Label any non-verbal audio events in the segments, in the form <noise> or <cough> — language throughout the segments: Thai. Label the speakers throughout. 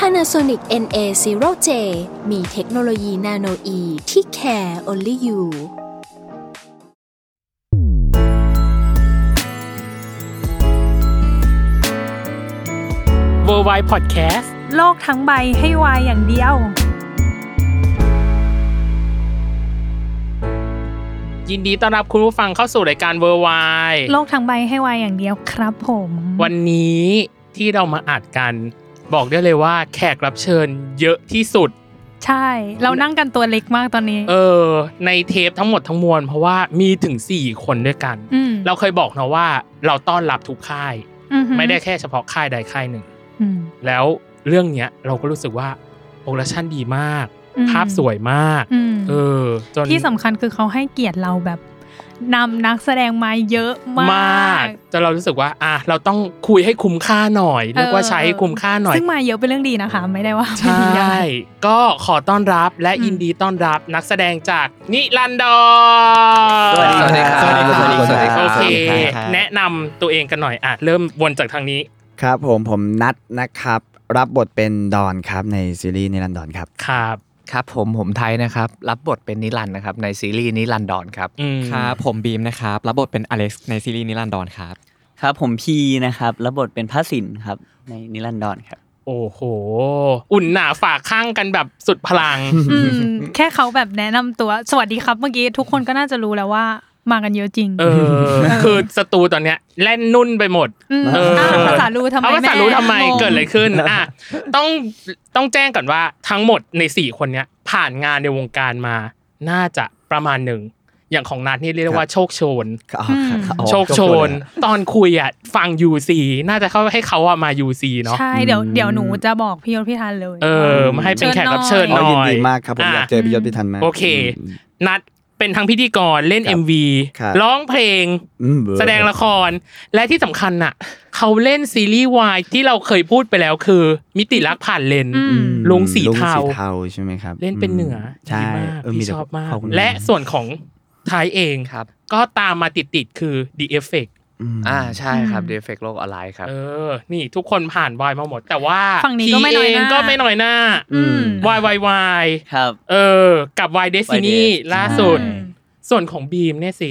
Speaker 1: Panasonic NA0J มีเทคโนโลยีนาโนอีที่ care only you
Speaker 2: เวอร์ไวพอดแคสต์
Speaker 3: โลกทั้งใบให้วายอย่างเดียว
Speaker 2: ยินดีต้อนรับคุณผู้ฟังเข้าสู่รายการเวอร์ไว
Speaker 3: โลกทั้งใบให้วายอย่างเดียวครับผม
Speaker 2: วันนี้ที่เรามาอัดกัน บอกได้เลยว่าแขกรับเชิญเยอะที่สุด
Speaker 3: ใช่ เรานั่งกันตัวเล็กมากตอนนี้
Speaker 2: เออ ในเทปทั้งหมดทั้งมวล เพราะว่ามีถึง 4 คนด้วยกัน
Speaker 3: ม
Speaker 2: เราเคยบอกนะว่าเราต้อนรับทุกค่าย
Speaker 3: อืหื
Speaker 2: ไม่ได้แค่เฉพาะค่ายใดค่ายหนึ่ง
Speaker 3: อืม
Speaker 2: แล้วเรื่องเนี้ยเราก็รู้สึกว่าโปรดักชั่นดีมาก
Speaker 3: อืม
Speaker 2: ภาพสวยมาก
Speaker 3: อืม
Speaker 2: เออจน
Speaker 3: ที่สำคัญคือเขาให้เกียรติเราแบบนำนักแสดงมาเยอะม
Speaker 2: มา
Speaker 3: าก ก
Speaker 2: จนเรารู้สึกว่าอ่ะเราต้องคุยให้คุ้มค่าหน่อย
Speaker 3: เออ
Speaker 2: เรียกว่าใช้ให้คุ้มค่าหน่อย
Speaker 3: ซึ่งมาเยอะเป็นเรื่องดีนะคะ ไม่ได้ว่า
Speaker 2: ใช
Speaker 3: ไม่ดีนะ
Speaker 2: ่ ก็ขอต้อนรับและ
Speaker 3: อืม
Speaker 2: ยินดีต้อนรับนักแสดงจากนิรันดร
Speaker 4: สวัสดีครับ
Speaker 2: สวัสดีครับ
Speaker 4: สวัสดีครับ
Speaker 2: โอเค
Speaker 4: สวัสดีครับ
Speaker 2: แนะนำตัวเองกันหน่อยอ่ะเริ่มวนจากทางนี้
Speaker 4: ครับผมผมนัดนะครับ รับบทเป็นดอนครับในซีรีส์นิรันดรครับ
Speaker 2: ครับ
Speaker 5: ครับผมผมไทยนะครับ รับบทเป็นนิรันดร์นะครับ ในซีรีส์นิรันดรครับ
Speaker 2: อืม
Speaker 6: ครับผมบีมนะครับ รับบทเป็นอเล็กซ์ในซีรีส์นิรันดรครับ
Speaker 7: ครับผมพีนะครับรับบทเป็นพระสินครับ ในนิรันดรครับ
Speaker 2: โอ้โห อุ่นหนาฝากข้างกันแบบสุดพลัง
Speaker 3: อืมแค่เขาแบบแนะนำตัวสวัสดีครับเมื่อกี้ทุกคนก็น่าจะรู้แล้วว่ามากันเยอะจริง
Speaker 2: เอ
Speaker 4: <laughs>
Speaker 2: อ คือสตูตอนเนี้ยแล่นนุ่นไปหมด
Speaker 3: ม
Speaker 2: เอออ่
Speaker 3: ะภาษารู้ทำไม
Speaker 2: เอาภาษา
Speaker 3: แม่
Speaker 2: รู้ทำไม
Speaker 3: งง
Speaker 2: เกิดอะไรขึ้นอ่ะต้องต้องแจ้งก่อนว่าทั้งหมดในสี่คนเนี้ยผ่านงานในวงการมา น่าจะประมาณหนึ่ง อย่างของนัทนี่เรียกว่าโชคโชน
Speaker 4: ครับ
Speaker 3: อืม
Speaker 4: ครับ
Speaker 2: โชคโชน ตอนคุยอ่ะฟัง UC น่าจะเข้าให้เขาอะมา UC เนาะ
Speaker 3: ใช่เดี๋ยวเดี๋ยวหนูจะบอกพี่ยศพี่ทันเลย
Speaker 2: เออมาให้เป็นแขกรับเชิญห
Speaker 4: อ๋อ
Speaker 2: น่อย
Speaker 4: ยินดีมากครับ ผมอยากเจ
Speaker 2: ะ
Speaker 4: อพี่ยศพี่ทันมาก
Speaker 2: โอเค นัดเป็นทั้งพิธีกรเล่น
Speaker 4: ครับ
Speaker 2: MV
Speaker 4: ครับ
Speaker 2: ร้องเพลง
Speaker 4: อืมเบอร์
Speaker 2: แสดงละครและที่สำคัญน่ะ เขาเล่นซีรีส์วายที่เราเคยพูดไปแล้วคือ มิติรักผ่านเลน
Speaker 3: อื
Speaker 4: อื
Speaker 3: ม
Speaker 4: ม
Speaker 2: ลุงสีเทา
Speaker 4: ลุงเทาใช่ไหมครับ
Speaker 2: เล่นเป็นเหนือ
Speaker 4: ใช่
Speaker 2: ดีมาก
Speaker 4: เแต่
Speaker 2: พี่ชอบมาก
Speaker 4: ขคุณ
Speaker 2: และส่วนของไทยเอง
Speaker 5: ครับ
Speaker 2: ก็ตามมาติดๆคือ The Effect
Speaker 4: อืม
Speaker 5: อ่าใช่ครับ
Speaker 3: อืม
Speaker 5: เดฟเฟกโลกออนไลน์ครับ
Speaker 2: เออ นี่ทุกคนผ่านวายมาหมด แต่ว่า
Speaker 3: ฝั่งนี้ก็ไม่น้อยหน้า
Speaker 2: พี่เงก็ไม่น้อยหน้า
Speaker 3: อืม
Speaker 2: วายวายวาย
Speaker 7: ครับ
Speaker 2: เออ กับวายเดซินี่
Speaker 7: Destiny
Speaker 2: ล่าสุด
Speaker 3: อืม
Speaker 2: ส่วนของบีมเนี่ยสิ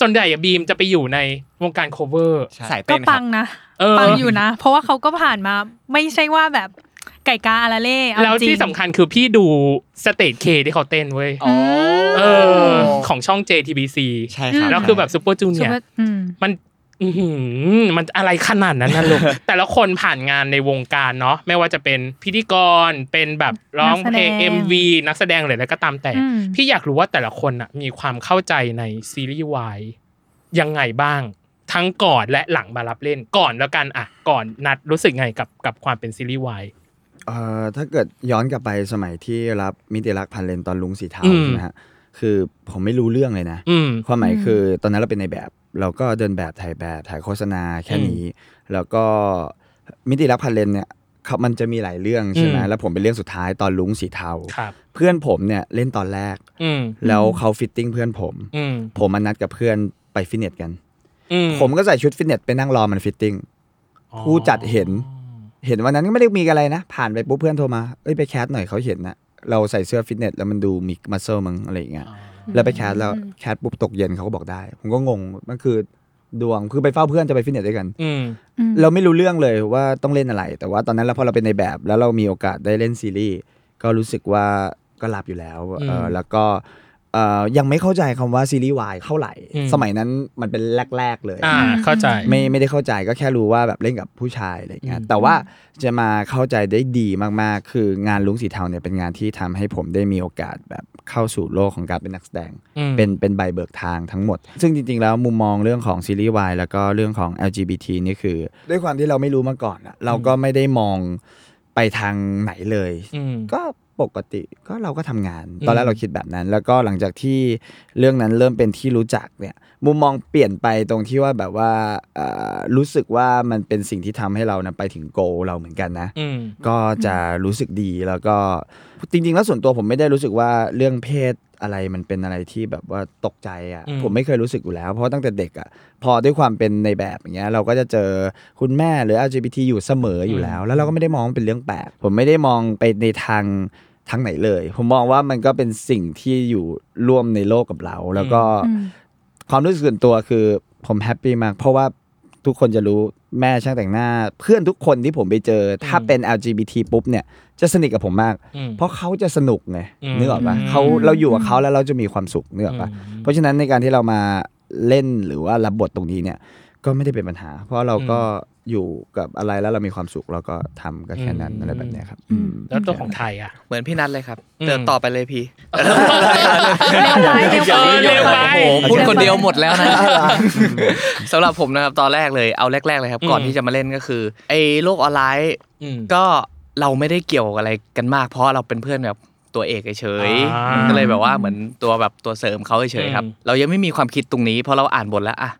Speaker 2: ส่วนใหญ่อะบีมจะไปอยู่ในวงการโคเวอร์
Speaker 6: สาย
Speaker 3: ก็
Speaker 6: เต้นค
Speaker 3: ปั
Speaker 6: รับ
Speaker 3: งนะ
Speaker 2: เออ
Speaker 3: ปังอยู่นะ เพราะว่าเขาก็ผ่านมา ไม่ใช่ว่าแบบไก่กาอาราเล่เอา
Speaker 2: แล้ว
Speaker 3: จริง
Speaker 2: ที่สำคัญคือพี่ดูสเตจเคที่เขาเต้นเว้ย
Speaker 6: อ๋อ
Speaker 2: เออ ของช่อง JTBC
Speaker 6: ใช่ครับ
Speaker 2: แล้วคือแบบซูเปอร์จู
Speaker 3: สุ
Speaker 2: เนีย
Speaker 3: ภาพอืม
Speaker 2: มันอื้อหือมันอะไรขนาดนั้นนะ
Speaker 3: <laughs>
Speaker 2: ลูก แต่ละคนผ่านงานในวงการเนาะไม่ว่าจะเป็นพิธีกรเป็นแบบร้องเพลง
Speaker 3: นักแสดง
Speaker 2: MV นักแสดงหรืออะไรก็ตามแต่
Speaker 3: อืม
Speaker 2: พี่อยากรู้ว่าแต่ละคนน่ะมีความเข้าใจในซีรีส์วายยังไงบ้าง ทั้งก่อนและหลังมารับเล่นก่อนแล้วกันอ่ะก่อนนัดรู้สึกไงกับกับความเป็นซีรีส์วาย
Speaker 4: เอ่อถ้าเกิดย้อนกลับไปสมัยที่รับมิติรักพันเลนตอนลุงสีเทา
Speaker 2: อืม
Speaker 4: ใช่ไหมฮะคือผมไม่รู้เรื่องเลยนะ
Speaker 2: อืม
Speaker 4: ความหมาย
Speaker 3: อืม
Speaker 4: คือตอนนั้นเราเป็นในแบบ เราก็เดินแบบถ่ายแบบถ่ายโฆษณาแค่นี้ แล้วก็มิติรักพันเลนเนี่ยเขามันจะมีหลายเรื่องใช่ไหม
Speaker 2: อืม
Speaker 4: แล้วผมเป็นเรื่องสุดท้ายตอนลุงสีเทา
Speaker 2: ครับ
Speaker 4: เพื่อนผมเนี่ยเล่นตอนแรก
Speaker 2: อืม
Speaker 4: แล้วเขาฟิตติ้งเพื่อนผม
Speaker 2: อืม
Speaker 4: ผมมานัดกับเพื่อนไปฟิตเนสกัน
Speaker 2: อืม
Speaker 4: ผมก็ใส่ชุดฟิตเนสไปนั่งรอมันฟิตติ้ง ผู้จัดเห็น เห็นวันนั้นก็ไม่ได้มีอะไรนะ ผ่านไปปุ๊บเพื่อนโทรมาเอ้ยไปแคสหน่อยเขาเห็นนะเราใส่เสื้อฟิตเนสแล้วมันดูมีมัสเซลมึงอะไรอย่างเงี้ย แล้วไปแคสแล้วแคสปุ๊บตกเย็นเขาก็บอกได้ ผมก็งงมันคือดวงคือไปเฝ้าเพื่อนจะไปฟิตเนสด้วยกัน
Speaker 2: อืม
Speaker 3: อืม
Speaker 4: เราไม่รู้เรื่องเลยว่าต้องเล่นอะไร แต่ว่าตอนนั้นเราพอเราเป็นในแบบแล้วเรามีโอกาสได้เล่นซีรีส์ก็รู้สึกว่าก็รับอยู่แล้วเออ
Speaker 2: ม
Speaker 4: แล้วก็เอ่อยังไม่เข้าใจคำว่าซีรีส์วายเท่าไหร่
Speaker 2: อืม
Speaker 4: สมัยนั้นมันเป็นแรก ๆ เลย
Speaker 2: อ่าเข้าใจ
Speaker 4: ไม่ไม่ได้เข้าใจก็แค่รู้ว่าแบบเล่นกับผู้ชายอะไรอย่างเงี้ย
Speaker 2: อืม
Speaker 4: แต่ว่าจะมาเข้าใจได้ดีมากๆ คืองานลุงสีเทาเนี่ยเป็นงานที่ทำให้ผมได้มีโอกาสแบบเข้าสู่โลกของการเป็นนักแสดง
Speaker 2: อืม
Speaker 4: เป็นเป็นใบเบิกทางทั้งหมด ซึ่งจริง ๆ แล้วมุมมองเรื่องของซีรีส์วายแล้วก็เรื่องของ LGBT นี่คือ ด้วยความที่เราไม่รู้มาก่อนอะเราก็ไม่ได้มองไปทางไหนเลย
Speaker 2: อืม
Speaker 4: ก็ ปกติก็เราก็ทำงาน ตอนแรกเราคิดแบบนั้น แล้วก็หลังจากที่เรื่องนั้นเริ่มเป็นที่รู้จักเนี่ย มุมมองเปลี่ยนไปตรงที่ว่าแบบว่าเอ่อรู้สึกว่ามันเป็นสิ่งที่ทำให้เรานะไปถึงโกลเราเหมือนกันนะ
Speaker 2: อืม
Speaker 4: ก็จะรู้สึกดีแล้วก็จริง ๆ แล้วส่วนตัวผมไม่ได้รู้สึกว่าเรื่องเพศอะไรมันเป็นอะไรที่แบบว่าตกใจอ่ะ
Speaker 2: อืม
Speaker 4: ผมไม่เคยรู้สึกอยู่แล้ว เพราะตั้งแต่เด็กอ่ะพอด้วยความเป็นในแบบอย่างเงี้ยเราก็จะเจอคุณแม่หรือ LGBT อยู่เสมออยู่แล้ว แล้วเราก็ไม่ได้มองว่าเป็นเรื่องแปลกผมไม่ได้มองไปในทางทางไหนเลย ผมมองว่ามันก็เป็นสิ่งที่อยู่ร่วมในโลกกับเรา แล้วก็
Speaker 3: อืม
Speaker 4: ความรู้สึกส่วนตัวคือผมแฮปปี้มาก เพราะว่าทุกคนจะรู้แม่ช่างแต่งหน้า เพื่อนทุกคนที่ผมไปเจอ ถ้าเป็น LGBT ปุ๊บเนี่ยจะสนิทกับผมมาก
Speaker 2: อืม
Speaker 4: เพราะเขาจะสนุกไง
Speaker 2: อืม
Speaker 4: นึกออกปะ
Speaker 2: อืม
Speaker 4: เขาเราอยู่กับเขาแล้วเราจะมีความสุขนึกออกปะ
Speaker 2: ม
Speaker 4: เพราะฉะนั้นในการที่เรามาเล่นหรือว่ารับบทตรงนี้เนี่ยก็ไม่ได้เป็นปัญหา เพราะเราก็อยู่กับอะไรแล้วเรามีความสุขเราก็ทำก็แค่นั้น
Speaker 2: อืม
Speaker 4: อะไรแบบเนี้ยครับ
Speaker 3: อืม
Speaker 4: อืม
Speaker 2: แล้วตัวของไทยอ่ะ
Speaker 5: เหมือนพี่นัทเลยครับ
Speaker 2: อืม
Speaker 5: เดินต่อไปเลยพี่
Speaker 3: เร็วไปเร็ว
Speaker 2: เออ
Speaker 3: ไป
Speaker 2: เร็วไป
Speaker 5: โอ้โหพูดคนเดียวหมดแล้วนะ
Speaker 4: อะไรอ่ะ
Speaker 5: สำหรับผมนะครับตอนแรกเลยเอาแรก ๆเลยครับ ก่อนที่จะมาเล่นก็คือไอ้โลกออนไลน์
Speaker 2: อืม
Speaker 5: ก็เราไม่ได้เกี่ยวอะไรกันมาก เพราะเราเป็นเพื่อนแบบตัวเอกเฉย
Speaker 2: อ่า
Speaker 5: ๆมันก็เลยแบบว่าเหมือนตัวแบบตัวเสริมเขาเฉยๆครับ
Speaker 2: อืม
Speaker 5: เรายังไม่มีความคิดตรงนี้เพราะเราอ่านบทแล้วอะ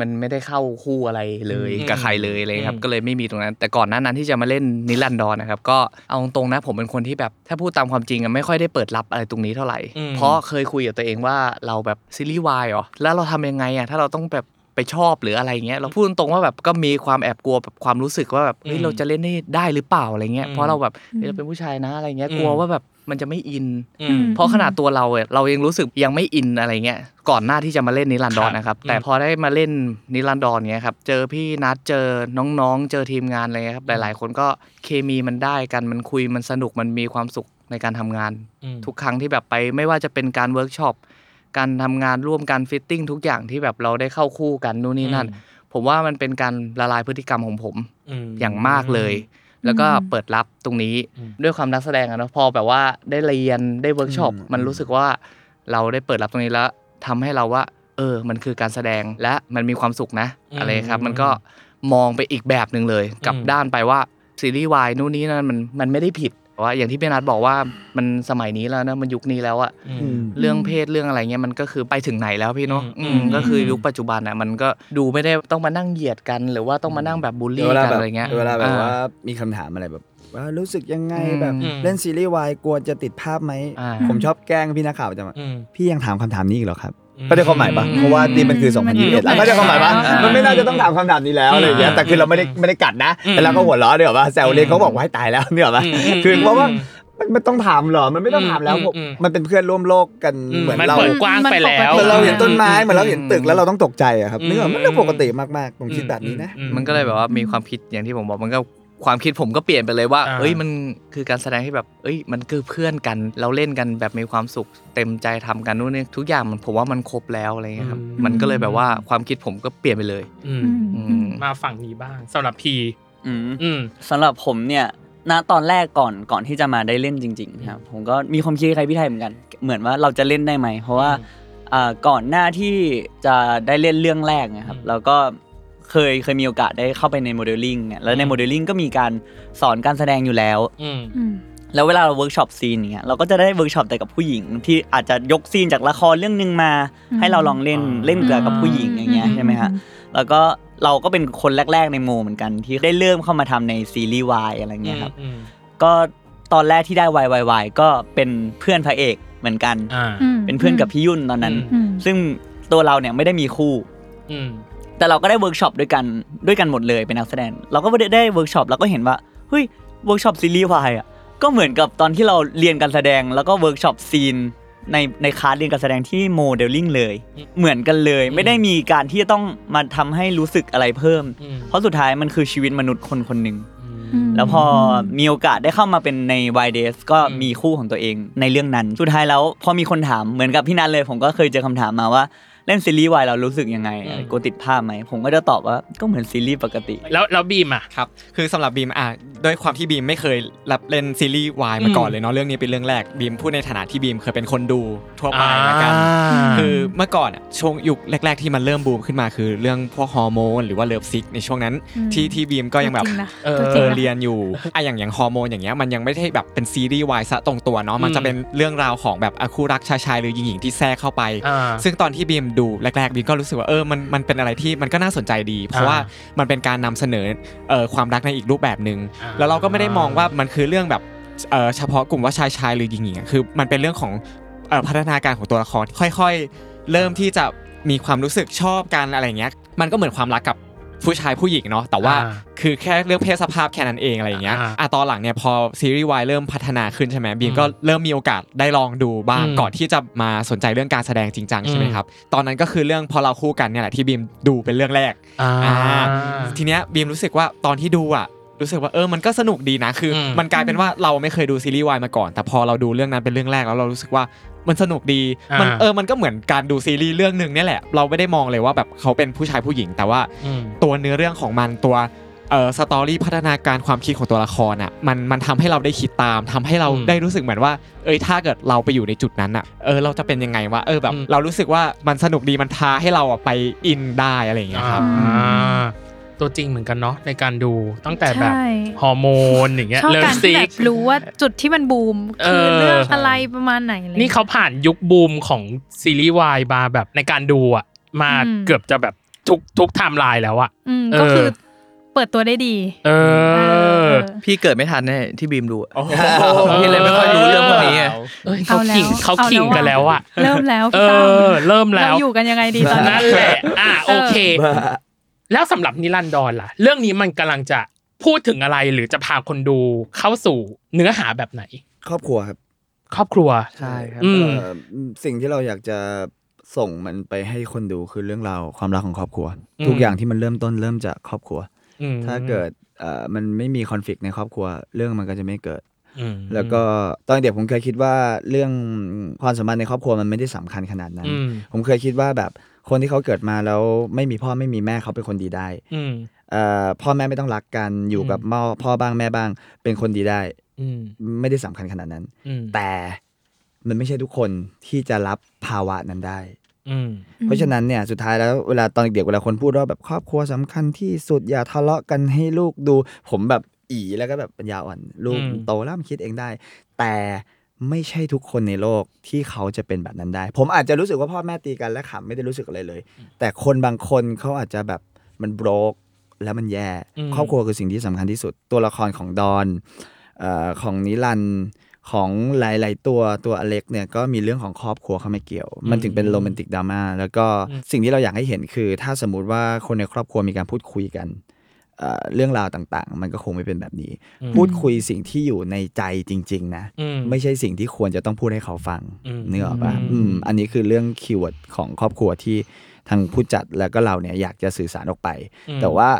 Speaker 5: มันไม่ได้เข้าคู่อะไรเลย
Speaker 2: อืม
Speaker 5: กับใครเลยอะไรเลยครั
Speaker 2: อื
Speaker 5: บ
Speaker 2: ม
Speaker 5: ก็เลยไม่มีตรงนั้น แต่ก่อนหน้านั้นที่จะมาเล่นนิรันดรนะครับ ก็เอาตรงๆนะผมเป็นคนที่แบบถ้าพูดตามความจริงอะไม่ค่อยได้เปิดรับอะไรตรงนี้เท่าไหร่
Speaker 2: อืม
Speaker 5: เพราะเคยคุยกับตัวเองว่าเราแบบซีรีส์วายเหรอแล้วเราทำยังไงอะถ้าเราต้องแบบไปชอบหรืออะไรเงี้ยเราพูดตรงๆว่าแบบก็มีความแอบกลัวแบบความรู้สึกว่าแบบเฮ้ยเราจะเล่นได้ได้หรือเปล่าอะไรเงี้ย
Speaker 2: อืม
Speaker 5: เพราะเราแบบเฮ้ยเราเป็นผู้ชายนะอะไรเงี้ยกลัว
Speaker 2: อืม
Speaker 5: ว่าแบบมันจะไม่อิน
Speaker 2: อื
Speaker 3: อื
Speaker 2: ม
Speaker 3: ม
Speaker 5: เพราะขนาดตัวเราเอ่ยเรายังรู้สึกยังไม่อินอะไรเงี้ยก่อนหน้าที่จะมาเล่นนิรันดรนะครับ
Speaker 2: ครับ
Speaker 5: แต่พอได้มาเล่นนิรันดรเงี้ยครับเจอพี่นัดเจอน้องๆ เจอทีมงานอะไรเงี้ยครับหลายๆ คนก็เคมีมันได้กันมันคุยมันสนุกมันมีความสุขในการทำงาน
Speaker 2: อืม
Speaker 5: ทุกครั้งที่แบบไปไม่ว่าจะเป็นการเวิร์กช็อปการทำงานร่วมการฟิตติ้งทุกอย่างที่แบบเราได้เข้าคู่กันนู่นนี่นั่น ผมว่ามันเป็นการละลายพฤติกรรมของผม
Speaker 2: ม
Speaker 5: อย่างมากเลย แล้วก็เปิดรับตรงนี้
Speaker 2: อืม
Speaker 5: ด้วยความนักแสดงอะเนาะพอแบบว่าได้เรียนได้เวิร์กช็อป
Speaker 4: อืม
Speaker 5: มันรู้สึกว่าเราได้เปิดรับตรงนี้แล้วทำให้เราว่า เออ มันคือการแสดงและมันมีความสุขนะ
Speaker 2: อืม
Speaker 5: อะไรครับ มันก็มองไปอีกแบบหนึ่งเลยกลับ
Speaker 2: อืม
Speaker 5: ด้านไปว่าซีรีส์วายนู่นนี่นั่นมันมันไม่ได้ผิดแต่ว่าอย่างที่พี่นัทบอกว่ามันสมัยนี้แล้วนะมันยุคนี้แล้วอะ
Speaker 2: อื
Speaker 4: อื
Speaker 2: ม
Speaker 4: ม
Speaker 5: เรื่องเพศเรื่องอะไรเงี้ยมันก็คือไปถึงไหนแล้วพี่เนาะ
Speaker 2: อืม
Speaker 5: อืม
Speaker 2: อืม
Speaker 5: ก็คือยุคปัจจุบันอ่ะมันก็ดูไม่ได้ต้องมานั่งเหยียดกัน หรือว่าต้องมานั่งแบบบูลลี่
Speaker 4: เวลา
Speaker 5: กัน
Speaker 4: แบบ
Speaker 5: อะไรเงี้ย
Speaker 4: เวลาแบบว่า
Speaker 5: อ่
Speaker 4: มีคำถามอะไรแบบว่ารู้สึกยังไง
Speaker 5: อืม
Speaker 4: แบบ
Speaker 2: อืม
Speaker 4: เล่นซีรีส์วายกลัวจะติดภาพไหม
Speaker 5: อ่า
Speaker 4: ผมชอบแกล้งพี่นักข่าวจะมา
Speaker 2: อืม
Speaker 4: พี่ยังถามคำถามนี้อีกเหรอครับ
Speaker 2: อืม
Speaker 4: ก็ได้ความหมายปะ
Speaker 2: อืม
Speaker 4: เพราะว่านี่มันคือ
Speaker 3: มันอยู่
Speaker 4: 2021แล้วก็ได้ความหมายปะ
Speaker 3: อ่ามั
Speaker 4: มันไม่น่าจะต้องถามคำถามนี้แล้วอะไรอย่างเงี้ยแต่คือเราไม่ได้ไม่ได้กัดนะแต่เราก็หัวเราะเดี๋ยวว่าแซวเล่นเขาบอกว่าให้ตายแล้วเนี่ยว่า
Speaker 2: อืมอืม
Speaker 4: คือเพราะว่ามันมันต้องถามเหรอมันไม่ต้องถามแล้ว
Speaker 2: อืม
Speaker 4: ผม
Speaker 2: อืม
Speaker 4: มันเป็นเพื่อนร่วมโลกกัน
Speaker 2: อืม
Speaker 4: เหมือน
Speaker 2: มัน
Speaker 4: เรา
Speaker 2: เปิดกว้างไปแล้ว
Speaker 4: เหมือนเราเห็นต้นไม้
Speaker 5: อืม
Speaker 4: เหมือนเราเห็นตึกแล้วเราต้องตกใจอะครับ
Speaker 2: อืม
Speaker 4: เนื่องมันเรื่องปกติมากๆผมคิดแบบนี้นะ
Speaker 2: อื
Speaker 5: ามันก็เลยแบบว่ามีความคิดอย่างที่ผมบอกมันก็ความคิดผมก็เปลี่ยนไปเลยว่า
Speaker 2: อ่า
Speaker 5: เอ้ยมันคือการแสดงที่แบบเอ้ยมันคือเพื่อนกันเราเล่นกันแบบมีความสุขเต็มใจทำกันนู่นนี่ทุกอย่างมันผมว่ามันครบแล้วอะไรเงี้ยครับ
Speaker 3: อืม
Speaker 5: มันก็เลยแบบว่าความคิดผมก็เปลี่ยนไปเลย
Speaker 2: อืม
Speaker 3: อืมอืม
Speaker 2: มาฝั่งนี้บ้างสำหรับพี
Speaker 7: อืม
Speaker 2: อืม
Speaker 7: สำหรับผมเนี่ยณตอนแรกก่อนก่อนที่จะมาได้เล่นจริงๆครับผมก็มีความคิดคล้ายพี่ไทยเหมือนกัน เหมือนว่าเราจะเล่นได้ไหม เพราะว่า
Speaker 2: อืม
Speaker 7: อ่าก่อนหน้าที่จะได้เล่นเรื่องแรกนะครับ
Speaker 2: อืม
Speaker 7: เราก็เคยเคยมีโอกาสได้เข้าไปในโมเดลลิ่งเนี่ยแล้วใน
Speaker 2: อืม
Speaker 7: โมเดลลิ่งก็มีการสอนการแสดงอยู่แล้ว
Speaker 2: อืม
Speaker 3: อืม
Speaker 7: แล้วเวลาเราเวิร์กช็อปซีนเนี่ยเราก็จะได้เวิร์กช็อปแต่กับผู้หญิง ที่อาจจะยกซีนจากละครเรื่องหนึ่งมา
Speaker 3: อืม
Speaker 7: ให้เราลองเล่น
Speaker 2: อ่า
Speaker 7: เล่นกับกับผู้หญิงอย่างเงี้ยใช่ไหมฮะ แล้วก็เราก็เป็นคนแรก ๆ ในโมเหมือนกัน ที่ได้เริ่มเข้ามาทำในซีรีส์วายอะไรเงี้ยครับ
Speaker 2: อืม
Speaker 7: ก็ตอนแรกที่ได้วายวายวายก็เป็นเพื่อนพระเอกเหมือนกัน
Speaker 2: อ่า
Speaker 3: ม
Speaker 7: เป็นเพื่อนกับพี่ยุ่นตอนนั้น
Speaker 2: อื
Speaker 3: อืม
Speaker 7: ซึ่งตัวเราเนี่ยไม่ได้มีคู่
Speaker 2: อืม
Speaker 7: แต่เราก็ได้เวิร์กช็อปด้วยกันด้วยกันหมดเลยเป็นนักแสดงเราก็ได้ได้เวิร์กช็อปเราก็เห็นว่าเฮ้ยเวิร์กช็อปซีรีส์วายอ่ะก็เหมือนกับตอนที่เราเรียนการแสดงแล้วก็เวิร์กช็อปซีนในในคลาสเรียนการแสดงที่โมเดลลิ่งเลย
Speaker 2: อืม
Speaker 7: เหมือนกันเลย
Speaker 2: อืม
Speaker 7: ไม่ได้มีการที่จะต้องมาทำให้รู้สึกอะไรเพิ่ม
Speaker 2: อืม
Speaker 7: เพราะสุดท้ายมันคือชีวิตมนุษย์คนคนหนึ่ง
Speaker 2: อืม
Speaker 7: แล้วพอมีโอกาสได้เข้ามาเป็นใน y d a y s ก็
Speaker 2: อืม
Speaker 7: มีคู่ของตัวเองในเรื่องนั้น สุดท้ายแล้วพอมีคนถามเหมือนกับพี่นันเลย ผมก็เคยเจอคำถามมาว่า เล่นซีรีส์วายเรารู้สึกยังไง
Speaker 2: อืม
Speaker 7: กลัวติดภาพไหมผมก็จะตอบว่าก็เหมือนซีรีส์ปกติ
Speaker 2: แล้วแล้วบีมอ่ะ
Speaker 6: ครับ คือสำหรับบีมอ่ะด้วยความที่บีมไม่เคยรับเล่นซีรีส์วายมาก่อนเลยเนาะเรื่องนี้เป็นเรื่องแรกบีมพูดในฐานะที่บีมเคยเป็นคนดูทั่วไปละกัน คือเมื่อก่อนอะช่วงยุคแรก ๆที่มันเริ่มบูมขึ้นมาคือเรื่องพวกฮอร์โมนหรือว่าเลิฟซิกในช่วงนั้น
Speaker 3: อืม
Speaker 6: ที่ที่บีมก็ยังแบบ
Speaker 3: จริงนะ
Speaker 2: เออ
Speaker 3: ตัวจ
Speaker 6: เอ
Speaker 3: ริง
Speaker 6: อ
Speaker 3: นะ
Speaker 6: เรียนอยู่อะอย่างอย่างฮอร์โมนอย่างเงี้ยมันยังไม่ได้แบบเป็นซีรีส์วายซะตรงตัวเนาะมัน
Speaker 2: อืม
Speaker 6: จะเป็นเรื่องราวของแบบอ่ะคู่รักชายชายหรือหญิงหญิงที่แทรกเข้าไป
Speaker 2: อ่า
Speaker 6: ซึ่งตอนที่บีมดูแรกๆบีมก็รู้สึกว่าเออมันมันเป็นอะไรที่มันก็น่าสนใจดี เพราะว่ามันเป็นการนำเสนอเอ่อความรักในอีกรูปแบบหนึ่ง
Speaker 2: อ่า
Speaker 6: แล้วเราก็ไม่ได้มองว่ามันคือเรื่องแบบเอ่อเฉพาะกลุ่มว่าชายชายหรือหญิงหญิงอะคือมันเป็นเรื่องของเอ่อพัฒนาการของตัวละครค่อยๆ เริ่มที่จะมีความรู้สึกชอบกันอะไรเงี้ยมันก็เหมือนความรักกับผู้ชายผู้หญิงเนาะแต่ว่า
Speaker 2: อ่า
Speaker 6: คือแค่เรื่องเพศสภาพแค่นั้นเองอะไรอย่างเงี้ย
Speaker 2: อ่า
Speaker 6: อ่ะตอนหลังเนี่ยพอซีรีส์วายเริ่มพัฒนาขึ้นใช่ไหมบีมก็เริ่มมีโอกาสได้ลองดูบ้าง
Speaker 2: อืม
Speaker 6: ก่อนที่จะมาสนใจเรื่องการแสดงจริงจังใช่ไหม
Speaker 2: อืม
Speaker 6: ครับ ตอนนั้นก็คือเรื่องพอเราคู่กันเนี่ยแหละที่บีมดูเป็นเรื่องแรก
Speaker 2: อ่า
Speaker 6: อ่า ทีเนี้ยบีมรู้สึกว่าตอนที่ดูอ่ะรู้สึกว่าเออมันก็สนุกดีนะคืออ
Speaker 2: ม
Speaker 6: มันกลายเป็นว่าเราไม่เคยดูซีรีส์วายมาก่อน แต่พอเราดูเรื่องนั้นเป็นเรื่องแรกแล้วเรารู้สึกว่ามันสนุกดีมันเออมันก็เหมือนการดูซีรีส์เรื่องหนึ่งเนี่ยแหละเราไม่ได้มองเลยว่าแบบเขาเป็นผู้ชายผู้หญิงแต่ว่า
Speaker 2: อืม
Speaker 6: ตัวเนื้อเรื่องของมันตัวเอ่อสตอรี่พัฒนาการความคิดของตัวละครอ่ะมันมันทำให้เราได้คิดตามทำให้เรา
Speaker 2: อืม
Speaker 6: ได้รู้สึกเหมือนว่า เอ้ยถ้าเกิดเราไปอยู่ในจุดนั้นอ่ะเออเราจะเป็นยังไงวะเออแบบ
Speaker 2: อืม
Speaker 6: เรารู้สึกว่ามันสนุกดีมันพาให้เราอ่ะไปอินได้อะไรอย่างเงี้ยครับ
Speaker 2: อ่าตัวจริงเหมือนกันเนาะในการดูตั้งแต่แบบ
Speaker 3: ใช่
Speaker 2: ฮอร์โมนอย่างเงี้ย
Speaker 3: ชอบ
Speaker 2: เลิฟ
Speaker 3: การที่
Speaker 2: ซิ
Speaker 3: แบ
Speaker 2: ก
Speaker 3: บรู้ว่าจุดที่มันบูมคือ
Speaker 2: เออ
Speaker 3: เรื่องอะไรประมาณไหนอะไร
Speaker 2: นี่เขาผ่านยุคบูมของซีรีส์วายมาแบบในการดูอะมา
Speaker 3: อืม
Speaker 2: เกือบจะแบบทุกทุกไทม์ไลน์แล้วอะ
Speaker 3: อืม
Speaker 2: เออ
Speaker 3: ก็คือเปิดตัวได้ดี
Speaker 2: เอ
Speaker 3: เอ
Speaker 2: อ
Speaker 3: อ
Speaker 5: พี่เกิดไม่ทันแน่ที่บีมดูอะ
Speaker 6: โอ้โห
Speaker 5: พี่เลยไม่ค่อยรู้เรื่องพวกนี้ไง
Speaker 2: เอ้ยเขาขิง
Speaker 3: เอาแล้ว
Speaker 2: เขาขิง
Speaker 3: เอาแล้ว
Speaker 2: กันแล้วอะ
Speaker 3: เริ่มแล้ว
Speaker 2: เอ
Speaker 3: พี่ตั้ม
Speaker 2: อ เริ่มแล้ว
Speaker 3: เราอยู่กันยังไงดีตอน
Speaker 2: นั่
Speaker 3: นั้น
Speaker 2: นแหละ อ่ะ
Speaker 3: เออ
Speaker 2: โอเค
Speaker 4: บ้า
Speaker 2: แล้วสำหรับนิรันดรล่ะ เรื่องนี้มันกำลังจะพูดถึงอะไรหรือจะพาคนดูเข้าสู่เนื้อหาแบบไหน
Speaker 4: ครอบครัวครับ
Speaker 2: ครอบครัว
Speaker 5: ใช่ครับ
Speaker 2: อืม
Speaker 4: เอ่อสิ่งที่เราอยากจะส่งมันไปให้คนดูคือเรื่องราวความรักของครอบครัว
Speaker 2: อืม
Speaker 4: ทุกอย่างที่มันเริ่มต้นเริ่มจากครอบครัว
Speaker 2: อืม
Speaker 4: ถ้าเกิดเอ่อมันไม่มีคอนฟ lict ในครอบครัว เรื่องมันก็จะไม่เกิด
Speaker 2: อืม
Speaker 4: แล้วก็ตอนเด็กผมเคยคิดว่าเรื่องความสัมพันธ์ในครอบครัวมันไม่ได้สำคัญขนาดนั้น
Speaker 2: อืม
Speaker 4: ผมเคยคิดว่าแบบคนที่เขาเกิดมาแล้วไม่มีพ่อไม่มีแม่เขาเป็นคนดีได้
Speaker 2: อืม
Speaker 4: เอ่อพ่อแม่ไม่ต้องรักกันอยู่
Speaker 2: อืม
Speaker 4: กับพ่อพ่อบ้างแม่บ้าง เป็นคนดีได้
Speaker 2: อืม
Speaker 4: ไม่ได้สำคัญขนาดนั้น
Speaker 2: อืม
Speaker 4: แต่มันไม่ใช่ทุกคนที่จะรับภาวะนั้นได้
Speaker 2: อืม
Speaker 4: เพราะฉะนั้นเนี่ยสุดท้ายแล้วเวลาตอนเด็กๆเวลาคนพูดว่าแบบครอบครัวสำคัญที่สุดอย่าทะเลาะกันให้ลูกดู ผมแบบอีแล้วก็แบบปัญญาอ่อน ลูก
Speaker 2: อืม
Speaker 4: โตแล้วมันคิดเองได้ แต่ไม่ใช่ทุกคนในโลกที่เขาจะเป็นแบบนั้นได้ ผมอาจจะรู้สึกว่าพ่อแม่ตีกันและขำไม่ได้รู้สึกอะไรเลย แต่คนบางคนเขาอาจจะแบบมันโบรกแล้วมันแย่
Speaker 2: อืม
Speaker 4: ครอบครัวคือสิ่งที่สำคัญที่สุดตัวละครของดอนเออของนิรันดร์ของหลาย ๆ ตัวตัวอเล็กเนี่ยก็มีเรื่องของครอบครัวเข้ามาเกี่ยว มันถึงเป็นโรแมนติกดราม่าแล้วก็
Speaker 2: อืม
Speaker 4: สิ่งที่เราอยากให้เห็นคือ ถ้าสมมุติว่าคนในครอบครัวมีการพูดคุยกันเอ่อเรื่องราวต่างๆ มันก็คงไม่เป็นแบบนี้
Speaker 2: อืม
Speaker 4: พูดคุยสิ่งที่อยู่ในใจจริง ๆ นะ
Speaker 2: อืม
Speaker 4: ไม่ใช่สิ่งที่ควรจะต้องพูดให้เขาฟัง
Speaker 2: อืม
Speaker 4: นึกออกปะ
Speaker 2: อืม
Speaker 4: อืมอันนี้คือเรื่องคีย์เวิร์ดของครอบครัวที่ทางผู้จัดแล้วก็เราเนี่ยอยากจะสื่อสารออกไป
Speaker 2: อืม
Speaker 4: แต่ว่า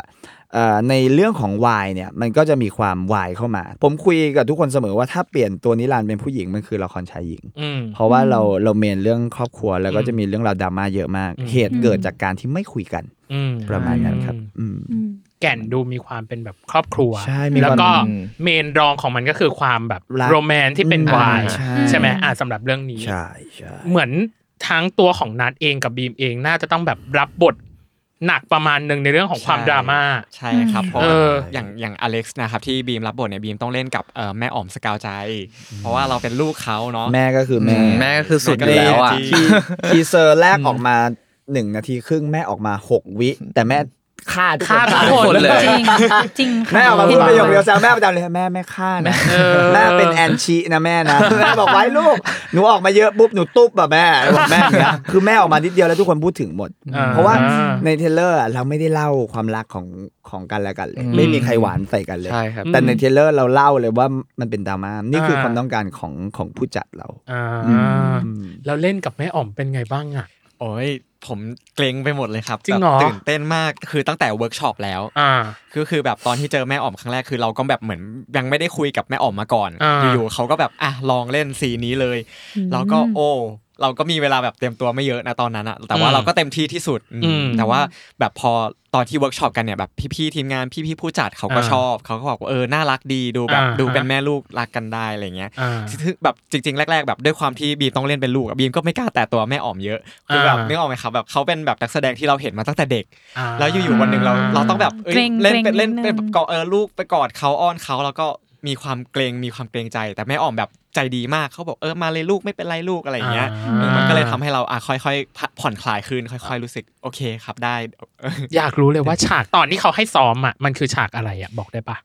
Speaker 4: เอ่อในเรื่องของวายเนี่ยมันก็จะมีความวายเข้ามา ผมคุยกับทุกคนเสมอว่าถ้าเปลี่ยนตัวนิรันดร์เป็นผู้หญิงมันคือละครชายหญิง
Speaker 2: อืม
Speaker 4: เพราะว่า
Speaker 3: อืม
Speaker 4: เราเราเมนเรื่องครอบครัวแล้วก็
Speaker 2: อืม
Speaker 4: จะมีเรื่องราวดราม่าเยอะมาก
Speaker 2: อืม
Speaker 4: เหตุเกิดจากการที่ไม่คุยกัน
Speaker 2: อืม
Speaker 4: ประมาณนั้นครับ อืม
Speaker 3: อืม
Speaker 2: แก่นดูมีความเป็นแบบครอบครัว
Speaker 4: ใช่มีความ
Speaker 2: แล้วก็
Speaker 5: อืม
Speaker 2: เมนรองของมันก็คือความแบบ
Speaker 4: รัก
Speaker 2: โรแมนที่เป็น
Speaker 4: อืม
Speaker 2: วาย
Speaker 4: ใช่
Speaker 2: ใช่ไหมอ่าสำหรับเรื่องนี้
Speaker 4: ใช่ใช่
Speaker 2: เหมือนทั้งตัวของนัทเองกับบีมเองน่าจะต้องแบบรับบทหนักประมาณหนึ่งในเรื่องของความ
Speaker 6: ใช่
Speaker 2: ดราม่า
Speaker 6: ใช่ครับเพราะ
Speaker 2: เอ
Speaker 6: ว่า
Speaker 2: ออ
Speaker 6: อย่างอย่างอเล็กซ์นะครับที่บีมรับบทเนี่ยบีมต้องเล่นกับเอ่อแม่อ๋อมสกาวใจ เพราะว่าเราเป็นลูกเขาเนาะ
Speaker 4: แม่ก็คือแม่
Speaker 5: แม่ก็คือสุดอยู่
Speaker 4: ใน
Speaker 5: แล้วอ่ะ
Speaker 6: ที่
Speaker 4: ทีทีเซอร์แรกออกมาหนึ่งนาทีครึ่งแม่ออกมาหกวิ แต่แม่ฆ่าทุก
Speaker 2: ฆ่าทุก
Speaker 4: ตย
Speaker 2: คนเลย
Speaker 3: จริงจริงค่ะ
Speaker 4: แม่ออกมาพูดประโยคเดียว
Speaker 3: จ
Speaker 4: แซวแม่ประจำเลยแม่แม่ฆ่านะ
Speaker 2: เออ
Speaker 4: แม่เป็นแอนชีนะแม่นะแม่บอกไว้ลูกหนูออกมาเยอะปุ๊บหนูตุ๊บแบบแม่บอกแม่อย่างเงี้ยคือแม่ออกมานิดเดียวแล้วทุกคนพูดถึงหมด
Speaker 2: อ่
Speaker 4: เพราะว่าในเทรลเลอร์อะเราไม่ได้เล่าความรักของของกันและกันเลย
Speaker 5: อืม
Speaker 4: ไม่มีใครหวานใส่กันเลย
Speaker 5: ใช่ครับ
Speaker 4: แต่ในเทรลเลอร์เราเล่าเลยว่ามันเป็นดราม่านี่คืออา ความต้องการของของผู้จัดเรา
Speaker 2: อ่า
Speaker 4: อื อืม
Speaker 2: แล้วเล่นกับแม่อ๋อมเป็นไงบ้างอ่ะ
Speaker 6: โอ้ยผมเกรงไปหมดเลยครับ
Speaker 2: จริงเหรอ
Speaker 6: แบบตื่นเต้นมากคือตั้งแต่เวิร์กช็อปแล้ว
Speaker 2: อ่า
Speaker 6: คือคือแบบตอนที่เจอแม่อ๋อมครั้งแรกคือเราก็แบบเหมือนยังไม่ได้คุยกับแม่อ๋อมมาก่อน
Speaker 2: อ่า
Speaker 6: อยู่ๆเขาก็แบบอ่ะลองเล่นซีนนี้เลย แล้วก็โอ้ เราก็มีเวลาแบบเตรียมตัวไม่เยอะนะตอนนั้นอะแต่ว่า
Speaker 2: อืม
Speaker 6: เราก็เต็มที่ที่สุดอืม
Speaker 2: อืม
Speaker 6: แต่ว่าแบบพอตอนที่เวิร์กช็อปกันเนี่ยแบบพี่ๆทีมงานพี่ๆผู้จัดเขาก็
Speaker 2: อ่า
Speaker 6: ชอบเขาก็บอกว่าเออน่ารักดีดูแบบ
Speaker 2: อ่า
Speaker 6: ดูเป็น
Speaker 2: ฮะ
Speaker 6: แม่ลูกรักกันได้อะไรเงี้ย
Speaker 2: อ่า
Speaker 6: ซึ่งแบบจริงๆ แรกๆแบบด้วยความที่บีมต้องเล่นเป็นลูกอะบีมก็ไม่กล้าแตะตัวแม่อ๋อมเยอะคือแบบ
Speaker 2: อ่านึ
Speaker 6: นึกออกไหมครับแบบเขาเป็นแบบนักแสดงที่เราเห็นมาตั้งแต่เด็ก
Speaker 2: อ่า
Speaker 6: แล้วอยู่ๆวันหนึ่งเราเราต้องแบบอ้ย
Speaker 3: เกรง
Speaker 6: เล่น
Speaker 3: เกรง
Speaker 6: เป็นเล่น
Speaker 3: นิดนึง
Speaker 6: เป็นแบบกอดเออลูกไปกอดเขาอ้อนเขาแล้วก็มีความเกรงมีความเกรงใจ แต่แม่อ๋อมแบบใจดีมากเขาบอกเออมาเลยลูกไม่เป็นไรลูกอะไรอย่างเงี้ย
Speaker 2: อ่า
Speaker 6: เออมันก็เลยทำให้เราอ่ะค่อยๆผ่อนผ่อนคลายขึ้นค่อย ๆ รู้สึกโอเคครับได้เออ
Speaker 2: อยากรู้เลยว่าฉากตอนที่เขาให้ซ้อมอ่ะมันคือฉากอะไรอ่ะบอกได้ปะ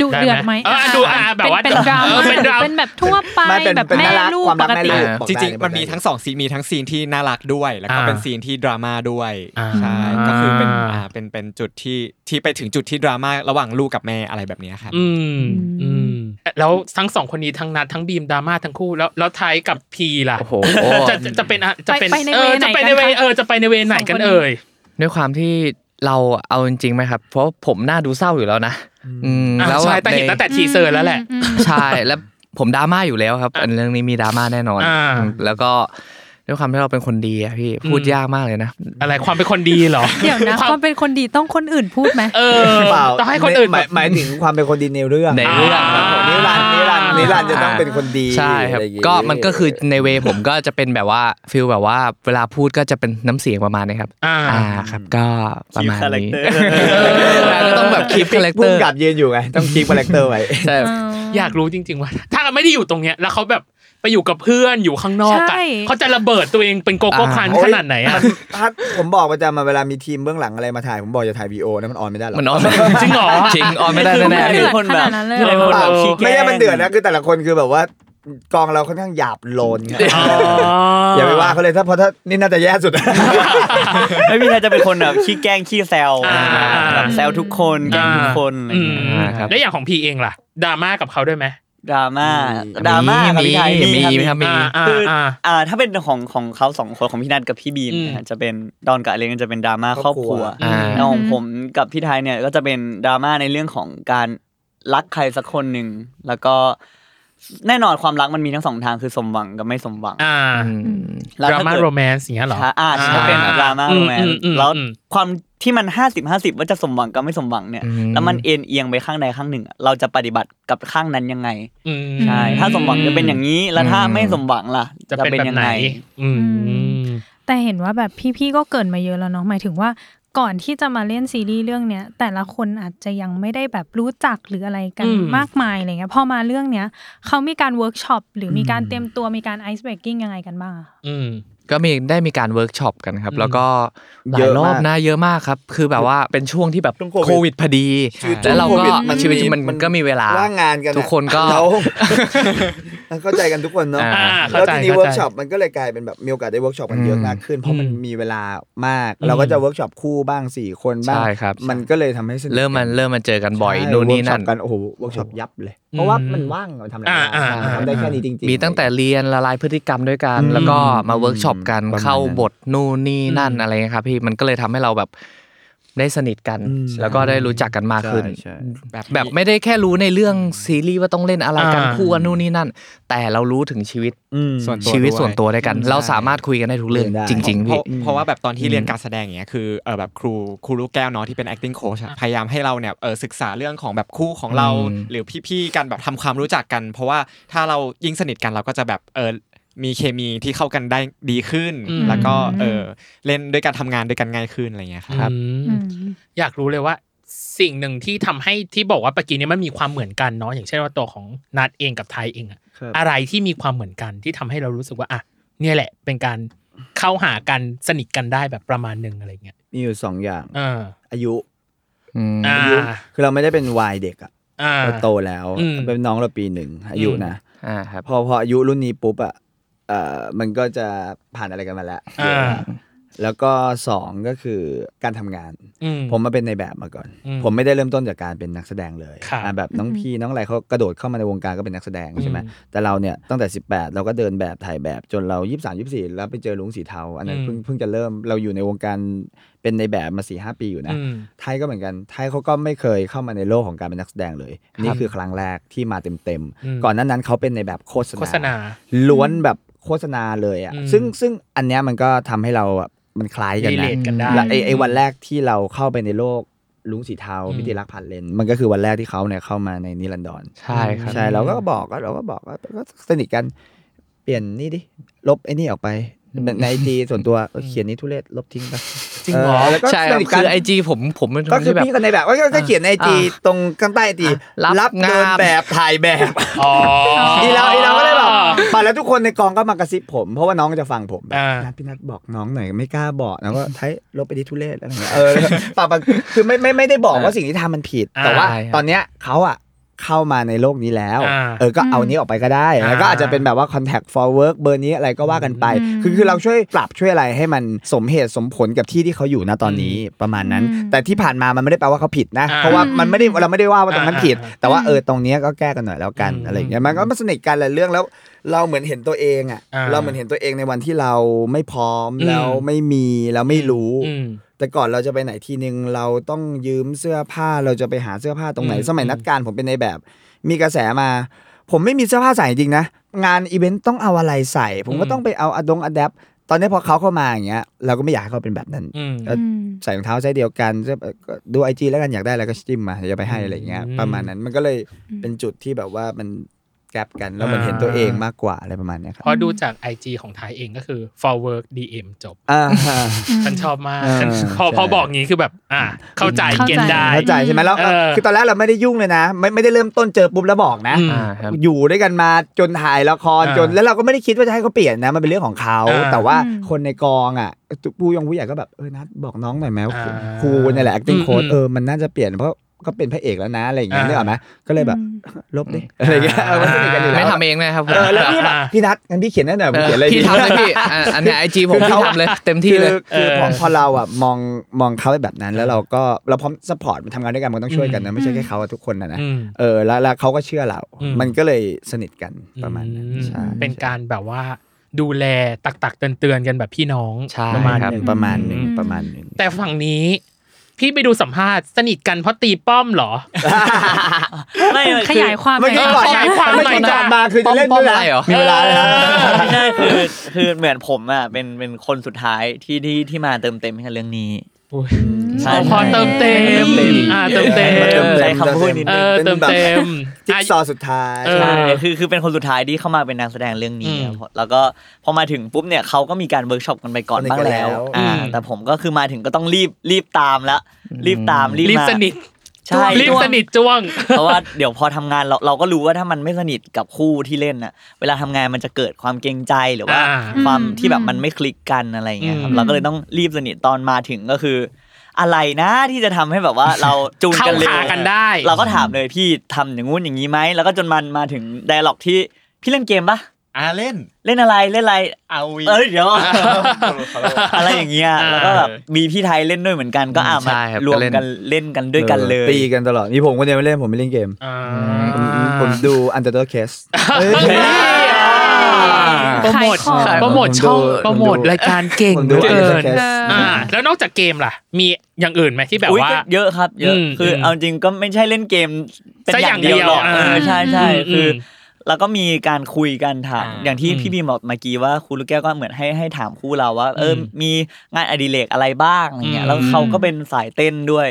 Speaker 3: ดูเดือดไหม
Speaker 2: เออดูอ่ะแบบว่า
Speaker 3: เป็นเป็นดรา
Speaker 2: เอ
Speaker 3: ม่า
Speaker 2: อเป็นดราม่า
Speaker 3: เป็นแบบทั่วไป
Speaker 4: ไม่เป็น
Speaker 3: แบบ
Speaker 4: เป็น
Speaker 3: แม่
Speaker 4: น่ารัก
Speaker 3: ลูก
Speaker 4: ความรั
Speaker 3: ป
Speaker 4: ก
Speaker 3: ก
Speaker 4: แม่
Speaker 3: ติ
Speaker 4: ลูก
Speaker 5: อ่า
Speaker 4: บอก
Speaker 6: จ
Speaker 4: ได้
Speaker 6: ริง
Speaker 4: เลย
Speaker 6: ๆมันมีทั้งสองซีนมีทั้งซีนที่น่ารักด้วย แล้วก็
Speaker 2: อ่า
Speaker 6: เป็นซีนที่ดราม่าด้วย
Speaker 2: อ่า
Speaker 6: ใช่ก็คือเป็น
Speaker 2: อ่า
Speaker 6: อ่าเป็นเป็นจุดที่ที่ไปถึงจุดที่ดราม่าระหว่างลูกกับแม่อะไรแบบเนี้ยครับ
Speaker 2: อืม
Speaker 3: อื
Speaker 2: อื
Speaker 3: ม
Speaker 2: มแล้วทั้งสองคนนี้ทั้งนัดทั้งบีมดราม่าทั้งคู่แล้วแล้วไทยกับพีล่ะ
Speaker 5: โอ้โห
Speaker 2: จะจะจะเป็นอะจะเป็น
Speaker 3: ไปไปใน
Speaker 2: เอ
Speaker 3: เว
Speaker 2: อ
Speaker 3: ไหน
Speaker 2: จะไปในเว
Speaker 3: กันคะ
Speaker 2: เออจะไปในเวไหนกัน
Speaker 3: สองคน
Speaker 2: เอ่ย
Speaker 5: ด้วยความที่เราเอาจริงๆไหมครับ เพราะผมหน้าดูเศร้าอยู่แล้วนะ อืม
Speaker 2: อ่ะ
Speaker 5: แล้ว
Speaker 2: ใช่
Speaker 5: บบ
Speaker 2: แต่เห็น
Speaker 5: ใน
Speaker 2: ตั้งแต่ทีเซอร์แล้วแหละ
Speaker 3: อืมอืม
Speaker 5: ใช่แล้วผมดราม่าอยู่แล้วครับอันเรื่องนี้มีดราม่าแน่นอน
Speaker 2: อ่า
Speaker 5: แล้วก็ด้วยความที่เราเป็นคนดีอะพี่พูด
Speaker 2: อืม
Speaker 5: ยากมากเลยนะ
Speaker 2: อะไรความเป็นคนดีเหรอ
Speaker 3: เดี๋ยวนะความเป็นคนดีต้องคนอื่นพูดไหม
Speaker 2: เออ
Speaker 4: เปล่า
Speaker 2: ต้องให้คนอื่น
Speaker 4: ห
Speaker 2: แบ
Speaker 4: มาย
Speaker 2: บ
Speaker 4: หมายถึงความเป็นคนดีในเรื่อง
Speaker 5: ในเรื่อง
Speaker 4: า
Speaker 5: ครับผม
Speaker 4: นิรันดร์นิรันดร์นิรันดร์จะต้องเป็นคนดี
Speaker 5: ใช่ครับ
Speaker 4: อะไอย่างงี้
Speaker 5: ก็มันก็คือในเวผมก็จะเป็นแบบว่าฟิลแบบว่าเวลาพูดก็จะเป็นน้ำเสียงประมาณนี้ครับ
Speaker 2: อ่า
Speaker 5: ครับก็ประมาณนี้
Speaker 7: Keep
Speaker 5: แล้วก็ต้องแบบคีปคาแรคเต
Speaker 4: พุ่
Speaker 5: อง ร์
Speaker 4: กับยืนอยู่ไง ต้องคีบคาแรคเตอร์ไว้
Speaker 5: ใช่
Speaker 2: อยากรู้จริง ๆ ว่า ถ้าไม่ได้อยู่ตรงเนี้ยแล้วเขาแบบไปอยู่กับเพื่อนอยู่ข้างนอกอะ
Speaker 3: ใช่
Speaker 2: เขาจะระเบิดตัวเองเป็นโกโก้ครัน
Speaker 4: อ่า
Speaker 2: ขนาดไหนอะ
Speaker 4: ถ้าผมบอกประจำมาเวลามีทีมเบื้องหลังอะไรมาถ่าย ผมบอกจะถ่ายวีโอนะมันออนไม่ได้หรอก
Speaker 5: มันออนไม่ได้
Speaker 2: จริงเหรอ
Speaker 5: <laughs> จริงออนไม่ได้
Speaker 3: คือ
Speaker 5: แน่
Speaker 3: มัน
Speaker 5: ๆ
Speaker 3: เดื
Speaker 5: พี่
Speaker 3: อดขนาดนั้นเลยเหรอ
Speaker 4: เปล่า
Speaker 2: โอ้โห
Speaker 4: ไม่ใช่มันเดือดนะ คือแต่ละคนคือแบบว่ากองเราค่อนข้างหยาบโลนไง
Speaker 2: อ๋อ
Speaker 4: อย่าไปว่าเขาเลยถ้าเพราะถ้านี่น่าจะแย่สุด
Speaker 7: ไม่มีใครจะเป็นคนแบบขี้แกล้งขี้แซว
Speaker 2: อ่า
Speaker 7: แบบแซวทุกคนแกล้งทุกคนอะไร
Speaker 2: อืม
Speaker 7: เงี้ยครับ
Speaker 2: แล้วอย่างของพีเองล่ะดราม่ากับเขาด้วยไหม
Speaker 7: ดราม่า
Speaker 4: มี
Speaker 7: ดราม่ากับ
Speaker 5: มี
Speaker 7: พี่ไทย
Speaker 5: มีมีค
Speaker 7: มีค
Speaker 5: รั
Speaker 7: รั
Speaker 5: บบ มี
Speaker 2: อ่าอ่า
Speaker 7: คืออ่
Speaker 2: อ่า
Speaker 7: าถ้าเป็นของของเขาสองคนของพี่นัทกับพี่บีม
Speaker 2: อืม
Speaker 7: นะฮะจะเป็นดอนกับอเล็กจะเป็นดราม่าค
Speaker 4: คร
Speaker 7: รอ
Speaker 4: อ
Speaker 7: บบ ค
Speaker 4: ครั
Speaker 7: รัว
Speaker 4: ว
Speaker 5: อ่า
Speaker 7: แล้วของ
Speaker 3: อืม
Speaker 7: ผมกับพี่ไทยเนี่ยก็จะเป็นดราม่าในเรื่องของการรักใครสักคนหนึ่งแล้วก็แน่นอนความรักมันมีทั้งสองทางคือสมหวังกับไม่สมหวัง
Speaker 2: อ่า
Speaker 7: แล้ว
Speaker 2: ดรา
Speaker 7: ถ้า
Speaker 2: ม่า
Speaker 7: เกิด
Speaker 2: โรแมนต์อย่างเงี้ยเหรอ
Speaker 7: ใช่อ่าใช่
Speaker 2: อ่
Speaker 7: เป็นดราม่า
Speaker 2: อื
Speaker 7: โรแมน
Speaker 2: อื
Speaker 7: ต์
Speaker 2: อืม
Speaker 7: แล้ว
Speaker 2: อืม
Speaker 7: ความที่มัน 50 50 ว่าจะสมหวังกับไม่สมหวังเนี่ย
Speaker 5: อืม
Speaker 7: แล้วมันเอ็นเอียงไปข้างใดข้างหนึ่ง เราจะปฏิบัติกับข้างนั้นยังไง
Speaker 2: อืม
Speaker 7: ใช่ถ้าสมหวังจะเป็นอย่างนี้ แล้วถ้าไม่สมหวังล่ะ
Speaker 2: จะเป็นแบบไหนอืม
Speaker 3: แต่เห็นว่าแบบพี่ๆก็เกริดมาเยอะแล้วเนาะหมายถึงว่าก่อนที่จะมาเล่นซีรีส์เรื่องเนี้ยแต่ละคนอาจจะยังไม่ได้แบบรู้จักหรืออะไรกัน
Speaker 2: อืม
Speaker 3: มากมายอะไรเงี้ยพอมาเรื่องเนี้ยเขามีการเวิร์กช็อปหรือมีการเตรียมตัวมีการไอซ์เบรกกิ้งยังไงกันบ้างอะคะ
Speaker 2: อืม
Speaker 5: ก็มีได้มีการเวิร์กช็อปกันครับ
Speaker 2: อืม
Speaker 5: แล้วก็หลา
Speaker 4: เย
Speaker 5: ย
Speaker 4: อะ
Speaker 5: รอบ
Speaker 4: มาก
Speaker 5: นะเยอะมากครับ คือแบบว่าเป็นช่วงที่แบบ
Speaker 4: ช่วงโควิด
Speaker 5: โควิดพอดี
Speaker 4: ชีวิต
Speaker 5: แล้วเราก็
Speaker 4: ช่วงโควิดมัน
Speaker 5: ชีวิตมัน
Speaker 4: มั
Speaker 5: มัน
Speaker 4: น
Speaker 5: ก็มีเวลา
Speaker 4: ว่างงานกันอะ
Speaker 5: ทุกคนก็
Speaker 4: เรา <laughs> เข้าใจกันทุกคนเนาะ
Speaker 5: อ่า
Speaker 2: อ่า
Speaker 4: แล้
Speaker 2: เข้าว ใจ
Speaker 4: ทีนี้
Speaker 2: เข้า
Speaker 4: เวิร์
Speaker 2: ใจ
Speaker 4: กช็อปมันก็เลยกลายเป็นแบบมีโอกาสได้เวิร์กช็อปกันเยอะ
Speaker 5: อืม
Speaker 4: มากขึ้น เพราะมัน
Speaker 2: อืม
Speaker 4: มีเวลามาก
Speaker 2: อืม
Speaker 4: เราก็จะเวิร์กช็อปคู่บ้างสี่คนบ้าง
Speaker 5: ใช่ครับ
Speaker 4: มันก็เลยทำให้สนิทกั
Speaker 5: เริ่มมันเริ่มมาเจอกันบ่อย
Speaker 4: ใช่
Speaker 5: นู่นนี่นั่น
Speaker 4: เวิร์กช็อปกันโอ้โหเวิร์กช็อปยับเลย เพราะว่ามันว่างมันทำอะไร
Speaker 2: อ่าอ่าอ่า
Speaker 4: ไม่ได้ทำได้แค่นี้จริงๆ
Speaker 5: มีตั้งแต่เรียนละลายพฤติกรรมด้วยกัน
Speaker 4: อืม
Speaker 5: แล้วก็มาเวิร์กช็อปกัน
Speaker 4: ประมาณนั้น
Speaker 5: เข้าบทนู่นนี่นั่น
Speaker 2: อืม
Speaker 5: อะไรเงี้ยครับพี่มันก็เลยทำให้เราแบบได้สนิทกัน
Speaker 4: อืม
Speaker 5: แล้วก็ได้รู้จักกันมากขึ้น
Speaker 4: ใช่
Speaker 5: แบบแบบไม่ได้แค่รู้ในเรื่องซีรีส์ว่าต้องเล่นอะไรกัน
Speaker 2: อ่า
Speaker 5: คู่ว่านู่นนี่นั่น แต่เรารู้ถึงชีวิต
Speaker 4: อืม
Speaker 6: ส่วนตัว
Speaker 5: ชีวิต
Speaker 6: ด้ย
Speaker 5: ส่วนตัวด้วยกัน เราสามารถคุยกันได้ทุกเรื่อง
Speaker 4: ได้
Speaker 5: จริง ๆ
Speaker 6: เพ
Speaker 5: พี่
Speaker 6: ราะเพราะว่าแบบตอนที่เรียนการแสดงอย่างเงี้ยคือเออแบบครูครูลูกแก้วเนาะที่เป็น acting coach อะพยายามให้เราเนี่ยเออศึกษาเรื่องของแบบคู่ของเรา
Speaker 5: อืม
Speaker 6: หรือพี่ๆกันแบบทำความรู้จักกัน เพราะว่าถ้าเรายิ่งสนิทกันเราก็จะแบบเออมีเคมีที่เข้ากันได้ดีขึ้น
Speaker 2: อืม
Speaker 6: แล้วก็เออ
Speaker 3: ม
Speaker 6: เล่นด้วยการทำงานด้วยกันง่ายขึ้นอะไรเงี้ยครับ
Speaker 2: อืม
Speaker 3: อืม
Speaker 2: อยากรู้เลยว่าสิ่งหนึ่งที่ทำให้ที่บอกว่าปกี้นี้มันมีความเหมือนกันเนาะอย่างเช่นว่าตัวของนัดเองกับไทยเองอะ
Speaker 4: ครับ
Speaker 2: อะไรที่มีความเหมือนกันที่ทำให้เรารู้สึกว่าอ่ะเนี่ยแหละ เป็นการเข้าหากันสนิทกันได้แบบประมาณหนึ่งอะไรเงี้ย
Speaker 4: มีอยู่สองอย่าง
Speaker 2: เออ
Speaker 4: อายุ
Speaker 2: อ่า
Speaker 4: อายุคือเราไม่ได้เป็นวัยเด็กอะ
Speaker 2: อ่า
Speaker 4: เราโตแล้ว
Speaker 2: อืม
Speaker 4: เป็นน้องเราปีหนึ่งอายุ
Speaker 2: อืม
Speaker 4: นะ
Speaker 5: ่าครับ
Speaker 4: พอพออายุรุ่นนี้ปุ๊บอ่ะเอ่อมันก็จะผ่านอะไรกันมาแล้ว
Speaker 2: อ่า
Speaker 4: เยอะแล้วก็สองก็คือการทำงาน
Speaker 2: อื
Speaker 4: ผมมาเป็นในแบบมาก่อน
Speaker 2: อืม
Speaker 4: ผมไม่ได้เริ่มต้นจากการเป็นนักแสดงเลย
Speaker 2: ครับ
Speaker 4: อ่ะแบบน้อง
Speaker 3: อืม
Speaker 4: พี่น้องอะไรเขากระโดดเข้ามาในวงการก็เป็นนักแสดงใช่ไหม
Speaker 2: อืม
Speaker 4: แต่เราเนี่ยตั้งแต่ 18 เราก็เดินแบบถ่ายแบบจนเรา 23 24 แล้วไปเจอลุงสีเทาอันนั้น
Speaker 2: อืม
Speaker 4: เพิ่งเพิ่งจะเริ่มเราอยู่ในวงการเป็นในแบบมา4ีหปีอยู่นะ
Speaker 2: อืม
Speaker 4: ไทยก็เหมือนกัน ไทยเขาก็ไม่เคยเข้ามาในโลกของการเป็นนักแสดงเลย นี่คือครั้งแรกที่มาเต็ม
Speaker 2: อืม
Speaker 4: ๆ ก่อนหนั้นนั้นเขาเป็นในแบบโฆษณา
Speaker 2: โฆษณา
Speaker 4: ล้วนแบบ โฆษณาเลยอะ
Speaker 2: อืม
Speaker 4: ซึ่งซึ่งอันเนี้ยมันก็ทำให้เราอะมันคล้ายกัน
Speaker 2: รีเลท
Speaker 4: นะ
Speaker 2: กันได้
Speaker 4: และไอไอวันแรกที่เราเข้าไปในโลกลุงสีเทา
Speaker 2: อืม
Speaker 4: พิธีรักผ่านเลนมันก็คือวันแรกที่เขาเนี่ยเข้ามาในนิรันดร
Speaker 5: ใช่ครับ
Speaker 4: ใช่เราก็บอกก็เราก็บอกว่าก็สนิทกันเปลี่ยนนี่ดิลบไอ้นี่ออกไปในไอ
Speaker 5: <laughs>
Speaker 4: จีส่วนตัวเออเขียนนี้ทุเรศลบทิ้งไป
Speaker 2: จริงเหรอ
Speaker 4: แล้วก็
Speaker 5: ใช่
Speaker 4: ส
Speaker 5: ครับ
Speaker 4: นิทกั
Speaker 5: คื
Speaker 4: น
Speaker 5: อไอจีผมผมเป็นค
Speaker 4: ก็
Speaker 5: น
Speaker 4: คือ
Speaker 5: ที่แบบ
Speaker 4: พี่คนในแบบว่าก็ก็เขียนในไอจี
Speaker 5: อ่ะ
Speaker 4: ตรงข้างใต้ไอจี
Speaker 5: รับ
Speaker 4: รับเดิน
Speaker 5: งาน
Speaker 4: แบบถ่ายแบบ
Speaker 2: อ๋อ
Speaker 4: อีเราอีเราก็เลยแบบไปแล้วทุกคนในกองก็มากระซิบผม เพราะว่าน้องก็จะฟังผมแบบ
Speaker 2: อ่า
Speaker 4: นัดพี่นัดบอกน้องหน่อยไม่กล้าบอกนะว่าไทยลบไปดิทุเรศอะไรเงี้ยเออปะปะคือไม่ไม่ไม่ได้บอกว่าสิ่งที่ทำมันผิด
Speaker 2: อ่า
Speaker 4: แต่ว่า
Speaker 5: ใช่ครับ
Speaker 4: ตอนเนี้ยเขาอะเข้ามาในโลกนี้แล้ว
Speaker 2: อ่า
Speaker 4: เออก็เอานี้ออกไปก็ได้แล้วก็อาจจะเป็นแบบว่า contact for work เบอร์นี้อะไรก็ว่ากันไป
Speaker 3: อืม
Speaker 4: คือคือเราช่วยปรับช่วยอะไรให้มันสมเหตุสมผลกับที่ที่เขาอยู่นะตอนนี้ประมาณนั้น
Speaker 3: อืม
Speaker 4: แต่ที่ผ่านมามันไม่ได้แปลว่าเขาผิดนะ
Speaker 2: อ่า
Speaker 4: เพราะว่ามันไม่ได้เราไม่ได้ว่าว่าตรงนั้นผิด
Speaker 2: อ่า
Speaker 4: แต่ว่า
Speaker 3: อืม
Speaker 4: เออตรงเนี้ยก็แก้กันหน่อยแล้วกัน
Speaker 2: อืม
Speaker 4: อะไรเงี้ยมันก็มาสนิทกันหลายเรื่องแล้ว เราเหมือนเห็นตัวเองอะ
Speaker 2: อ่า
Speaker 4: เราเหมือนเห็นตัวเองในวันที่เราไม่พร้อม
Speaker 2: อืม
Speaker 4: แล้วไม่มีแล้วไม่รู้
Speaker 2: อืม
Speaker 4: แต่ก่อนเราจะไปไหนทีนึงเราต้องยืมเสื้อผ้าเราจะไปหาเสื้อผ้าตรงไหน
Speaker 2: อืม
Speaker 4: สมัย
Speaker 2: อืม
Speaker 4: นัดการผมเป็นในแบบ มีกระแสมา ผมไม่มีเสื้อผ้าใส่จริงๆนะงานอีเวนต์ต้องเอาอะไรใส่ ผมก็ต้องไปเอาอะดงอะแดปตอนนี้พอเขาเข้ามาอย่างเงี้ยเราก็ไม่อยากให้เขาเป็นแบบนั้น
Speaker 2: อืม
Speaker 4: เออ ใส่รองเท้าไซส์เดียวกันเสื้อก็ดูไอจีแล้วกันอยากได้อะไรก็จิ้มมาเดี๋ยวจะไปให้อะไรอย่างเงี้ย
Speaker 2: อืม
Speaker 4: ประมาณนั้นมันก็เลย
Speaker 3: อืม
Speaker 4: เป็นจุดที่แบบว่ามันแกลบกันแล้วมัน
Speaker 2: อ่า
Speaker 4: เห็นตัวเองมากกว่าอะไรประมาณเนี้ยค
Speaker 2: เพ
Speaker 4: รับ
Speaker 2: ราะดูจาก IG ของไทยเองก็คือ for work DM จบ
Speaker 4: อ่า
Speaker 2: ฉันชอบมาก
Speaker 4: เออ
Speaker 2: ฉันพอ
Speaker 4: ใช่
Speaker 2: พอบอกงี้คือแบบ อ่า เข้าใจ
Speaker 3: เข้าใจ
Speaker 2: เก็นได้
Speaker 4: เข้าใจใช่ไหมแล้ว
Speaker 2: เออ
Speaker 4: คือตอนแรกเราไม่ได้ยุ่งเลยนะ ไม่ไม่ได้เริ่มต้นเจอปุ๊บแล้วบอกนะ
Speaker 2: อืม
Speaker 5: อ่าครับ
Speaker 4: อยู่ด้วยกันมาจนถ่ายละคร
Speaker 2: อ่า
Speaker 4: จนแล้วเราก็ไม่ได้คิดว่าจะให้เขาเปลี่ยนนะมันเป็นเรื่องของเขา
Speaker 2: อ่า
Speaker 4: แต่ว่า
Speaker 3: อืม
Speaker 4: คนในกองอ่ะผู้ยงผู้ใหญ่ก็แบบเออนัดบอกน้องหน่อยไหมว่า
Speaker 2: อ่า
Speaker 4: ครูเนี่ยแหละ acting
Speaker 2: อืม
Speaker 4: coach เออมันน่าจะเปลี่ยนเพราะก็เป็นพระเอกแล้วนะอะไรอย่างเงี้ยนึกออกไหมก็เลยแบบ ลบดิอะไรเงี้ยเออมันสนิทกันอยู่แล้ว
Speaker 5: ไม่ทำเองนะครับผ
Speaker 4: เอ
Speaker 5: ม
Speaker 4: อแล้วพี่แบบ
Speaker 2: อ่า
Speaker 4: พี่นัทงั้นพี่เขียนได้หน่อยผมเขียนอะไร
Speaker 5: พี่
Speaker 4: ดี
Speaker 5: ทำเลยพี่อ่ะอันเนี้ไอจีผมพี่ทำเลยเต็มที่เลย
Speaker 4: คือคือพอพอเราอ่ะมองมองเขาไปแบบนั้น แล้วเราก็เราพร้อมสปอร์ตมันทำงานด้วยกันมันต้องช่วยกันนะไม่ใช่แค่เขาอะทุกคนนะนะ
Speaker 2: อืม
Speaker 4: เออแล้วแล้วเขาก็เชื่อเรา
Speaker 2: อืม
Speaker 4: มันก็เลยสนิทกันประมาณนั้น
Speaker 2: อื
Speaker 4: ใช่
Speaker 2: เป็นการแบบว่าดูแลตักตักเตือนเตือนๆกันแบบพี่น้อง
Speaker 5: ใช่
Speaker 4: ประมาณ
Speaker 5: ค
Speaker 4: ห
Speaker 5: รับ
Speaker 4: นึ่งประมาณหนึ่ง
Speaker 3: อืม
Speaker 4: ประมาณหนึ่ง
Speaker 2: แต่ฝั่งนี้ พี่ไปดูสัมภาษณ์สนิทกันเพราะตีป้อมเหรอ
Speaker 7: ไม่ไม่
Speaker 3: <laughs> ข
Speaker 7: คือย
Speaker 3: ายความ
Speaker 4: เมื่อกี้
Speaker 3: หน่ย
Speaker 4: ก่อน
Speaker 2: ขยายความ
Speaker 4: เมื่อ
Speaker 2: หน่อย
Speaker 4: กี้
Speaker 2: นะ
Speaker 4: ก่อนมาคือจะเล่น
Speaker 5: ป้อ
Speaker 4: ด้วย
Speaker 5: มๆ
Speaker 4: นะ
Speaker 5: อะไรเหรอ
Speaker 4: มีเวลาแล้ว
Speaker 7: ไม่ใช่คือคือเหมือนผมอ่ะเป็นเป็นคนสุดท้ายที่ที่ที่มาเติมเต็มให้กับเรื่องนี้ ใช่
Speaker 2: พอเติมเต็ม
Speaker 4: เติมเต็ม
Speaker 2: อ่าเติมเต็ม
Speaker 7: ใช้คำพูดนิด
Speaker 2: เอ
Speaker 7: นึง
Speaker 2: อเติมเต็ม
Speaker 4: จิ๊ก
Speaker 2: อ่ะ
Speaker 4: ซอว์สุดท้าย
Speaker 2: เอ
Speaker 7: ใช่คือคือเป็นคนสุดท้ายที่เข้ามาเป็นนักแสดงเรื่อง
Speaker 2: อื
Speaker 7: นี้
Speaker 2: ม
Speaker 7: ครับแล้วก็พอมาถึงปุ๊บเนี่ยเขาก็มีการเวิร์กช็อปกันไปก่อน
Speaker 4: สนิท
Speaker 7: บ้าง
Speaker 4: กัน
Speaker 7: แล้ว
Speaker 4: แล้ว
Speaker 7: อ่า
Speaker 2: อืม
Speaker 7: แต่ผมก็คือมาถึงก็ต้องรีบรีบตามละรีบตามรีบ
Speaker 2: รีบ
Speaker 7: มา
Speaker 2: สนิท
Speaker 7: ใช่
Speaker 2: รีบสนิทจ้วง
Speaker 7: เพราะว่าเดี๋ยวพอทำงานเราเราก็รู้ว่าถ้ามันไม่สนิทกับคู่ที่เล่นน่ะเวลาทำงานมันจะเกิดความเกรงใจหรือว่า
Speaker 2: อ่า
Speaker 7: ความ
Speaker 3: อืม
Speaker 7: ที่แบบมันไม่คลิกกันอะไรอย่างเงี้ยค
Speaker 2: อื
Speaker 7: รับ
Speaker 2: ม
Speaker 7: เราก็เลยต้องรีบสนิทตอนมาถึงก็คือ อะไรนะที่จะทำให้แบบว่าเราจูน
Speaker 2: เข้า
Speaker 7: กันเร็ว
Speaker 2: ขากันได้
Speaker 7: เราก็ถามเลยพี่ทำอย่างงู้นอย่างนี้ไหมแล้วก็จนมันมาถึงไดอะล็อกที่พี่เล่นเกมปะ
Speaker 6: อาเล่น
Speaker 7: เล่นอะไรเล่นอะไร
Speaker 6: เอาวี
Speaker 7: เอ้ยเดี๋ยว <laughs> อะไรอย่างเงี้ย
Speaker 2: อ่า
Speaker 7: แล้วก็แบบมีพี่ไทยเล่นด้วยเหมือนกันก็อ่ามา
Speaker 5: ใช่ครับ
Speaker 7: รวม
Speaker 5: ก็เล่น
Speaker 7: กันเล่นกันด้วยกันเลย
Speaker 4: ตีกันตลอดมีผมคนเดียวไม่เล่นผมไม่เล่นเกม
Speaker 2: อ่า
Speaker 4: ผมผมดู Under the Case
Speaker 2: โปรโมท
Speaker 3: ขายของ
Speaker 2: โปรโมทช่อง
Speaker 4: ผมดู
Speaker 2: โปรโมทรายการเก่ง
Speaker 4: ผม
Speaker 2: เห
Speaker 4: ดู
Speaker 2: ลือเกิน
Speaker 4: Under the
Speaker 3: เอ
Speaker 4: Case
Speaker 3: อ
Speaker 2: อ่า แล้วนอกจากเกมล่ะ มีอย่างอื่นไหมที่แบบ
Speaker 7: อุ๊ย
Speaker 2: ว่า
Speaker 7: ก็เยอะครับ เยอะ
Speaker 2: อืม
Speaker 7: คืออ
Speaker 2: ม
Speaker 7: เอาจริงก็ไม่ใช่เล่นเกมเป็น
Speaker 2: ซะอย่
Speaker 7: อา
Speaker 2: ย่าง ง
Speaker 7: เดียวหรอก
Speaker 2: เดียว
Speaker 7: เออ
Speaker 2: อ่า
Speaker 7: ใช่ใช่
Speaker 2: อืม
Speaker 7: คืออ
Speaker 2: ม
Speaker 7: แล้วก็มีการคุยกันถาม
Speaker 2: อ่า
Speaker 7: อย่างที่
Speaker 2: อืม
Speaker 7: พี่บีมบอกเมื่อกี้ว่าครูลูกแก้วก็เหมือนให้ให้ถามคู่เราว่า เอออ
Speaker 2: ม
Speaker 7: มีงานอดิเรกอะไรบ้างอะไรเงี้
Speaker 2: อื
Speaker 7: ย
Speaker 2: ม
Speaker 7: แล้วเขาก็เป็นสายเต้นด้วย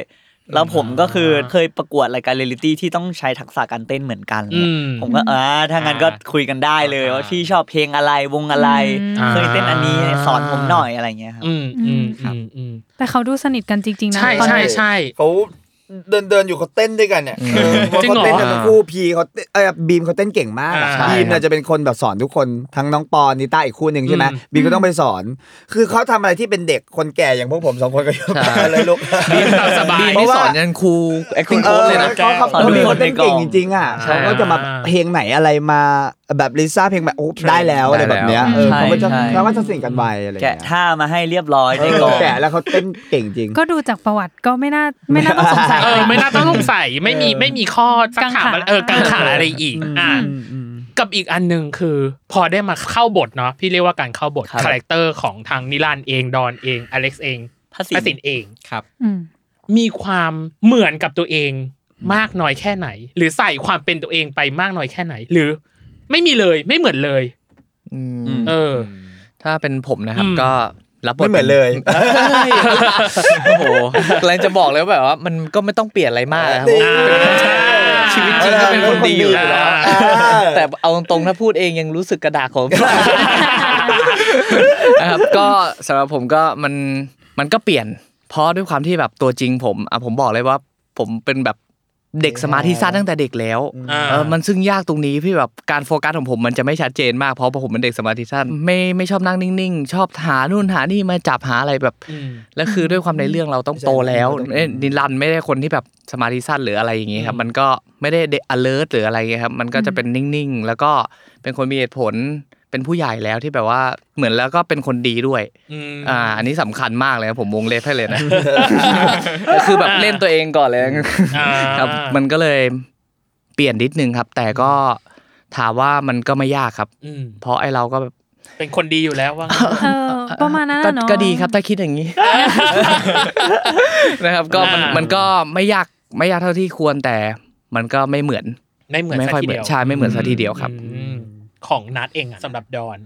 Speaker 7: แล้วผมก็คือเคยประกวดรายการเรียลิตี้ที่ต้องใช้ทักษะการเต้นเหมือนกัน
Speaker 2: อืม
Speaker 7: ผมก็อ่าถ้างั้นก็คุยกันได้เลยว่าพี่ชอบเพลงอะไรวงอะไร
Speaker 2: อืม
Speaker 7: เคยเต้นอันนี้สอนผมหน่อยอะไรเงี้ยครับ
Speaker 2: อืมอืมอืมอืม
Speaker 3: แต่เขาดูสนิทกันจริงๆนะ
Speaker 2: ใช่
Speaker 3: ตอน
Speaker 2: ใช่
Speaker 3: นั้น
Speaker 2: ใช่
Speaker 4: เขาเดินเดินอยู่เขาเต้นด้วยกันเนี่ยเออ
Speaker 2: จริงเหรอ
Speaker 4: เขาเต้นกันทั้งคู่พีเขาเต้นเออบีมเขาเต้นเก่งมากอะ
Speaker 5: อ่าใช่
Speaker 4: บีมเนี่ยจะเป็นคนแบบสอนทุกคนทั้งน้องปอนนิต้าอีกคู่หนึ่งใช่ไหมบีมก็ต้องไปสอน คือเขาทำอะไรที่เป็นเด็กคนแก่อย่างพวกผมสองคนก็ยก
Speaker 5: ใช่
Speaker 4: เลยลูก
Speaker 2: ดีตามสบาย
Speaker 4: เพราะ
Speaker 5: นี่
Speaker 4: ว่า
Speaker 5: สอนยันครู acting coach เลยนะ
Speaker 4: เขาเขา
Speaker 7: สอน
Speaker 4: เขา
Speaker 7: ทุ
Speaker 4: มี
Speaker 7: ก
Speaker 4: ค
Speaker 7: คน น
Speaker 4: เต้นเก่งจริงๆอ่ะ
Speaker 2: ใช่
Speaker 4: เขาก็จะมาเพลงไหนอะไรมาแบบลิซ่าเพลงแบบโอ้ได้แล้วอะไรแบบเนี้ยเออ
Speaker 7: ได้แล้ว
Speaker 4: เขาก็จะ
Speaker 7: ใช่
Speaker 4: เขาก็จะสิ่งกันไวอะไรอย่าง
Speaker 7: แกะ
Speaker 4: เงี้ย
Speaker 7: ท่ามาให้เรียบร้อย
Speaker 4: เอ
Speaker 7: ในกอ
Speaker 4: อง แกะแล้วเขาเต้นเก่งจริง
Speaker 3: ก็ดูจากประวัติก็ไม่น่าไม่น่าต้องสงสัย
Speaker 2: เออ
Speaker 3: อะไร
Speaker 2: ไม่น่าต้องสงสัยไม่มีไม่มีข้อสักถาม
Speaker 3: กังขา
Speaker 2: เออกังขาอะไรอีก อ่า กับอีกอันหนึ่งคือ พอได้มาเข้าบทเนาะพี่เรียกว่าการเข้าบท
Speaker 7: ครับ
Speaker 2: คาแรคเตอร์ของทางนิรันดร์เองดอนเองอเล็กซ์เอง
Speaker 7: พระ
Speaker 2: ประ
Speaker 7: สิ
Speaker 2: สิ
Speaker 7: น
Speaker 2: นเอง
Speaker 6: ครับ
Speaker 3: อืม
Speaker 2: มีความเหมือนกับตัวเองมากน้อยแค่ไหน หรือใส่ความเป็นตัวเองไปมากน้อยแค่ไหน หรือไม่มีเลยไม่เหมือนเลย
Speaker 5: อืม
Speaker 2: เออ
Speaker 5: ถ้าเป็นผมนะครับ
Speaker 2: อืม
Speaker 5: ก็รับบท
Speaker 4: ไม่เหมือนเลย
Speaker 5: โอ้โหกำลังจะบอกเลยว่าแบบว่ามันก็ไม่ต้องเปลี่ยนอะไรมากนะครับผมชีวิตจริงก็เป็นคนดีอยู่แล้ว
Speaker 4: อ่า
Speaker 5: แต่เอาตรงๆถ้าพูดเองยังรู้สึกกระดากของ <laughs> นะครับก็สำหรับผมก็มันมันก็เปลี่ยน เพราะด้วยความที่แบบตัวจริงผมอ่ะผมบอกเลยว่าผมเป็นแบบเด็กสมาธิสั้นตั้งแต่เด็กแล้ว
Speaker 2: อ่า
Speaker 5: เออมันซึ่งยากตรงนี้พี่แบบการโฟกัสของผมมันจะไม่ชัดเจนมากเพราะผมเป็นเด็กสมาธิสั้นไม่ไม่ชอบนั่งนิ่งๆ ชอบหานู่นหานี่มาจับหาอะไรแบบ
Speaker 2: อืม
Speaker 5: แล้วคือด้วยความในเรื่องเราต้องโตแล้วเอ้ยนิรันดร์ไม่ได้คนที่แบบสมาธิสั้นหรืออะไรอย่างงี้ครับ
Speaker 2: อืม
Speaker 5: มันก็ไม่ได้เด็ก alert หรืออะไรเงี้ยครับ มันก็จะเป็นนิ่งๆ แล้วก็เป็นคนมีเหตุผล เป็นผู้ใหญ่แล้วที่แบบว่าเหมือนแล้วก็เป็นคนดีด้วย
Speaker 2: อืม
Speaker 5: อ่า อันนี้สำคัญมากเลยครับผมวงเล็บให้เลยนะ ก็คือแบบเล่นตัวเองก่อนเลย
Speaker 2: อ่า
Speaker 5: ครับ มันก็เลยเปลี่ยนนิดนึงครับ แต่ก็ถามว่ามันก็ไม่ยากครับ
Speaker 2: อืม
Speaker 5: เพราะไอเราก็แบบ
Speaker 2: เป็นคนดีอยู่แล้วว่างั้น
Speaker 3: เออประมาณนั้น
Speaker 5: ก็
Speaker 3: อะเนาะ
Speaker 5: ก็ดีครับถ้าคิด
Speaker 3: <laughs>
Speaker 5: อย่างนี้ นะครับก็มัน
Speaker 2: อ่ามั
Speaker 5: มันก็ไม่ยากไม่ยากเท่าที่ควรแต่มันก็ไม่เหมือน
Speaker 2: ไม่เหมือน
Speaker 5: ไม่
Speaker 2: สัก
Speaker 5: ค่อย
Speaker 2: ที
Speaker 5: เหมือ
Speaker 2: เดีย
Speaker 5: น
Speaker 2: ว
Speaker 5: ใช่ไม่เหมือนสักทีเดียวครับ
Speaker 2: อืมของนัดเองอะสำหรับดอน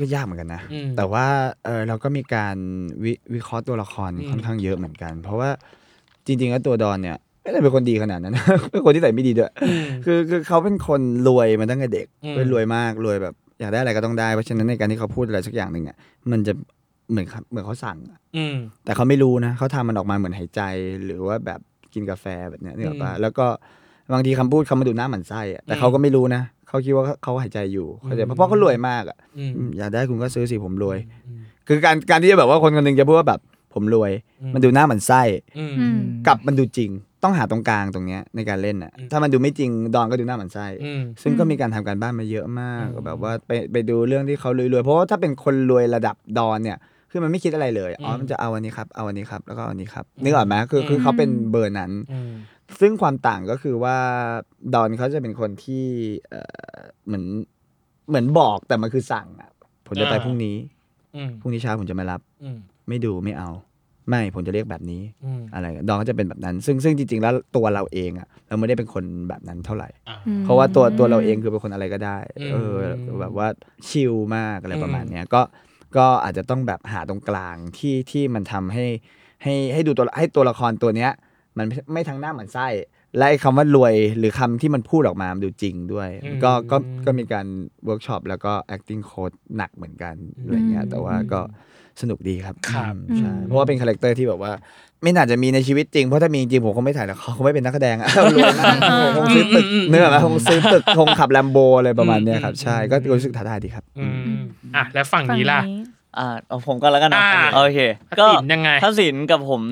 Speaker 4: ก็ยากเหมือนกันนะ
Speaker 2: อืม
Speaker 4: แต่ว่าเออเราก็มีการวิวิเคราะห์ตัวละคร
Speaker 2: อืม
Speaker 4: ค่อนข้างเยอะเหมือนกัน เพราะว่าจริงๆแล้วตัวดอนเนี่ยไม่ได้เป็นคนดีขนาดนั้น <laughs> เป็นคนที่ใส่ไม่ดีด้วย
Speaker 2: อืม
Speaker 4: คือคือเขาเป็นคนรวยมาตั้งแต่เด็ก
Speaker 2: อืม
Speaker 4: รวยมากรวยแบบอยากได้อะไรก็ต้องได้เพราะฉะนั้นในการที่เขาพูดอะไรสักอย่างหนึ่งเนี่ยมันจะเหมือนเขาเหมือนเขาสั่งอะ
Speaker 2: อืม
Speaker 4: แต่เขาไม่รู้นะเขาทำมันออกมาเหมือนหายใจหรือว่าแบบกินกาแฟแบบเนี้ยนี่หรอกปะ
Speaker 2: อืม
Speaker 4: แล้วก็บางทีคำพูดเขามาดูหน้าหมันไส้อะแต่
Speaker 2: อืม
Speaker 4: เขาก็ไม่รู้นะเขาคิดว่าเขาหายใจอยู่เขาใจ
Speaker 2: อืม
Speaker 4: ปะเพราะเขารวยมากอะ
Speaker 2: อืม
Speaker 4: อืมอยากได้คุณก็ซื้อสิผมรวย คือการการที่จะแบบว่าคนคนหนึ่งจะพูดว่าแบบผมรวย
Speaker 2: อืม
Speaker 4: มันดูหน้าหมันไส้
Speaker 2: อืม
Speaker 3: อืม
Speaker 4: กับมันดูจริง ต้องหาตรงกลางตรงเนี้ยในการเล่นน่ะ
Speaker 2: อืม
Speaker 4: ถ้ามันดูไม่จริงดอนก็ดูหน้าหมันไส้
Speaker 2: อืม
Speaker 4: ซึ่งก็
Speaker 3: อืม
Speaker 4: มีการทำการบ้านมาเยอะมาก
Speaker 2: อืม
Speaker 4: แบบว่าไปไปดูเรื่องที่เขารวยๆเพราะว่าถ้าเป็นคนรวยระดับดอนเนี่ยคือมันไม่คิดอะไรเลยอ๋ออ
Speaker 2: ม
Speaker 4: มันจะเอาอันนี้ครับเอาอันนี้ครับแล้วก็เอาอันนี้ครับ
Speaker 2: อืม
Speaker 4: นึกออกไหมคือคือ
Speaker 3: ม
Speaker 4: เขาเป็นเบอร์นั้น
Speaker 2: อืม
Speaker 4: ซึ่งความต่างก็คือว่าดอนเขาจะเป็นคนที่เอ่อเหมือนเหมือนบอกแต่มันคือสั่งอะผมจะไป
Speaker 2: อ่า
Speaker 4: พรุ่งนี้
Speaker 2: อืม
Speaker 4: พรุ่งนี้เช้าผมจะมารับ
Speaker 2: อืม
Speaker 4: ไม่ดูไม่เอา ไม่ผมจะเรียกแบบนี้
Speaker 2: อืม
Speaker 4: อะไรเงี้ยดองก็จะเป็นแบบนั้น ซึ่งซึ่งจริงๆแล้วตัวเราเองอะเราไม่ได้เป็นคนแบบนั้นเท่าไหร่
Speaker 2: อ่า
Speaker 3: อืม
Speaker 4: เพราะว่าตัวตัวเราเองคือเป็นคนอะไรก็ได้
Speaker 2: อืม
Speaker 4: เออแบบว่าชิลมากอะไร
Speaker 2: อืม
Speaker 4: ประมาณเนี้ยก็ก็อาจจะต้องแบบหาตรงกลางที่ที่มันทำให้ให้ให้ดูตัวให้ตัวละครตัวเนี้ย มันไม่ไม่ทั้งหน้าเหมือนไส้และไอ้คำว่ารวยหรือคำที่มันพูดออกมามันดูจริงด้วย ก็ก็ก็มีการเวิร์กช็อปแล้วก็ acting coach หนักเหมือนกันอะไรเงี้ยแต่ว่าก็ สนุกดีครับ
Speaker 2: ครับ
Speaker 4: อืมใช่
Speaker 3: อืม
Speaker 4: เพราะว่าเป็นคาแรคเตอร์ที่แบบว่า ไม่น่าจะมีในชีวิตจริง เพราะถ้ามีจริงผมคงไม่ถ่ายละครคงไม่เป็นนักแสดงอะ <laughs> รวยมากคงซื้อตึก
Speaker 2: อืม
Speaker 4: เนื้อไหมคงซื้อตึกคงขับแลมโบอะไรประมาณเนี้ยครับ ใช่ก็รู้สึกท้าทายดีครับ
Speaker 2: อืมอ่ะแล้วฝั่ง
Speaker 3: ฝั่ง
Speaker 2: นี้ล่ะ
Speaker 3: นี้
Speaker 7: อ่าเอาผมก่อนแล้วกันนะ
Speaker 2: อ่า
Speaker 7: โอเค
Speaker 2: ทักษิณยังไง
Speaker 7: ทักษิณกับผม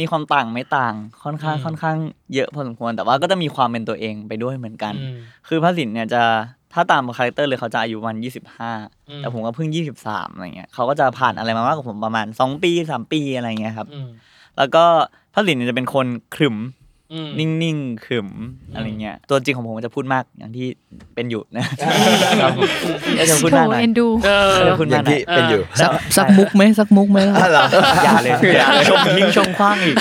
Speaker 7: มีความต่างไม่ต่างค่อนข้าง
Speaker 2: อืม
Speaker 7: ค่อนข้างเยอะพอสมควรแต่ว่าก็จะมีความเป็นตัวเองไปด้วยเหมือนกัน
Speaker 2: อืม
Speaker 7: คือพระสินเนี่ยจะถ้าตามคาแรคเตอร์เลยเขาจะอายุวัน
Speaker 2: อืม
Speaker 7: 25 แต่ผมก็เพิ่ง 23อะไรเงี้ยเขาก็จะผ่านอะไรมามากกว่าผมประมาณ 2 ปี 3 ปีอะไรเงี้ยครับ
Speaker 2: อืม
Speaker 7: แล้วก็พระสินเนี่ยจะเป็นคนขรึม
Speaker 2: อืม
Speaker 7: นิ่งๆขรึมอะไรเงี้ยตัวจริงของผมก็จะพูดมากอย่างที่เป็นอยู่
Speaker 2: <laughs>
Speaker 7: นะครับผมก็ <laughs> จะพูดมากหน่อย
Speaker 3: เอ็นดู
Speaker 2: เออ
Speaker 7: ก็จะพูด
Speaker 4: อ
Speaker 7: มา
Speaker 4: ย่าก ง
Speaker 7: หน่
Speaker 4: ที่
Speaker 7: อย
Speaker 4: เป็นอยู่
Speaker 5: สักสักมุกไหมสักมุกไหมล่ะ
Speaker 7: <laughs> อย่าเลยอย่าชมทิ้งชมคว้างอีก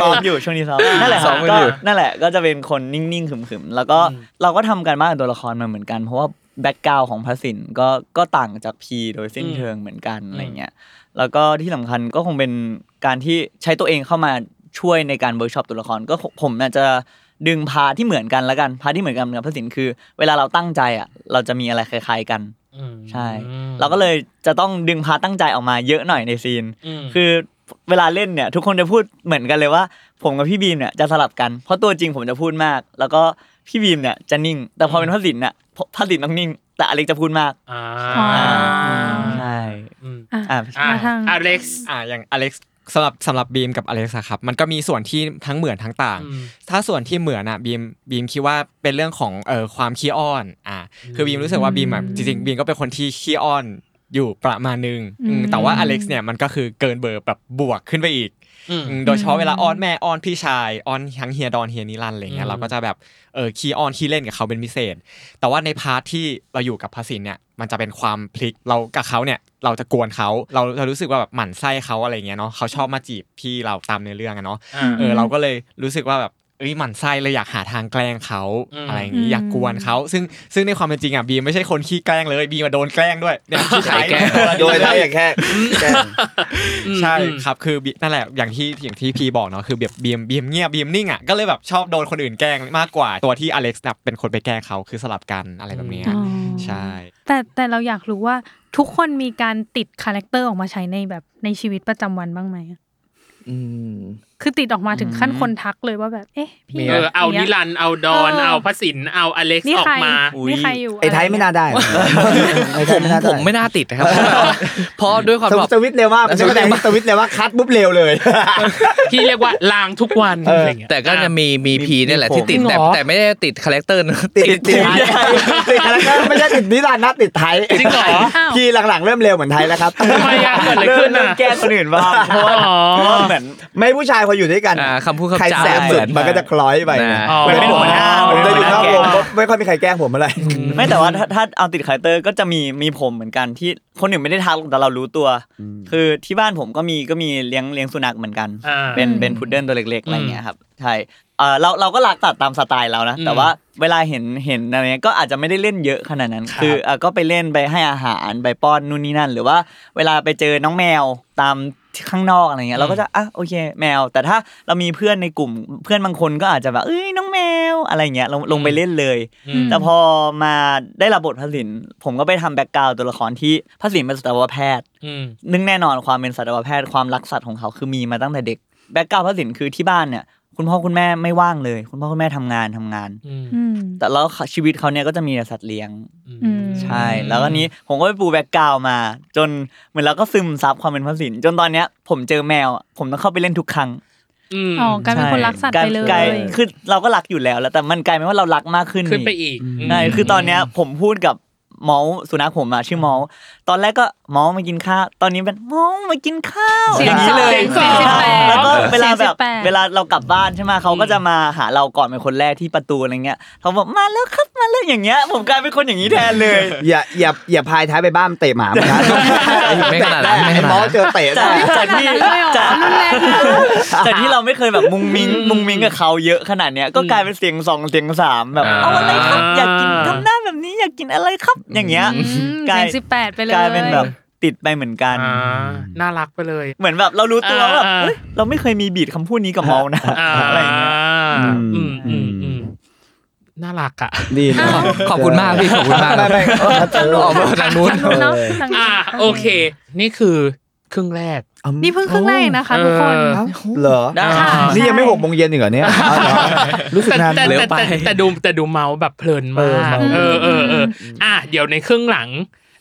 Speaker 7: ซ้อมอยู่ช่วงนี้ซ้อมนั่นแหละค
Speaker 2: ซ้
Speaker 7: รั
Speaker 2: อบ มกัน
Speaker 7: ก็
Speaker 2: อยู่
Speaker 7: นั่นแหละก็จะเป็นคนนิ่งๆขรึมๆแล้วก็เราก็ทำการบ้านกับตัวละครมาเหมือนกันเพราะว่าแบ็กกราวของพระสินก็ก็ต่างจากพีโดยสิ้นเชิงเหมือนกันอะไรเงี้ยแล้วก็ที่สำคัญก็คงเป็นการที่ใช้ตัวเองเข้ามาช่วยในการเวิร์กช็อปตัวละครก็ผมอาจจะดึงพาร์ทที่เหมือนกันละกันพาร์ทที่เหมือนกันกับพระสินคือ เวลาเราตั้งใจอ่ะเราจะมีอะไรคล้ายๆกัน
Speaker 2: อืม
Speaker 7: ใช่ เราก็เลยจะต้องดึงพาร์ทตั้งใจออกมาเยอะหน่อยในซีน
Speaker 2: ม
Speaker 7: คือเวลาเล่นเนี่ย ทุกคนจะพูดเหมือนกันเลยว่า ผมกับพี่บีมเนี่ยจะสลับกันเพราะตัวจริงผมจะพูดมาก แล้วก็พี่บีมเนี่ยจะนิ่ง แต่พอเป็นพระสินน่ะพระสินต้องนิ่ง แต่อเล็กจะพูดมาก
Speaker 2: อ่า
Speaker 3: อ่า
Speaker 7: ใช่
Speaker 2: อืม
Speaker 3: อ่ะ
Speaker 7: อ่ะ
Speaker 2: อ่า
Speaker 3: มาทาง
Speaker 2: อเล็กซ์
Speaker 6: อ่าอย่างอเล็กซ์สำหรับสำหรับบีมกับอเล็กซ์อะครับมันก็มีส่วนที่ทั้งเหมือนทั้งต่าง
Speaker 2: อืม
Speaker 6: ถ้าส่วนที่เหมือนอ่ะบีมบีมคิดว่าเป็นเรื่องของเอ่อความขี้อ้อนอ่าคือบีมรู้สึกว่าบีมแบบจริงๆบีมก็เป็นคนที่ขี้อ้อนอยู่ประมาณนึงอืม
Speaker 3: อืม
Speaker 6: แต่ว่าอเล็กซ์เนี่ยมันก็คือเกินเบอร์แบบบวกขึ้นไปอีก
Speaker 2: อืม
Speaker 6: อืมโดยเฉพาะเวลาอ้อนแม่อ้อนพี่ชายอ้อนทั้งเฮียดอนเฮียนิรันดร์อะไรเงี้ย
Speaker 2: อืม
Speaker 6: เราก็จะแบบเออขี้อ้อนขี้เล่นกับเขาเป็นพิเศษ แต่ว่าในพาร์ทที่เราอยู่กับพระสินเนี่ยมันจะเป็นความพลิกเรากับเขาเนี่ยเราจะกวนเขาเราเรารู้สึกว่าแบบหมั่นไส้เขาอะไรเงี้ยเนาะเขาชอบมาจีบพี่เราตามเนื้อเรื่องอะเนาะ
Speaker 2: อ่า
Speaker 6: เออเราก็เลยรู้สึกว่าแบบเ เอ้ยหมั่นไส้เลยอยากหาทางแกล้งเขา
Speaker 2: อืม
Speaker 6: อะไรอย่างงี้
Speaker 3: อืม
Speaker 6: อยากกวนเขาซึ่งซึ่งในความเป็นจริงอ่ะบีมไม่ใช่คนขี้แกล้งเลยบีมมาโดนแกล้งด้วย
Speaker 2: <laughs>
Speaker 6: เนี่ยขี้ขายแกล้ง
Speaker 4: โดยแล้วอย่าแค่แกล้ง
Speaker 6: ใช่ครับคือบีนั่นแหละอย่างที่อย่างที่พีบอกเนาะคือแบบบีมบีมเงียบบีมนิ่งอ่ะก็เลยแบบชอบโดนคนอื่นแกล้งมากกว่าตัวที่อเล็กซ์น่ะเป็นคนไปแกล้งเขาคือสลับกันอะไรแบบเนี้ย
Speaker 3: อ๋อ
Speaker 6: ใช่
Speaker 3: แต่แต่เราอยากรู้ว่าทุกคนมีการติดคาแรคเตอร์ออกมาใช้ในแบบในชีวิตประจำวันบ้างไหมอะ
Speaker 5: อืม
Speaker 3: คือติดออกมาถึงขั้น
Speaker 5: อืม
Speaker 3: คนทักเลยว่าแบบเอ๊ะพี่
Speaker 2: เออเอานิ
Speaker 3: ย
Speaker 2: รันดร์เอาดอน
Speaker 3: เออ
Speaker 2: เอาพระสินเอาอเล็กซ์
Speaker 3: นี่
Speaker 2: ออ
Speaker 3: ใคร
Speaker 2: กมา
Speaker 3: นี่ใครอยู่
Speaker 4: ไอ้ไทยไม่น่าได้
Speaker 5: ผมผมไม่น่าติดนะครับ เพราะด้วยความ
Speaker 4: ส
Speaker 5: แบบ
Speaker 4: วิตสวิตช์เร็วมาก
Speaker 5: สวิต
Speaker 4: ส
Speaker 5: ช์
Speaker 4: วิตช์เร็วมากสวิตช์เร็วมากคัดปุ๊บเร็วเลย
Speaker 2: ที่เรียกว่าลางทุกวันอะไรเงี้ย
Speaker 5: แต่ก็จะมีมีพีเนี่ยแหละที่ติ
Speaker 2: จ
Speaker 5: ด
Speaker 2: ริง
Speaker 5: แต่
Speaker 2: เหรอ
Speaker 5: แต่ไม่ได้ติดคาแรคเตอร์นะ
Speaker 4: ติดติดติดแล้วก็ไม่ใช่ติดนิรันดร์นะติดไทย
Speaker 2: จริงเหรอ
Speaker 3: อ้าว
Speaker 4: พี่หลังๆเริ่มเร็วเหมือนไทยแล้วครับ
Speaker 2: ทำไมอะเกิดอะไร
Speaker 7: เริ่
Speaker 2: ขึ้
Speaker 7: ม
Speaker 2: น
Speaker 7: เริ่ม
Speaker 2: อ่ะ
Speaker 7: แกล้งคนอื่นบ้างเพราะว่า
Speaker 2: อ๋อ
Speaker 7: เหมือน
Speaker 4: ไม่ผู้ชายพออยู่ด้วยกัน
Speaker 5: อ่าคำพูดคำจา
Speaker 4: ใครแซมสุดมันก็จะคล้อยไป
Speaker 5: นะ
Speaker 2: อ๋อ
Speaker 7: มันเป็นหัวหน้า
Speaker 4: ผมจะอยู่นอกวง
Speaker 7: แกล้ง
Speaker 4: ไม่ค่อยมีใครแกล้งผมอะไร
Speaker 7: ไม่แต่ว่าถ้าถ้าเอาติดคาแรคเตอร์ก็จะมีมีผมเหมือนกันที่คนอื่นไม่ได้ทักหรอกแต่เรารู้ตัว
Speaker 4: อืม
Speaker 7: คือที่บ้านผมก็มีก็มีเลี้ยงเลี้ยงสุนัขเหมือนกัน
Speaker 2: อ่า
Speaker 7: เป็นเป็นพุดเดิ้ลตัวเล็กๆอะไรเงี้ยครับใช่เออเราเราก็รักตัดตามสไตล์เรานะ
Speaker 2: อืม
Speaker 7: แต่ว่าเวลาเห็นเห็นอะไรเงี้ยก็อาจจะไม่ได้เล่นเยอะขนาดนั้น
Speaker 2: ครับ
Speaker 7: คือเอ่อก็ไปเล่นไปให้อาหารไปป้อนนู่นนี่นั่น หรือว่าเวลาไปเจอน้องแมวตามข้างนอกอะไรเงี้ยเราก็จะอ่ะโอเคแมว แต่ถ้าเรามีเพื่อนในกลุ่มเพื่อนบางคนก็อาจจะแบบเอ้ยน้องแมวอะไรเงี้ยลงลงไปเล่นเลย
Speaker 2: อืม
Speaker 7: แต่พอมาได้รับบทพระสินผมก็ไปทำแบ็กกราวตัวละครที่พระสินเป็นสัตวแพทย์
Speaker 2: อืม
Speaker 7: นึ่งแน่นอนความเป็นสัตวแพทย์ความรักสัตว์ของเขาคือมีมาตั้งแต่เด็กแบ็กกราวด์พระสินคือที่บ้านเนี่ยคุณพ่อคุณแม่ไม่ว่างเลย คุณพ่อคุณแม่ทำงานทำงาน
Speaker 2: อืม
Speaker 3: อืม
Speaker 7: แต่แล้วชีวิตเขาเนี่ยก็จะมีแต่สัตว์เลี้ยง
Speaker 3: อืม
Speaker 7: ใช่แล้วก็นี้ผมก็ไปปูแบ็กกราวด์มา จนเหมือนเราก็ซึมซับความเป็นพระสินจนตอนเนี้ยผมเจอแมวอะผมต้องเข้าไปเล่นทุกครั้ง
Speaker 2: อืม
Speaker 3: อ๋อกลายเป็นคนรักสัตว์ไปเลย
Speaker 7: กาคือเราก็รักอยู่แล้วแล้วแต่มันกลายเป็นว่าเรารักมากขึ้น
Speaker 2: ขึ้นไป
Speaker 7: อีก
Speaker 2: อีกม
Speaker 7: ใช่คือตอนเนี้ยผมพูดกับเมอลสุนัขผมอะชื่อเมอลตอนแรกก็เมอลมากินข้าวตอนนี้เป็นเมอลมากินข้าว
Speaker 3: เสียง
Speaker 7: อางนี้เลย
Speaker 3: สอง
Speaker 7: ใช่
Speaker 3: เสียงสิบแปด
Speaker 7: แล้วก็เวลา
Speaker 3: เสียงสิ
Speaker 7: แบบ
Speaker 3: บแปด
Speaker 7: เวลาเรากลับบ้านใช่ไหมเขาก็จะมาหาเราก่อนเป็นคนแรกที่ประตูอะไรเงี้ยเขาบอกมาแล้วครับมาแล้วอย่างเงี้ย ผมกลายเป็นคนอย่างนี้แทนเลย
Speaker 4: อย่าอย่าอย่าพายท้ายไปบ้ามเตะหมามันนะ
Speaker 5: ไม่ขนาดนั้นไม่ขนาดนั้น
Speaker 4: ไอ้บอสเจอเตะ
Speaker 7: จากจากที่จาก
Speaker 3: รุนแรงเลยเหรอ
Speaker 7: จากที่เราไม่เคยแบบมุงมิงมุงมิงกับเขาเยอะขนาดเนี้ยก็กลายเป็นเสียงสองเสียงสามแบบ
Speaker 5: อ่า
Speaker 7: เอาอะไรครับ อยากกินทำหน้าแบบนี้อยากกินอะไรครับ อย่างเงี้ย
Speaker 3: อืม
Speaker 7: กลา
Speaker 3: เสี
Speaker 7: ย
Speaker 3: ยงสิบแปดไปเลย
Speaker 7: กลายเป็นแบบติดไปเหมือนกัน
Speaker 2: อ่าน่ารักไปเลย
Speaker 7: เหมือนแบบเรารู้ตัว
Speaker 2: อ่า
Speaker 7: ว่าแบบเฮ้ยเราไม่เคยมีบีดคำพูดนี้กับเมานะ
Speaker 2: อ่า
Speaker 7: อะไรอย่างเงี้ย
Speaker 2: อืมอืมอืมน่ารักอ่ะ
Speaker 4: ดีนะ
Speaker 5: ขอบขอบคุณมากพี่ขอบคุณมาก
Speaker 4: ไม่ไม่เขาจะรู้
Speaker 5: ออกมาทางนู้น
Speaker 3: ทางนู้นเนาะทางนู้น
Speaker 2: อ่า โอเค นี่คือครึ่งแรก
Speaker 3: นี่เพิ่งครึ่งแรกเองนะคะทุกคน
Speaker 2: เออ
Speaker 4: เอ้าเหรอ
Speaker 7: ได้
Speaker 2: อ่า
Speaker 4: นี่ยังไม่หกโมงเย็นอีกเหรอเนี่ยเอาเหรอรู้สึก
Speaker 2: แต่
Speaker 4: นาน
Speaker 2: แต่
Speaker 4: เร็ว
Speaker 2: แต่แต่แต่แต่ดูแต่ดูเมาส์แบบเพลินมากเออ
Speaker 4: เออเมาส์
Speaker 2: เออเอออ่ะเดี๋ยวในครึ่งหลัง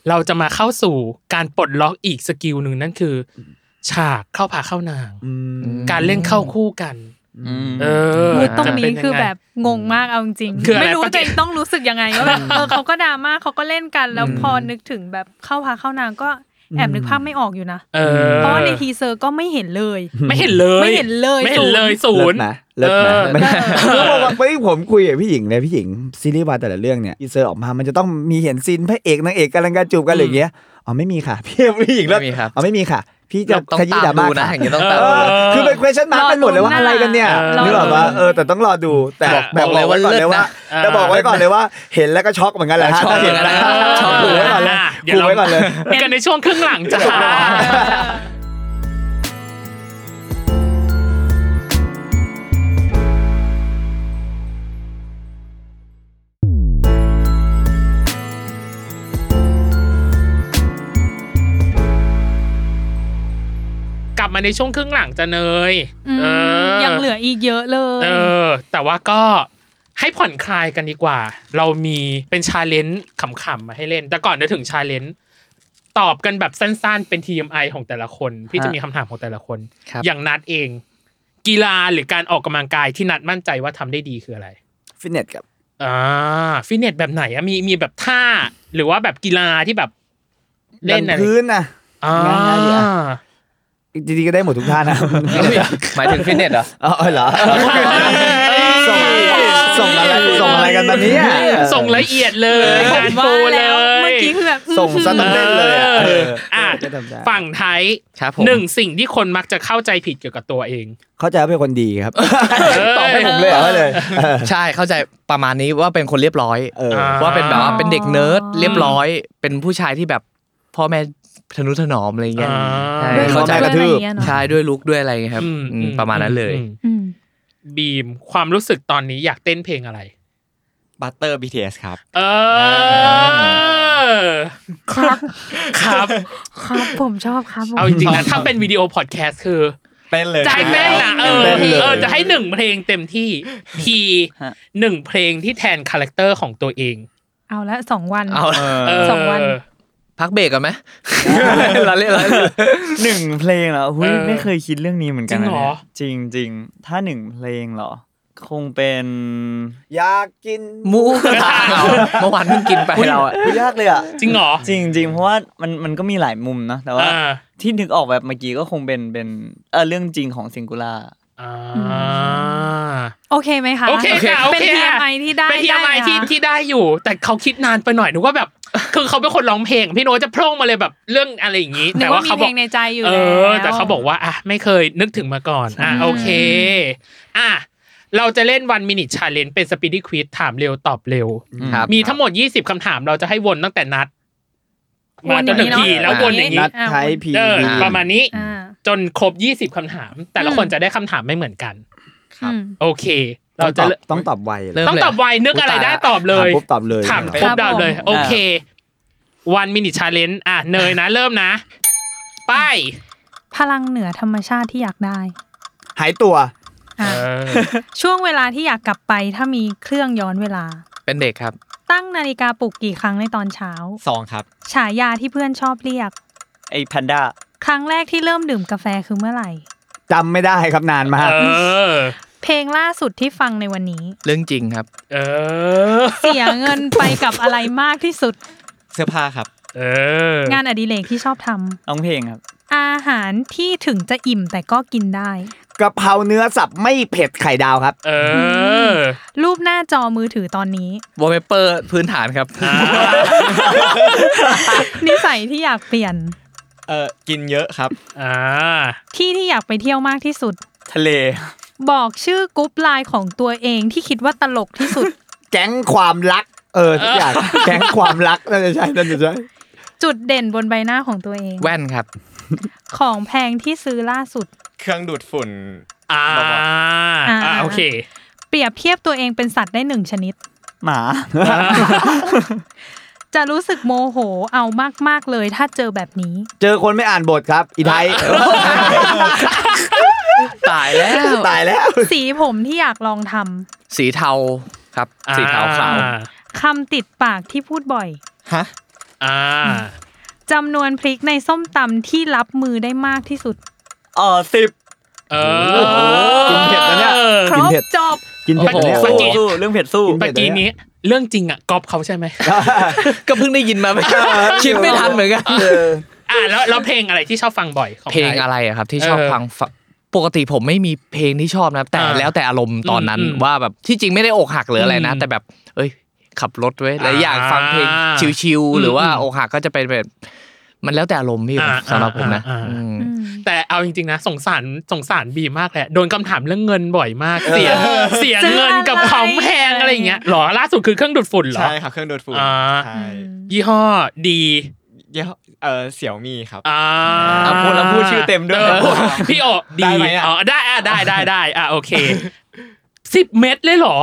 Speaker 2: เราจะมาเข้าสู่การปลดล็อกอีกสกิลหนึ่งนั่นคือ ฉากเข้าผาเข้านาง
Speaker 4: อืม
Speaker 2: การเล่นเข้าคู่กัน เออ
Speaker 3: ตรง
Speaker 2: จะเป็
Speaker 3: นี้
Speaker 2: ยัไ
Speaker 3: คือแบบงงมากเอาจริงๆ
Speaker 2: คืออะไร
Speaker 3: ไม่รู้
Speaker 2: ปะ
Speaker 3: จะต้องรู้สึก
Speaker 2: <laughs>
Speaker 3: ยังไงว่าแบบเออเขาก็ดราม่าเขาก็เล่นกันแล้วพอนึกถึงแบบเข้าพาเข้านางก็แอบนึกภาพไม่ออกอยู่นะ
Speaker 2: เออ
Speaker 3: เพราะว่าในทีเซอร์ก็ไม่เห็นเลย
Speaker 2: ไม่เห็นเลย
Speaker 3: ไม่เห็นเลย
Speaker 2: ไม่เห็นเลยศูนย์
Speaker 4: เลิศนะเลิศนะ
Speaker 2: เออ
Speaker 4: ไม่ไม่ผมคุยกับพี่หญิงเลยพี่หญิงซีรีส์วายแต่ละเรื่องเนี่ยทีเซอร์ออกมามันจะต้องมีเห็นซีนพระเอกนางเอกกำลังกันจูบกันอะไรอย่างเงี้ยอ๋อไม่มีค่ะ <laughs> พี่พี่หญิงเลิศ
Speaker 5: ไม่มีครับ
Speaker 4: อ๋อไม่มีค่ะ พี่จะ
Speaker 5: ต้อง
Speaker 4: ขยี้
Speaker 5: ตา
Speaker 4: ดรา
Speaker 5: ม
Speaker 4: ม่า
Speaker 5: ดู
Speaker 4: ค่ะ
Speaker 5: นะอย่างเงี้ยต้องตาม
Speaker 4: เอ
Speaker 5: ดู
Speaker 4: อ
Speaker 5: นะ
Speaker 4: คือเป็น question mark กันหมดเลยว่า
Speaker 3: หน้า
Speaker 4: อะไรกันเนี่ย
Speaker 3: รอ
Speaker 4: นึกออกปะ
Speaker 3: ลุ้น
Speaker 4: เออแต่ต้องรอดูแต่
Speaker 2: บอก
Speaker 4: แต่บอกไว้ก่อนเลย
Speaker 2: เลิศ
Speaker 4: ว่า
Speaker 2: นะ
Speaker 4: แต่บอกไว้ก่อนเลยว่า เห็นแล้วก็ช็อกเหมือนกันแหละฮะ
Speaker 5: ช็อกเหมือนกันนะ
Speaker 4: ถ้าเห็ะช็อกเหมือนกันเลย
Speaker 2: อ่ะเดี๋ย
Speaker 4: กู
Speaker 2: วเรา
Speaker 4: ไว้ก่อนเลย
Speaker 2: เจอกันในช่วงครึ่งหลังจ้า กลับมาในช่วงครึ่งหลังจะเนย
Speaker 3: อืม
Speaker 2: เออ
Speaker 3: ยังเหลืออีกเยอะเลย
Speaker 2: เออ แต่ว่าก็ให้ผ่อนคลายกันดีกว่า เรามีเป็นชาเลนจ์ขำๆมาให้เล่น แต่ก่อนจะถึงชาเลนจ์ตอบกันแบบสั้นๆ เป็น TMI ของแต่ละคน พี่จะมีคำถามของแต่ละคน
Speaker 5: ครับ
Speaker 2: อย่างนัดเอง กีฬาหรือการออกกำลังกายที่นัดมั่นใจว่าทำได้ดีคืออะไร
Speaker 4: ฟิตเนสกับ
Speaker 2: อ่าฟิตเนสแบบไหนอะมีมีแบบท่า หรือว่าแบบกีฬาที่แบบเล่นอะไร
Speaker 4: ดัพื้นนะ
Speaker 2: อ่า
Speaker 4: ง่ายๆดีอะ จริงๆก็ได้หมดทุกท่านะ
Speaker 5: หมายถึงฟิตเนสเหรอ
Speaker 4: อ๋อเหรอส่งส่ง
Speaker 5: <laughs>
Speaker 4: อะไรส่งอะไรกันตอนนี้
Speaker 2: ส่งละเอียดเลย
Speaker 3: ผม
Speaker 2: งาน
Speaker 3: ว่า
Speaker 2: โปรเล
Speaker 3: แล้วเมื่อย กี้คือแบบ
Speaker 4: ส่งซะ
Speaker 3: อืม
Speaker 4: ต้องเล่นเลยอะ
Speaker 2: เอ
Speaker 4: เอ
Speaker 2: อ
Speaker 4: อ
Speaker 2: อ่ะ
Speaker 4: ก็ทำได้
Speaker 2: ฝั่งไทย
Speaker 5: ครับผม
Speaker 2: หนึ่งสิ่งที่คนมักจะเข้าใจผิดเกี่ยวกับตัวเอง
Speaker 4: เข้าใจว่าเป็นคนดีครับ
Speaker 2: ตอบให้ผม
Speaker 4: เลยเหรอเลยเออ
Speaker 5: ใช่เข้าใจประมาณนี้ว่าเป็นคนเรียบร้อย
Speaker 4: เออ
Speaker 5: ว่าเป็นแบบว่า
Speaker 3: อ๋อ
Speaker 5: เป็นเด็กเนิร์ดเรียบร้อย เป็นผู้ชายที่แบบพ่อแม่ทนุถนอมอะไรเงี้ย
Speaker 2: อ่า
Speaker 3: ด้วย
Speaker 5: ใช่เข้าใจ
Speaker 3: ลุค
Speaker 4: ก
Speaker 3: ด้ว
Speaker 4: ระ
Speaker 3: ย
Speaker 4: ทื
Speaker 3: อะไร
Speaker 4: บ
Speaker 3: เงี้ยเนาะ
Speaker 5: ใช่ด้วยลุกด้วยอะไรเงี้ยครับ
Speaker 2: อืม
Speaker 5: อืม
Speaker 2: อืม
Speaker 5: ประมาณนั้นเลย
Speaker 2: อืม
Speaker 3: อืม
Speaker 2: บีมความรู้สึกตอนนี้อยากเต้นเพลงอะไร
Speaker 6: บัตเตอร์บีทีเอสครับ
Speaker 2: เออ
Speaker 3: ครับ
Speaker 2: ครับ
Speaker 3: ครับผมชอบครับผม
Speaker 2: เอาจริงๆนะถ้าเป็นวิดีโอพอดแคสต์คือ
Speaker 6: เต้นเลย
Speaker 2: ใจเต้นนะเออ
Speaker 4: เต้นเลย
Speaker 2: เออจะให้หนึ่งเพลงเต็มที่ที
Speaker 7: ฮะ
Speaker 2: หนึ่งเพลงที่แทนคาแรคเตอร์ของตัวเอง
Speaker 3: เอาละสองวัน
Speaker 5: เอาละ
Speaker 2: เ
Speaker 3: สองวัน
Speaker 5: พักเบรกกันไหม เราเล่นเราเล่น
Speaker 7: <laughs> หนึ่งเพลงเหรอหุ้ย
Speaker 2: เออ
Speaker 7: ไม่เคยคิดเรื่องนี้เหมือนกัน
Speaker 2: จริ
Speaker 7: นะ
Speaker 2: งเหร
Speaker 7: เนี่
Speaker 2: อ
Speaker 7: ยจริงจริงๆ ถ้าหนึ่งเพลงเหรอ คงเป็น
Speaker 4: อยากกิน
Speaker 5: หมูกระทะเราเมื่อวานเพิ่งกินไปเราอะ
Speaker 7: ยากเลยอ่ะ
Speaker 2: จริงเหรอ
Speaker 7: จริงจริงๆเพราะว่ามันมันก็มีหลายมุมเนอะแต่ว่า
Speaker 2: อ่า
Speaker 7: ที่นึกออกแบบเมื่อกี้ก็คงเป็นเป็นเออเรื่องจริงของซิงคูล่า
Speaker 2: อ่า
Speaker 3: โอเคไหมคะ
Speaker 2: โอเคค่ะโอ
Speaker 3: เป็น
Speaker 2: เค
Speaker 3: TMI ที่ได้
Speaker 2: เป็นทีมไอที่
Speaker 3: ด้นะคะ
Speaker 2: ที่ได้อยู่ แต่เขาคิดนานไปหน่อยนึกว่าแบบ คือเขาเป็นคนร้องเพลง พี่โน้ตจะโพร่งมาเลยแบบเรื่องอะไรอย่างนี้
Speaker 3: นึ
Speaker 2: แต่
Speaker 3: ก
Speaker 2: ว่า
Speaker 3: ว่ามี
Speaker 2: เขาบ
Speaker 3: เพล
Speaker 2: อก
Speaker 3: งในใจอยู่
Speaker 2: เอ
Speaker 3: แล้ว
Speaker 2: อ แต่เขาบอกว่า อ่ะ ไม่เคยนึกถึงมาก่อน อ่ะ โอเค อ่ะ เราจะเล่นวันมินิชาเลนเป็นสปีด d ี q ควิ z ถามเร็วตอบเร็ว
Speaker 5: ครับ
Speaker 2: มีทั้งหมด 20คำถามเราจะให้วนตั้งแต่นัด มาจนถึง
Speaker 3: วนอย่างนี้
Speaker 2: ที
Speaker 3: เนอะ
Speaker 2: แล้ววนอย่าง
Speaker 4: นั
Speaker 2: นี้
Speaker 4: ดไทยพี
Speaker 2: เออ
Speaker 4: วี
Speaker 2: ประมาณนี้
Speaker 3: อ่า
Speaker 2: จนครบ 20คำถาม แต่ละคนจะได้คำถามไม่เหมือนกัน
Speaker 5: ครับ
Speaker 3: อืม
Speaker 2: โอเค เราจะ
Speaker 4: ต้องตอบไวเลย
Speaker 5: เริ่ม
Speaker 2: ต้อง
Speaker 5: เลย
Speaker 2: ตอบไวนึกอะไรได้ตอบเลย
Speaker 4: ถามปุ๊บตอบเลย
Speaker 2: ถาม
Speaker 4: เนี่ย
Speaker 2: ครบ
Speaker 3: ครับ
Speaker 2: ดาวเลย
Speaker 3: ผม
Speaker 2: โอเค วันมินิชาเลนอ่ะ เนยนะ เริ่มนะ ไป
Speaker 3: พลังเหนือธรรมชาติที่อยากได้
Speaker 4: หายตัว
Speaker 3: อ่ะช่วงเวลาที่อยากกลับไปถ้ามีเครื่องย้อนเวลา
Speaker 5: เป็นเด็กครับ
Speaker 3: ตั้งนาฬิกาปลุกกี่ครั้งในตอนเช้า
Speaker 6: สองครับ
Speaker 3: ฉายาที่เพื่อนชอบเรียก
Speaker 7: ไอแพนด้า
Speaker 3: ครั้งแรกที่เริ่มดื่มกาแฟคือเมื่อไหร่
Speaker 4: จำไม่ได้ครับนานมาก
Speaker 2: เออ
Speaker 3: เพลงล่าสุดที่ฟังในวันนี้
Speaker 5: เรื่องจริงครับ
Speaker 2: เออ
Speaker 3: เสียเงินไปกับอะไรมากที่สุด
Speaker 6: เสื้อผ้าครับ
Speaker 2: เออ
Speaker 3: งานอดิเรกที่ชอบทำ
Speaker 7: ร้องเพลงครับ
Speaker 3: อาหารที่ถึงจะอิ่มแต่ก็กินได้
Speaker 4: กะเพราเนื้อสับไม่เผ็ดไข่ดาวครับ
Speaker 2: เออ
Speaker 3: รูปหน้าจอมือถือตอนนี้
Speaker 5: วอลเปเปอร์พื้นฐานครับ
Speaker 3: นิสัยที่อยากเปลี่ยน
Speaker 6: เออกินเยอะครับ
Speaker 2: อ่า
Speaker 3: ที่ที่อยากไปเที่ยวมากที่สุด
Speaker 7: ทะเล
Speaker 3: บอกชื่อกรุ๊ปไลน์ของตัวเองที่คิดว่าตลกที่สุด
Speaker 4: แก๊งความรัก เออทุกอย่างแก๊งความรัก <laughs> น่าจะใช่น่าจะใช่
Speaker 3: จุดเด่นบนใบหน้าของตัวเอง
Speaker 5: แว่นครับ
Speaker 3: ของแพงที่ซื้อล่าสุด
Speaker 6: เครื่องดูดฝุ่น
Speaker 2: อ่าอ่าโอเค
Speaker 3: เปรียบเทียบตัวเองเป็นสัตว์ได้หนึ่งชนิด
Speaker 7: หมา
Speaker 3: จะรู้สึกโมโหเอามาก ๆ เลยถ้าเจอแบบนี้
Speaker 4: เจอคนไม่อ่านบทครับ อีไทย
Speaker 5: ตายแล้ว
Speaker 4: ตายแล้ว
Speaker 3: สีผมที่อยากลองท
Speaker 5: สีเทาครับ สีเทาขาว
Speaker 2: อ่
Speaker 3: ำคำติดปากที่พูดบ่อย
Speaker 6: ฮะ
Speaker 2: อ่า
Speaker 3: จำนวนพริกในส้มตำที่รับมือได้มากที่สุด
Speaker 7: เออสิบ
Speaker 2: เออ
Speaker 4: กินเผ็ดนะเนี่ย
Speaker 3: คร
Speaker 4: กิน
Speaker 3: บ
Speaker 4: เผ็ด
Speaker 3: จบ
Speaker 4: กินเผ็ดนะเนี่ย
Speaker 7: สู้สู้เรื่องเผ็ดสู้
Speaker 2: เมื่อกี้นี้ เรื่องจริงอ่ะก๊อปเขาใช่ไหม
Speaker 5: ก็เพิ่งได้ยินมาไม่คิดไม่ทันเหมือนกัน
Speaker 4: เออ
Speaker 2: อ่าแล้วแล้วเพลงอะไรที่ชอบฟังบ่อยของ
Speaker 5: เพลง
Speaker 2: ไทย
Speaker 5: อะไรอะครับ ที่ชอบ
Speaker 2: เออ
Speaker 5: ฟังฟังปกติผมไม่มีเพลงที่ชอบนะแต่
Speaker 2: อ่า
Speaker 5: แล้วแต่อารมณ์ตอนนั้น
Speaker 2: อืมอืม
Speaker 5: ว่าแบบที่จริงไม่ได้อกหักหรืออะไรนะ
Speaker 2: อืม
Speaker 5: แต่แบบ เอ้ย ขับรถไว้ยแล้วอยาก
Speaker 2: อ่า
Speaker 5: ฟังเพลงชิว
Speaker 2: อืม
Speaker 5: ๆหรือว่า
Speaker 2: อืม
Speaker 5: อกหักก็จะเป็นแบบมันแล้วแต่อารมณ์พี่
Speaker 2: อ่า
Speaker 5: สำหรับผมนะ
Speaker 2: อ่าอ่า
Speaker 5: อืม
Speaker 2: แต่เอาจริงๆนะสงสารสงสารบีมากแหละโดนคำถามเรื่องเงินบ่อยมาก เสียเสีย
Speaker 3: ซื้อ
Speaker 2: เงินกับ
Speaker 3: อะไร
Speaker 2: ของแพงอะไรอย่างเงี้ยหรอล่าสุดคือเครื่องดูดฝุ่นเหรอ
Speaker 6: ใช่ครับ เครื่องดูดฝุ่น
Speaker 2: อ่า
Speaker 6: ใช่
Speaker 2: ยี่ห้อดี
Speaker 6: ยี่ห้อเออเสี่ยวมีครับ
Speaker 2: อ่า
Speaker 6: อ่ะพูดแล้วพูดชื่อเต็มด้วย
Speaker 2: ออพี่โอดี
Speaker 6: ได้ไหมอ่ะ
Speaker 2: อ๋อได้อ่ะได้ได้ได้อ่ะโอเคสิบเม็ดเลยเหรอ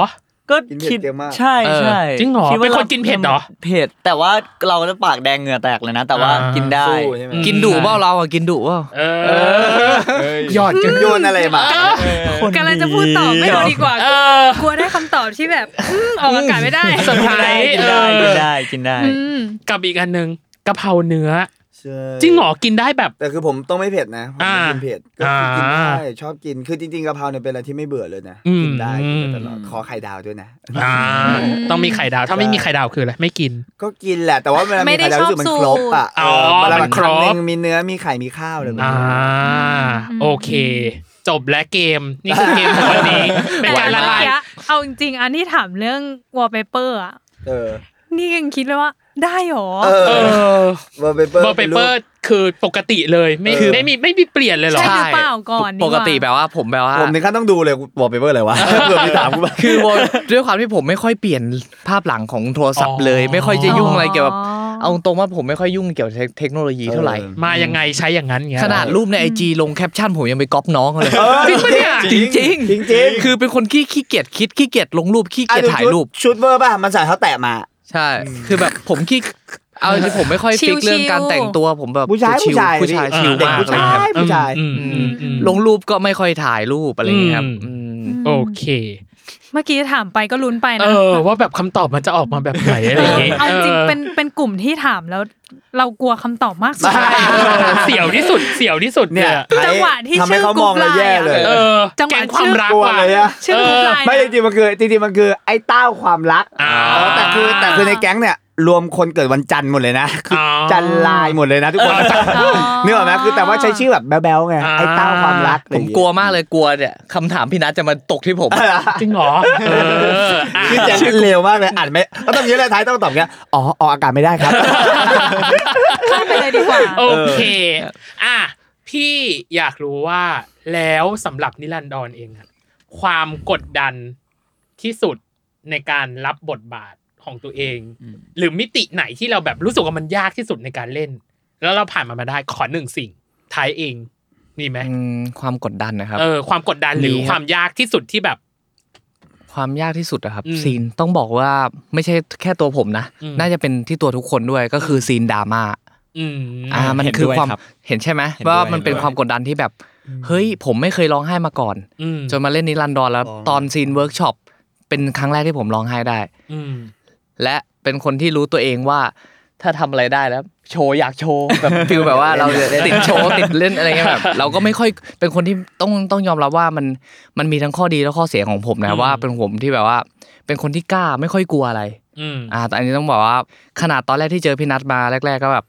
Speaker 7: ก็
Speaker 4: กิ
Speaker 7: คิด
Speaker 4: นเผ็ดเยอะมาก
Speaker 7: ใช่ใช่
Speaker 2: จริงเหรอ
Speaker 7: ดว่า
Speaker 2: เป็นคนกินเผ็ดเหรอ
Speaker 7: เผ็ดแต่ว่าเราจะปากแดงเหงื่อแตกเลยนะ แต่ว่า
Speaker 2: อ่า
Speaker 7: กินได้
Speaker 4: สู้ใช่ไหม
Speaker 5: กินดุเปล่าเราอ่ะกินดุเปล่า
Speaker 2: เออ
Speaker 6: เอ้ย
Speaker 4: หยอดกันโยนอะไรมา
Speaker 7: คน
Speaker 3: กำลังจะพูดต่อไม่เอาดีกว่า
Speaker 2: เออ
Speaker 3: กลัวได้คำตอบที่แบบอืมออกอากาศไม่ได้
Speaker 2: สุดท้าย
Speaker 7: กินได้กินได้กินได้
Speaker 3: อืม
Speaker 2: กับอีกอันหนึ่งกะเพราเนื้อ จริงเหรอกินได้แบบ
Speaker 4: แต่คือผมต้องไม่เผ็ดนะผมไม่กินเผ็ดก็คืออา กินได้ชอบกินคือจริงๆกะเพราเนี่ยเป็นอะไรที่ไม่เบื่อเลยนะ
Speaker 2: อืม
Speaker 4: กินได้กินได้ตลอดขอไข่ดาวด้วยนะ
Speaker 2: อ่าต้องมีไข่ดาว ถ้าไม่มีไข่ดาวคืออะไรไม่กิน
Speaker 4: ก็กินแหละแต่ว่าเวลา
Speaker 3: ไม่
Speaker 4: มี
Speaker 3: ได้
Speaker 4: ไข่ดาวรู้สึกมัน
Speaker 3: ชอบ
Speaker 4: ครบอ่ะ
Speaker 2: สูตรอ๋อ
Speaker 4: เออเวลา
Speaker 2: มั
Speaker 4: แบ
Speaker 2: น
Speaker 4: บ
Speaker 2: ครบ
Speaker 4: คำนึงมีเนื้อมีไข่มีข้าวเลยมัน
Speaker 2: อ่า
Speaker 3: อืม
Speaker 2: โอเค จบและเกม นี่คือเกมของวันนี้ เป็นการละลาย
Speaker 3: เอาจริงๆอันที่ถามเรื่องวอลเปเปอร์อ่ะ
Speaker 4: เออ
Speaker 3: นี่ยังคิดเลยว่า ได้หรอ
Speaker 4: เอ
Speaker 2: เอ
Speaker 4: อ
Speaker 2: อ
Speaker 4: วอลเปเปอร์
Speaker 2: บอลเปเปอร์คือปกติเลยไม่
Speaker 5: คือ
Speaker 2: ไม่มีไม่มีเปลี่ยนเลยเหรอ
Speaker 3: ใช่ หรือเปล่าก่อนดีกว่า
Speaker 5: ปกติแบบว่าผมแบบว่า
Speaker 4: ผมถึงขั้นต้องดูเลยวอลเปเปอร์อะไรวะ เผื่อมีถามกูบ้าง
Speaker 5: คือ <laughs> วอลด้วยความที่ผมไม่ค่อยเปลี่ยนภาพหลังของโทรศัพท์เลย
Speaker 2: อ๋อ
Speaker 5: ไม่ค่อยจะยุ่งอะไรเกี่ยวกับเอาตรงว่าผมไม่ค่อยยุ่งเกี่ยวกับเทคโนโลยีเท่าไหร่
Speaker 4: เออ
Speaker 2: มายังไงใช้อย่างนั้นเงี้ย
Speaker 5: ขนาดรูปในไอจีลงแคปชั่นผมยังไปก๊อปน้องเลย
Speaker 2: จริงปะเนี่ย
Speaker 5: จริงจริง
Speaker 4: จริงจริง
Speaker 5: คือเป็นคนขี้ขี้เกียจคิดขี้เกียจลงรูปขี้เกียจถ่ายรูป
Speaker 4: ชุดเวอร์ป่ะ มันใส่เขาแตะมา
Speaker 5: ใช่ คือแบบผมขี้เอาจริงๆผมไม่ค่อย
Speaker 3: ชิ
Speaker 5: ฟิ
Speaker 3: ล
Speaker 5: ก
Speaker 3: ๆ
Speaker 5: เรื่องการแต่งตัวผมแบบ
Speaker 4: ผู้ชาย
Speaker 5: ชิ
Speaker 4: ผู้
Speaker 5: ล
Speaker 4: ชาย
Speaker 5: ผู้ชาย
Speaker 4: พี่
Speaker 5: ชิล
Speaker 4: เด็ก
Speaker 5: มาก
Speaker 4: ผู้ช
Speaker 5: เล
Speaker 4: าย
Speaker 5: ครับ
Speaker 4: ผู้ชาย
Speaker 2: อืมอืมอืม
Speaker 5: ลงรูปก็ไม่ค่อยถ่ายรูปอะไรอย่างเงี้ยครับ
Speaker 2: อืม
Speaker 5: อืม
Speaker 2: โอเค
Speaker 3: เมื่อกี้ถามไปก็ลุ้นไป
Speaker 2: เอ
Speaker 3: นะ
Speaker 2: อ ว่าแบบคำตอบมันจะออกมาแบบไหนอะไรอย่างงี้
Speaker 3: เอาจริง
Speaker 2: ออ
Speaker 3: เป็นเป็นกลุ่มที่ถามแล้ว เรากลัวคำตอบมากสุด
Speaker 4: ใช่
Speaker 2: เออเสียวที่สุดเสียวที่สุดเนี่ย
Speaker 3: จังหวะที่
Speaker 4: ทำให้เขามองเราแย่เลย
Speaker 3: ชื่
Speaker 2: เออ
Speaker 3: จังหวะ
Speaker 2: แกงความรัก
Speaker 4: กลัว
Speaker 2: ว่ะ
Speaker 4: เลยอะ
Speaker 3: ชื่อคุณลายนะ
Speaker 4: ไม่จริงๆมันคือจริงๆมันคือไอ้เต้าความรัก
Speaker 2: อ่า
Speaker 4: แต่คือแต่คือในแก๊งเนี่ยรวมคนเกิดวันจันทร์หมดเลยนะคืออา จันทร์ลายหมดเลยนะทุกคน
Speaker 3: อ๋อ
Speaker 4: นึกออกไหมคือแต่ว่าใช้ชื่อแบบแบ๊วๆไงไอ้เต้าความรักอะไร
Speaker 5: ผ
Speaker 4: อย่
Speaker 5: ม
Speaker 4: งเงี้ย
Speaker 5: กลัวมากเลยกลัวเนี่ยคำถามพี่นัทจะมาตกที่ผม
Speaker 2: จริงเหรอเอออ่ะ
Speaker 4: คือแจงเร็วมากเลยอ่านไม่แล้วตรงนี้เลยท้ายต้องตอบเงี้ยอ๋อออกอากาศไม่ได้ครับ
Speaker 3: ข้ามไปเลยดีกว่า
Speaker 2: โอเคอ่ะพี่อยากรู้ว่าแล้วสำหรับนิรันดรเองอะความกดดันที่สุดในการรับบทบาทของตัวเอง หรือมิติไหนที่เราแบบรู้สึกว่ามันยากที่สุดในการเล่น แล้วเราผ่านมันมาได้ขอหนึ่งสิ่งท้ายเองมีไหม
Speaker 5: อืมความกดดันนะครับ
Speaker 2: เออความกดดันหรือ
Speaker 5: มีครับ
Speaker 2: ความยากที่สุดที่แบบ
Speaker 5: ความยากที่สุดอะครับ
Speaker 2: อืม
Speaker 5: ซีนต้องบอกว่าไม่ใช่แค่ตัวผมนะ
Speaker 2: อืม
Speaker 5: น่าจะเป็นที่ตัวทุกคนด้วยก็คือซีนดราม่า
Speaker 2: อืม
Speaker 6: <laughs>
Speaker 5: อ่ามัน
Speaker 6: เห็น
Speaker 5: คือ
Speaker 6: ด้วย
Speaker 5: ความ
Speaker 6: ครับ
Speaker 5: เห็นใช่ไหม
Speaker 6: เห็นด้วย
Speaker 5: ว่ามันเป็น
Speaker 6: เห็นด้วย
Speaker 5: ความกดดันที่แบบ เฮ้ยผมไม่เคยร้องไห้มาก่อน
Speaker 2: อืม
Speaker 5: จนมาเล่นนิรันดรแล้ว
Speaker 4: อ๋อ
Speaker 5: ตอนซีนเวิร์กช็อปเป็นครั้งแรกที่ผมร้องไห้ได้
Speaker 2: อืม
Speaker 5: และเป็นคนที่รู้ตัวเองว่า ถ้าทำอะไรได้แล้ว โชว์อยากโชว์แบบ ฟิล
Speaker 6: <laughs>
Speaker 5: แบบว่าเราติดโชว์ติดเล่นอะไรเงี้ยแบบเราก็ไม่ค่อยเป็นคนที่ต้องต้องยอมรับว่ามันมันมีทั้งข้อดีและข้อเสียของผม
Speaker 2: อื
Speaker 5: นะ
Speaker 2: ม
Speaker 5: ว่าเป็นผมที่แบบว่า เป็นคนที่กล้าไม่ค่อยกลัวอะไร
Speaker 2: อืม
Speaker 5: อ่าแต่อันนี้ต้องบอกว่าขนาดตอนแรกที่เจอพี่นัทมาแรก ๆ ก็แบบ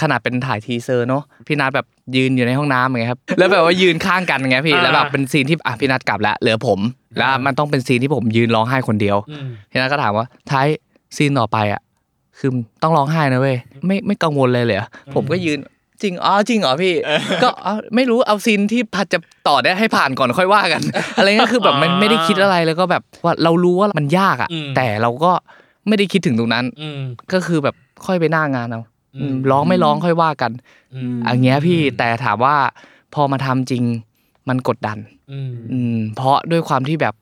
Speaker 5: ขนาดเป็นถ่ายทีเซอร์เนาะพี่นัทแบบยืนอยู่ในห้องน้ำไงครับ แล้วแบบว่ายืนข้างกันไงพี่
Speaker 2: อ่า
Speaker 5: แล้วแบบเป็นซีนที่อ่ะพี่นัทกลับแล้วเหลือผม แล้วมันต้องเป็นซีนที่ผมยืนร้องไห้คนเดียว
Speaker 2: อืม
Speaker 5: พี่นัทก็ถามว่าท้ายซีนต่อไปอ่ะคือต้องร้องไห้นะเว้ยไม่ไม่กังวลเลยเลยผมก็ยืนจริงอ๋อจริงเหรอพี่ ก็อ๋อไม่รู้เอาซีนที่พัดจะต่อได้ให้ผ่านก่อนค่อยว่ากัน
Speaker 2: <laughs>
Speaker 5: อะไรเงี้ยคือแบบมัน
Speaker 2: อ่า
Speaker 5: ไม่ได้คิดอะไรแล้วก็แบบว่าเรารู้ว่ามันยากอ่ะ
Speaker 2: อืม
Speaker 5: แต่เราก็ไม่ได้คิดถึงตรงนั้น
Speaker 2: อืม
Speaker 5: ก็คือแบบค่อยไปหน้างานเอา
Speaker 2: อืม
Speaker 5: ร้องไม่ร้องค่อยว่ากัน
Speaker 2: อืม
Speaker 5: อันเงี้ยพี่แต่ถามว่าพอมาทำจริงมันกดดัน
Speaker 2: อืม
Speaker 5: อืมเพราะด้วยความที่แบบ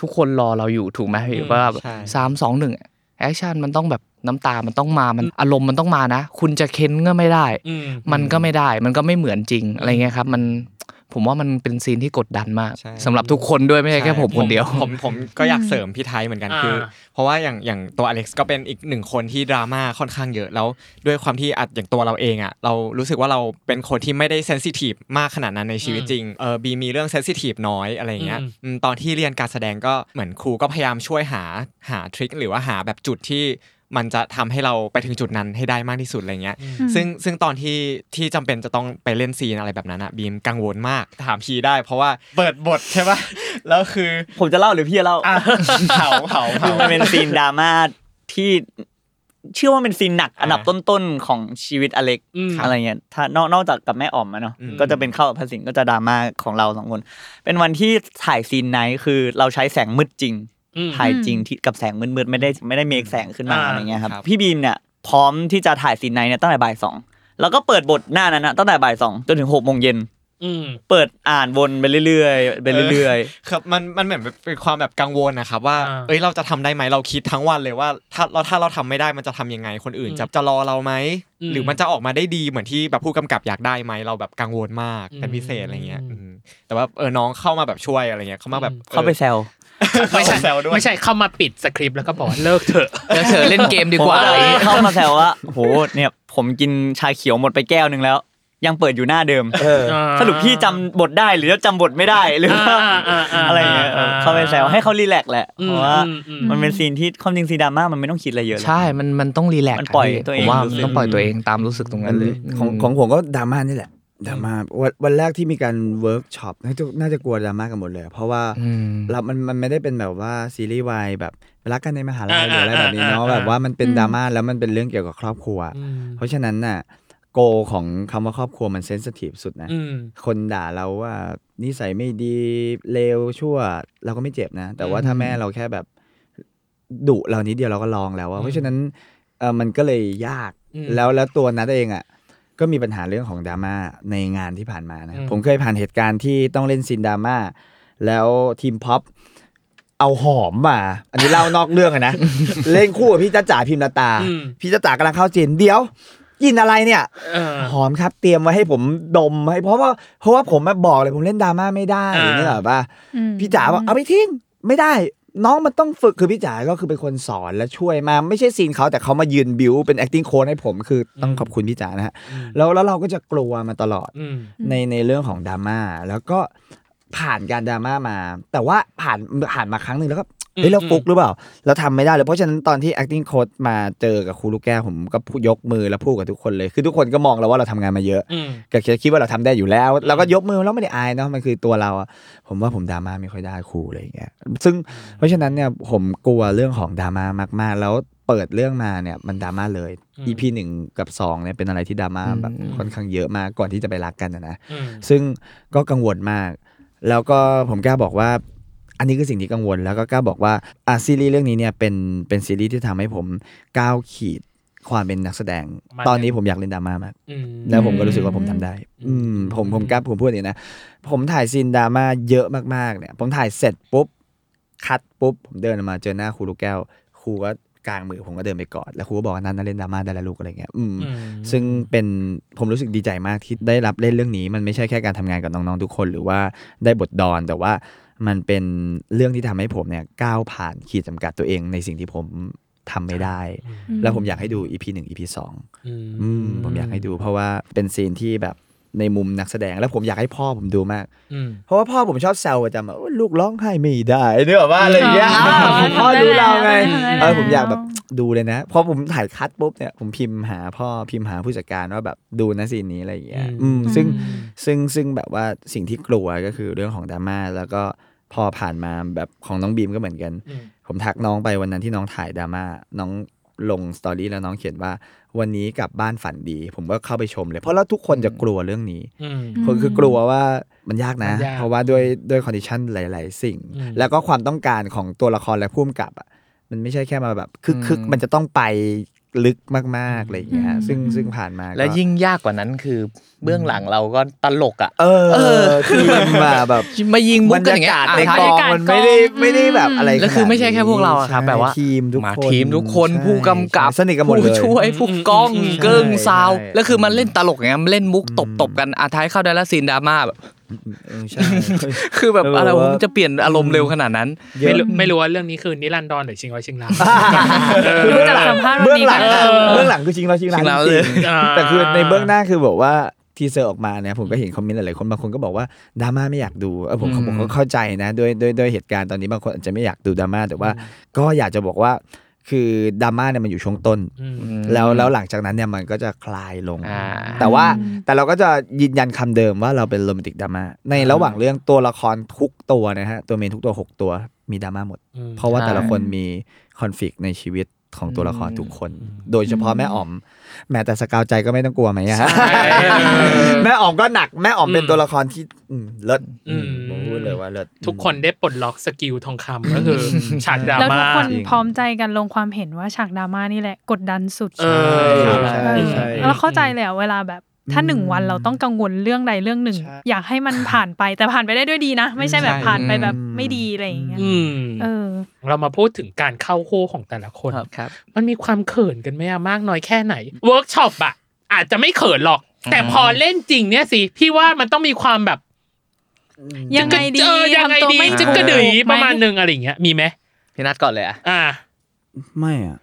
Speaker 5: ทุกคนรอเราอยู่ถูกไหมพี่
Speaker 2: อืม
Speaker 5: ว่า
Speaker 6: ใช่
Speaker 5: สามสองหนึ่งแอคชั่นมันต้องแบบน้ำตามันต้องมามันอารมณ์มันต้องมานะ คุณจะเค้นก็ไม่ได้
Speaker 2: อืม
Speaker 5: มันก็ไม่ได้มันก็ไม่เหมือนจริงอะไรเงี้ยครับ มันผมว่ามันเป็นซีนที่กดดันมาก
Speaker 6: ใช่
Speaker 5: สำหรับทุกคนด้วยไม่ใช่แค่ผมคนเดียว
Speaker 6: ผมผมก็อยากเสริมพี่ไทยเหมือนกัน
Speaker 2: อ่า
Speaker 6: คือ เพราะว่าอย่างอย่างตัวอเล็กซ์ก็เป็นอีกหนึ่งคนที่ดราม่าค่อนข้างเยอะแล้วด้วยความที่อัดอย่างตัวเราเองอ่ะเรารู้สึกว่าเราเป็นคนที่ไม่ได้เซนซิทีฟมากขนาดนั้นในชีวิตจริงเออบีมีเรื่องเซนซิทีฟน้อยอะไรอย่างเงี้ย
Speaker 2: อืม
Speaker 6: อืมตอนที่เรียนการแสดงก็เหมือนครูก็พยายามช่วยหาหาทริคหรือว่าหาแบบจุดที่มันจะทำให้เราไปถึงจุดนั้นให้ได้มากที่สุดอะไรเงี้ย ซึ่งซึ่งตอนที่ที่จำเป็นจะต้องไปเล่นซีนอะไรแบบนั้นอะบีมกังวลมากถามพีได้ เพราะว่าเปิดบทใช่ปะแล้วคือ
Speaker 7: ผมจะเล่าหรือพี่จะเล่า
Speaker 6: อ่ะเผาเผาเผา
Speaker 7: คือมันเป็นซีนดราม่าที่เชื่อว่าเป็นซีนหนักอันดับต้นๆของชีวิตอเล็ก
Speaker 2: อืม
Speaker 7: อะไรเงี้ยถ้านอกนอกจากกับแม่อ๋อมอะเนาะ
Speaker 6: อืม
Speaker 7: ก็จะเป็นเข้ากับพระสิงห์ก็จะดราม่าของเราสองคน เป็นวันที่ถ่ายซีนไนท์คือเราใช้แสงมืดจริง
Speaker 2: อืม
Speaker 7: ถ่ายจริงที่กับแสงมืดๆไม่ได้ไม่ได้เมคแสงขึ้นมา
Speaker 2: อ่า
Speaker 7: อะไรเงี้ยครับ
Speaker 6: ครับ
Speaker 7: พี่บีมเนี่ยพร้อมที่จะถ่ายซีนไนท์เนี่ยตั้งแต่บ่ายสองแล้วก็เปิดบทหน้านั้นนะตั้งแต่บ่ายสองจนถึงหกโมงเย็น
Speaker 2: อืม
Speaker 7: เปิดอ่านวนไปเรื่อยๆไปเรื่อยๆ
Speaker 6: ครับมันมันเหมือนเป็นความแบบกังวลนะครับว่า
Speaker 2: อ่า
Speaker 6: เอ้ยเราจะทำได้ไหมเราคิดทั้งวันเลยว่า ถ้าเราถ้าเราทำไม่ได้มันจะทำยังไงคนอื่น จะจะรอเราไหม
Speaker 2: อืม
Speaker 6: หรือมันจะออกมาได้ดีเหมือนที่แบบผู้กำกับอยากได้ไหมเราแบบกังวลมาก
Speaker 2: อืม
Speaker 6: เป็นพิเศษอะไรเงี้ยอืมแต่ว่าเออน้องเข้ามาแบบช่วยอะไรเงี้ยเข้ามาแบบ
Speaker 2: อืม
Speaker 7: เข้าไปแซว
Speaker 2: ไม่ใช่
Speaker 6: แซวด้วย
Speaker 2: ไม่ใช่เข้ามาปิดสคริปต์แล้วก็บอกว่าเลิกเถอะ
Speaker 5: แล้วเธอเล่นเกมดี
Speaker 7: ผม
Speaker 5: กว่า
Speaker 7: ก็
Speaker 5: อะไร
Speaker 7: เลย
Speaker 5: เงี้ย
Speaker 7: เข้ามาแซวว่า โห เนี่ย ผมกินชาเขียวหมดไปแก้วหนึ่งแล้ว ยังเปิดอยู่หน้าเดิม
Speaker 4: เออ
Speaker 7: สรุปพี่จำบทได้หรือจำบทไม่ได้หรือว่า
Speaker 2: อ่าๆๆๆ
Speaker 7: อะไรอย่างเงี้ยเออเข้าไปแซวให้เขารีแลกซ์แหละ
Speaker 2: อืม
Speaker 7: เพราะว่า
Speaker 2: อืมอืม
Speaker 7: มันเป็นซีนที่ความจริงซีนดราม่ามันไม่ต้องคิดอะไรเยอะหรอก
Speaker 5: ใช่มันมันต้องรีแลกซ์
Speaker 7: มันปล่อย
Speaker 5: ะพี่
Speaker 7: ตัวเอ
Speaker 5: ผ
Speaker 7: ง
Speaker 5: มว่า
Speaker 7: รู้สึ
Speaker 5: มัน
Speaker 7: ก
Speaker 5: ต้องปล่อยตัวเองตามรู้สึกตรงนั้นเลย
Speaker 4: ของของผมก็ดราม่านี่แหละ จ ดราม่าวันวันแรกที่มีการเวิร์กช็อปน่าจะน่าจะกลัวดราม่ากันหมดเลย เพราะว่า
Speaker 5: อืม
Speaker 4: เรามันมันไม่ได้เป็นแบบว่าซีรีส์วายแบบรักกันในมหาลัย
Speaker 2: อ่า
Speaker 4: หรืออะไรแบบนี้เนาะ
Speaker 2: อ่า
Speaker 4: แบบว่ามันเป็น
Speaker 3: อืม
Speaker 4: ดราม่าแล้วมันเป็นเรื่องเกี่ยวกับครอบครัว
Speaker 2: อืม
Speaker 4: เพราะฉะนั้นน่ะโกของคำว่าครอบครัวมันเซน i ทีฟสุดนะ
Speaker 2: อืม
Speaker 4: คนด่าเราว่านิสัยไม่ดีเลวชั่ว เราก็ไม่เจ็บนะ แต่ว่า
Speaker 2: อืม
Speaker 4: ถ้าแม่เราแค่แบบดุเรานิดเดียวเราก็ลองแล้วอะ
Speaker 2: อืม
Speaker 4: เพราะฉะนั้นเออมันก็เลยยาก
Speaker 2: อืม
Speaker 4: แล้วแล้วตัวนัดเองอ่ะก็มีปัญหาเรื่องของดราม่าในงานที่ผ่านมานะ
Speaker 2: อืม
Speaker 4: ผมเคยผ่านเหตุการณ์ที่ต้องเล่นซีนดราม่าแล้วทีมพ็อปเอาหอมมาอันนี้เล่านอกเรื่อง
Speaker 2: <laughs>
Speaker 4: อะนะ เล่นคู่กับพี่จ้าจ๋าพิมพ์ลตา
Speaker 2: อืม
Speaker 4: พี่จ้าจ๋ากำลังเข้าจีนเดี๋ยวกินอะไรเนี่ย
Speaker 2: เออ
Speaker 4: หอมครับเตรียมไว้ให้ผมดมให้เพราะว่าเพราะว่าผมมาบอกเลยผมเล่นดราม่าไม่ได้
Speaker 2: อ่า
Speaker 4: เนี่ยหรอป่ะ
Speaker 3: อืม
Speaker 4: พี่จ๋าบอกเอาไปทิ้งไม่ได้ น้องมันต้องฝึกคือพี่จ๋าก็คือเป็นคนสอนและช่วยมาไม่ใช่ซีนเขาแต่เขามายืนบิวเป็น acting coach ให้ผมคือต้องขอบคุณพี่จ๋านะฮะแล้วแล้วเราก็จะกลัวมาตลอด
Speaker 2: อืม
Speaker 4: ในในเรื่องของดราม่าแล้วก็ผ่านการดราม่ามา แต่ว่าผ่านผ่านมาครั้งหนึ่งแล้วก็เฮ้ยเรา
Speaker 2: อืม
Speaker 4: ฟุกหรือเปล่า เราทำไม่ได้เลยเพราะฉะนั้นตอนที่ acting coach มาเจอกับครูลูกแก้วผมก็พูดยกมือแล้วพูดกับทุกคนเลย คือทุกคนก็มองเราว่าเราทำงานมาเยอะ
Speaker 2: อืม
Speaker 4: ก็คิดว่าเราทำได้อยู่แล้ว เราก็ยกมือแล้วไม่ได้อายเนาะมันคือตัวเราอะผมว่าผมดราม่าไม่ค่อยได้ครูอะไรอย่างเงี้ยซึ่งเพราะฉะนั้นเนี่ยผมกลัวเรื่องของดราม่ามากๆ แล้วเปิดเรื่องมาเนี่ยมันดราม่าเลย
Speaker 2: อืม
Speaker 4: EP หนึ่งกับสองเนี่ยเป็นอะไรที่ดราม่าแบบค่อนข้างเยอะมากก่อนที่จะไปรักกันอะนะ
Speaker 2: อืม
Speaker 4: ซึ่งก็กังวลมาก แล้วก็ผมกล้าบอกว่า อันนี้คือสิ่งที่กังวล แล้วก็กล้าบอกว่าอ่ะซีรีส์เรื่องนี้เนี่ยเป็นเป็นซีรีส์ที่ทำให้ผมก้าวขีดความเป็นนักแสดง
Speaker 2: มา
Speaker 4: ตอนนี้
Speaker 2: เลย
Speaker 4: ผมอยากเล่นดราม่ามาก
Speaker 2: อืม
Speaker 4: แล้วผมก็รู้สึกว่าผมทำได้
Speaker 2: อื
Speaker 4: อื
Speaker 2: ม
Speaker 4: ม ผมผมกล้าผมพูดอย่างนี้นะ ผมถ่ายซีนดราม่าเยอะมากๆ เนี่ย ผมถ่ายเสร็จปุ๊บ คัดปุ๊บ ผมเดินออกมาเจอหน้าครูลูกแก้ว ครูก็กลางมือผมก็เดินไปกอด แล้วครูก็บอกว่านั่นน่ะเล่นดราม่าได้แล้วลูกอะไรเงี้ย อืม
Speaker 2: อืม
Speaker 4: ซึ่งเป็นผมรู้สึกดีใจมากที่ได้รับเล่นเรื่องนี้ มันไม่ใช่แค่การทำงานกับน้องๆทุกคน หรือว่าได้บทดอน แต่ว่ามันเป็นเรื่องที่ทำให้ผมเนี่ยก้าวผ่านขีดจำกัดตัวเองในสิ่งที่ผมทำไม่ได้ แล้วผมอยากให้ดู EP หนึ่ง EP สอง
Speaker 2: อืม
Speaker 4: อืมผมอยากให้ดูเพราะว่าเป็นซีนที่แบบในมุมนักแสดงแล้วผมอยากให้พ่อผมดูมาก
Speaker 2: อืม
Speaker 4: เพราะว่าพ่อผมชอบแซวประจำว่าโอ๊ยลูกร้องไห้ไม่ได้เนื้อว่าอะไรอย่างเงี้ย
Speaker 3: อ๋อ
Speaker 4: อ้าว <laughs> พ่อดูเราไง
Speaker 3: ได้แล้ว
Speaker 4: เออผมอยากแบบดูเลยนะพอผมถ่ายคัดปุ๊บเนี่ยผมพิมพ์หาพ่อพิมพ์หาผู้จัดการว่าแบบดูนะซีนนี้อะไรอย่างเงี้ย
Speaker 2: อื
Speaker 4: อื
Speaker 2: ม
Speaker 4: มซึ่งซึ่งซึ่งแบบว่าสิ่งที่กลัวก็คือเรื่องของดราม่าแล้วก็พอผ่านมาแบบของน้องบีมก็เหมือนกัน
Speaker 2: อืม
Speaker 4: ผมทักน้องไปวันนั้นที่น้องถ่ายดราม่าน้องลงสตอรี่แล้วน้องเขียนว่า วันนี้กลับบ้านฝันดี ผมก็เข้าไปชมเลย เพราะเราทุกคนจะกลัวเรื่องนี้
Speaker 2: อืม
Speaker 4: คนคือกลัวว่ามันยากนะ
Speaker 2: มันยาก
Speaker 4: เพราะว่าด้วยด้วยคอนดิชันหลาย ๆ สิ่ง
Speaker 2: อืม
Speaker 4: แล้วก็ความต้องการของตัวละครและผู้กำกับอะมันไม่ใช่แค่มาแบบคึกคึก
Speaker 5: อืม
Speaker 4: มันจะต้องไปลึกมากๆอะไรอย่างเงี้ย
Speaker 3: อืม
Speaker 4: ซึ่งซึ่งผ่านมาก็
Speaker 5: และยิ่งยากกว่านั้นคือเบื้องหลังเราก็ตลกอ่ะ
Speaker 4: เอ
Speaker 5: เอ
Speaker 4: อ
Speaker 5: อ
Speaker 4: คือมาแบบ
Speaker 5: มายิงมุกกันอย่า
Speaker 4: บรร
Speaker 5: งเงี้
Speaker 4: ยายกาศ
Speaker 5: อ่ะ
Speaker 4: ใน
Speaker 5: ครับ
Speaker 4: กองมันไม่ได้ไม่ได้แบบอะไร
Speaker 5: แล้วคือไม่ใช่แค่พวกเราอะครับ
Speaker 4: ใช่
Speaker 5: แบบว่า
Speaker 4: ทีมทุก
Speaker 5: มา
Speaker 4: คน
Speaker 5: ทีมทุกคน
Speaker 4: ใช่
Speaker 5: ผู้กำกับ
Speaker 4: สนิทกันหมดเลย
Speaker 5: ผู้ช่วยผู้กล้อง
Speaker 2: อืม
Speaker 5: เกิ้ง
Speaker 4: ใช่
Speaker 5: ซาว
Speaker 4: ใช่
Speaker 5: แล้วคือมันเล่นตลกอย่างเงี้ยมันเล่นมุก
Speaker 4: อืม
Speaker 5: ตบตบๆกันอาท้ายเข้าได้ละซีนดราม่าแบบ
Speaker 4: เออใช่
Speaker 5: คือแบบ
Speaker 4: แล้ว
Speaker 5: อะไร
Speaker 4: แบบ
Speaker 5: วะ
Speaker 4: ว่า
Speaker 5: มันจะเปลี่ยนอารมณ์เร็วขนาดนั้น
Speaker 4: เย
Speaker 2: ไม่
Speaker 4: อะ
Speaker 2: รู้ไม่รู้ว่าเรื่องนี้คือนิรันดรหรือชิงร้อยชิงล้าน
Speaker 3: ดูจากสัมภาษณ์วั
Speaker 4: เบื้
Speaker 3: น
Speaker 4: อง
Speaker 3: นี้
Speaker 4: หลัง
Speaker 3: ก็
Speaker 4: อะ
Speaker 2: เออ
Speaker 4: เบื้องหลังคือจริงเราจริง
Speaker 5: จริง
Speaker 4: เรา
Speaker 5: เรา
Speaker 4: จ
Speaker 5: เล
Speaker 4: ริ
Speaker 5: ย
Speaker 4: งแต่คือในเบื้องหน้าคือบอกว่าทีเซอร์ออกมาเนี่ยผมก็เห็นคอมเมนต์หลายๆคนบางคนก็บอกว่าดราม่าไม่อยากดูเออผม
Speaker 5: อืม
Speaker 4: ผมก็เข้าใจนะด้วยด้วยด้วยเหตุการณ์ตอนนี้บางคนอาจจะไม่อยากดูดราม่าแต่ว่า ก็อยากจะบอกว่าคือดราม่าเนี่ยมันอยู่ช่วงต้น
Speaker 2: อืม
Speaker 4: แล้วแล้วหลังจากนั้นเนี่ยมันก็จะคลายลง
Speaker 5: อ่า
Speaker 4: แต่ว่า
Speaker 3: อืม
Speaker 4: แต่เราก็จะยืนยันคำเดิมว่าเราเป็นโรแมนติกดราม่าในระหว่างเรื่องตัวละครทุกตัวนะฮะตัวเมนทุกตัวหกตัวมีดราม่าหมด
Speaker 2: อืม
Speaker 4: เพราะว่า
Speaker 5: ใช่
Speaker 4: แต่ละคนมีคอนฟ lict ในชีวิตของตัวละครทุกคน โดยเฉพาะแม่อ๋อม แม้แต่สกาวใจก็ไม่ต้องกลัวไหมอะฮะ <laughs> แม่อ๋อมก็หนักแม่อ๋อมเป็นตัวละครที่อืมเลิศ
Speaker 2: อืม
Speaker 4: ผมพูดเลยว่าเลิศ
Speaker 2: ทุกคนได้ปลดล็อกสกิลทองคำก็คือฉากดรา
Speaker 3: แล้วทุ
Speaker 2: ม่า
Speaker 3: กคน
Speaker 4: จริง
Speaker 3: พร้อมใจกันลงความเห็นว่าฉากดราม่านี่แหละกดดันสุด
Speaker 2: เออ
Speaker 4: ใช่
Speaker 3: เอ
Speaker 4: ใช่
Speaker 3: อ
Speaker 4: ใช่
Speaker 3: แล้วเข้าใจเลยอะเวลาแบบถ้าหนึ่งวันเราต้องกังวลเรื่องใดเรื่องหนึ่ง อยากให้มันผ่านไปแต่ผ่านไปได้ด้วยดีนะ ไม่ใช่แบบ
Speaker 5: ใช่
Speaker 3: ผ่านไปแบบ
Speaker 4: อืม
Speaker 3: ไม่ดีอะไรอย่างเงี้ย
Speaker 2: อืม
Speaker 3: เออ
Speaker 2: เรามาพูดถึงการเข้าโค้ของแต่ละคน
Speaker 5: ครับครับ
Speaker 2: มันมีความเขินกันไหมอะมากน้อยแค่ไหนเวิร์กช็อปอะอาจจะไม่เขินหรอก แต่พอเล่นจริงเนี่ยสิ พี่ว่ามันต้องมีความแบบ
Speaker 3: ยังไงดี
Speaker 2: เออยังไง
Speaker 3: ทำตัว
Speaker 2: ดี
Speaker 3: ไม่
Speaker 2: จะกระดือ
Speaker 3: ถูกไห
Speaker 2: ประมาณหนึงอะไรอย่างเงี้ยมีไหม
Speaker 5: พี่นัทก่อนเลยอ่ะ
Speaker 2: อ่า
Speaker 4: ไม่อะ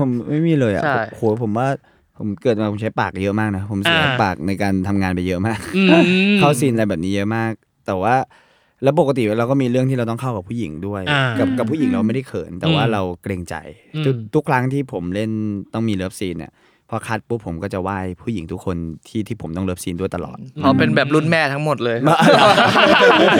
Speaker 4: ผมไม่มีเลยอะ
Speaker 5: ใช่
Speaker 4: โหผมว่าผมเกิดมาผมใช้ปากเยอะมากนะ ผมเสีย
Speaker 2: อ่า
Speaker 4: ปากในการทำงานไปเยอะมาก
Speaker 2: อืม
Speaker 4: เข้าซีนอะไรแบบนี้เยอะมาก แต่ว่าแล้วปกติเราก็มีเรื่องที่เราต้องเข้ากับผู้หญิงด้วย
Speaker 2: อ่ากั
Speaker 4: กับกับผู้หญิงเราไม่ได้เขิน แต่ว่า
Speaker 2: อืม
Speaker 4: เราเกรงใจ
Speaker 2: อืม
Speaker 4: ทุกทุกครั้งที่ผมเล่นต้องมีเลิฟซีนเนี่ย พอคัดปุ๊บผมก็จะไหว้ผู้หญิงทุกคนที่ที่ผมต้องเลิฟซีนด้วยตลอด
Speaker 5: อ๋อเป็นแบบรุ่นแม่ทั้งหมดเลย
Speaker 4: <laughs>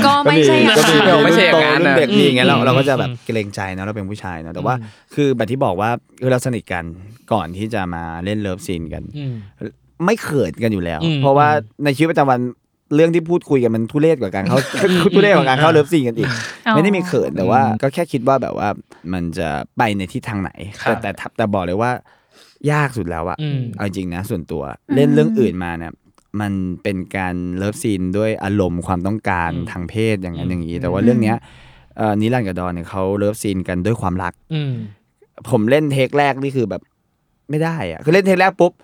Speaker 3: ก็ไม่ใช่อย่าง
Speaker 4: ก็
Speaker 3: นั้น
Speaker 4: มี
Speaker 5: เดี๋ยวไม่ใช่อย่างนั้น
Speaker 4: รุ่
Speaker 5: นะ
Speaker 4: เด็กนี่ไงเรา
Speaker 5: อืม
Speaker 4: เราก็จะแบบเกรงใจเนอะเราเป็นผู้ชายเนอะแต่ว่าคือแบบที่บอกว่าคือเราสนิทกันก่อนที่จะมาเล่นเลิฟซีนกัน
Speaker 2: อืม
Speaker 4: ไม่เขินกันอยู่แล้ว
Speaker 2: อืม
Speaker 4: เพราะว่าในชีวิตประจำวันเรื่องที่พูดคุยกันมัน <laughs> ทุเรศกว่าการเขา ทุเรศก
Speaker 2: <laughs>
Speaker 4: ว่าการเข้าเลิฟซีนกันอีก
Speaker 3: อ๋อ
Speaker 4: ไม่ได้มีเขินแต่ว่า ก็แค่คิดว่าแบบว่ามันจะไปในทิศทางไหน
Speaker 2: ครั
Speaker 4: แต่
Speaker 2: บ
Speaker 4: แต่แต่บอกเลยว่ายากสุดแล้วอะ
Speaker 2: อืม
Speaker 4: เอาจริงนะ ส่วนตัวเล่นเรื่องอื่นมาเนี่ยมันเป็นการเลิฟซีนด้วยอารมณ์ความต้องการ
Speaker 2: อืม
Speaker 4: ทางเพศอย่างนั้นอย่างนี้แต่ว่าเรื่องเนี้ยเอ่อนิรันดร์กับดอนเนี่ยเขาเลิฟซีนกันด้วยความรัก
Speaker 2: อืม
Speaker 4: ผมเล่นเทคแรกนี่คือแบบไม่ได้อะคือเล่นเทคแรกปุ๊บ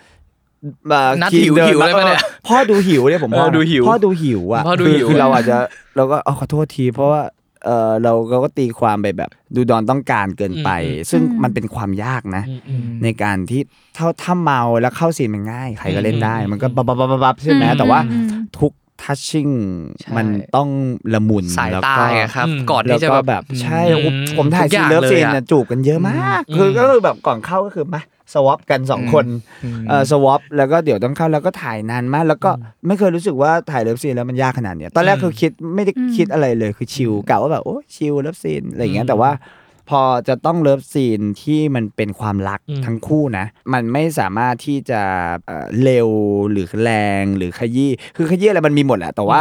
Speaker 4: เอ่อ
Speaker 5: นัด
Speaker 4: คิง
Speaker 5: หิว
Speaker 4: ดิน
Speaker 5: หิวเลยปะเนี่
Speaker 4: อ
Speaker 5: ย
Speaker 4: อพ่อดูหิวเนี่ยผม
Speaker 5: เออ
Speaker 4: ว่านะ
Speaker 5: ดูหิว
Speaker 4: พ่อดูหิวอ่ะ
Speaker 5: พ่อดู
Speaker 4: คือ
Speaker 5: หิว
Speaker 4: คือ
Speaker 5: อะ
Speaker 4: เราอาจจะเราก็เออขอโทษที เพราะว่าเออเราเราก็ตีความไปแบบ ดูดอนต้องการเกินไป ซึ่ง
Speaker 3: อืม
Speaker 4: มันเป็นความยากนะ
Speaker 2: อืมอืม
Speaker 4: ในการที่ถ้าถ้าเมาแล้วเข้าซีนมันง่าย ใครก็เล่นได้
Speaker 2: อืม
Speaker 4: มันก็บับบับบับบับใช่ไหม
Speaker 3: อืม
Speaker 4: แต่ว่า
Speaker 3: อืม
Speaker 4: ทุกทัชชิ่ง
Speaker 5: ใช่
Speaker 4: มันต้องละมุน
Speaker 5: สาย
Speaker 4: แล้ว
Speaker 5: ตา
Speaker 4: ก็
Speaker 5: ไงครับ
Speaker 2: อืม
Speaker 5: ก่อน
Speaker 4: แล้
Speaker 5: ที่
Speaker 4: ว
Speaker 5: จะ
Speaker 4: ก็
Speaker 5: แบ
Speaker 4: แบบ บใช่
Speaker 2: อืม
Speaker 4: ผมผมถ่าย
Speaker 5: ทุกอ
Speaker 4: ซีน
Speaker 5: ย่าง
Speaker 4: เลิฟซีน
Speaker 5: เลย
Speaker 4: เนี่ย
Speaker 5: อะ
Speaker 4: จูบกันเยอะมาก
Speaker 2: อืม
Speaker 4: คือ
Speaker 2: อืม
Speaker 4: ก็คือแบบก่อนเข้าก็คือมาสวอปกันสอง
Speaker 5: อืม
Speaker 4: คนเอ่อ
Speaker 5: ม
Speaker 4: สวอปแล้วก็เดี๋ยวต้องเข้าแล้วก็ถ่ายนานมาก แล้วก็ไม่เคยรู้สึกว่าถ่ายเลิฟซีนแล้วมันยากขนาดเนี้ยตอนแรกคือคิดไม่ได้
Speaker 3: อืม
Speaker 4: คิดอะไรเลยคือชิลกะว่าแบบโอ้ชิลเลิฟซีนอะไรอย่างเงี้
Speaker 2: อื
Speaker 4: ย
Speaker 2: ม
Speaker 4: แต่ว่า พอจะต้องเลิฟซีนที่มันเป็นความรัก
Speaker 2: อืม
Speaker 4: ทั้งคู่นะ มันไม่สามารถที่จะเอ่อเร็วหรือแรงหรือขยี้คือขยี้อะไรมันมีหมดแหละแต่ว่า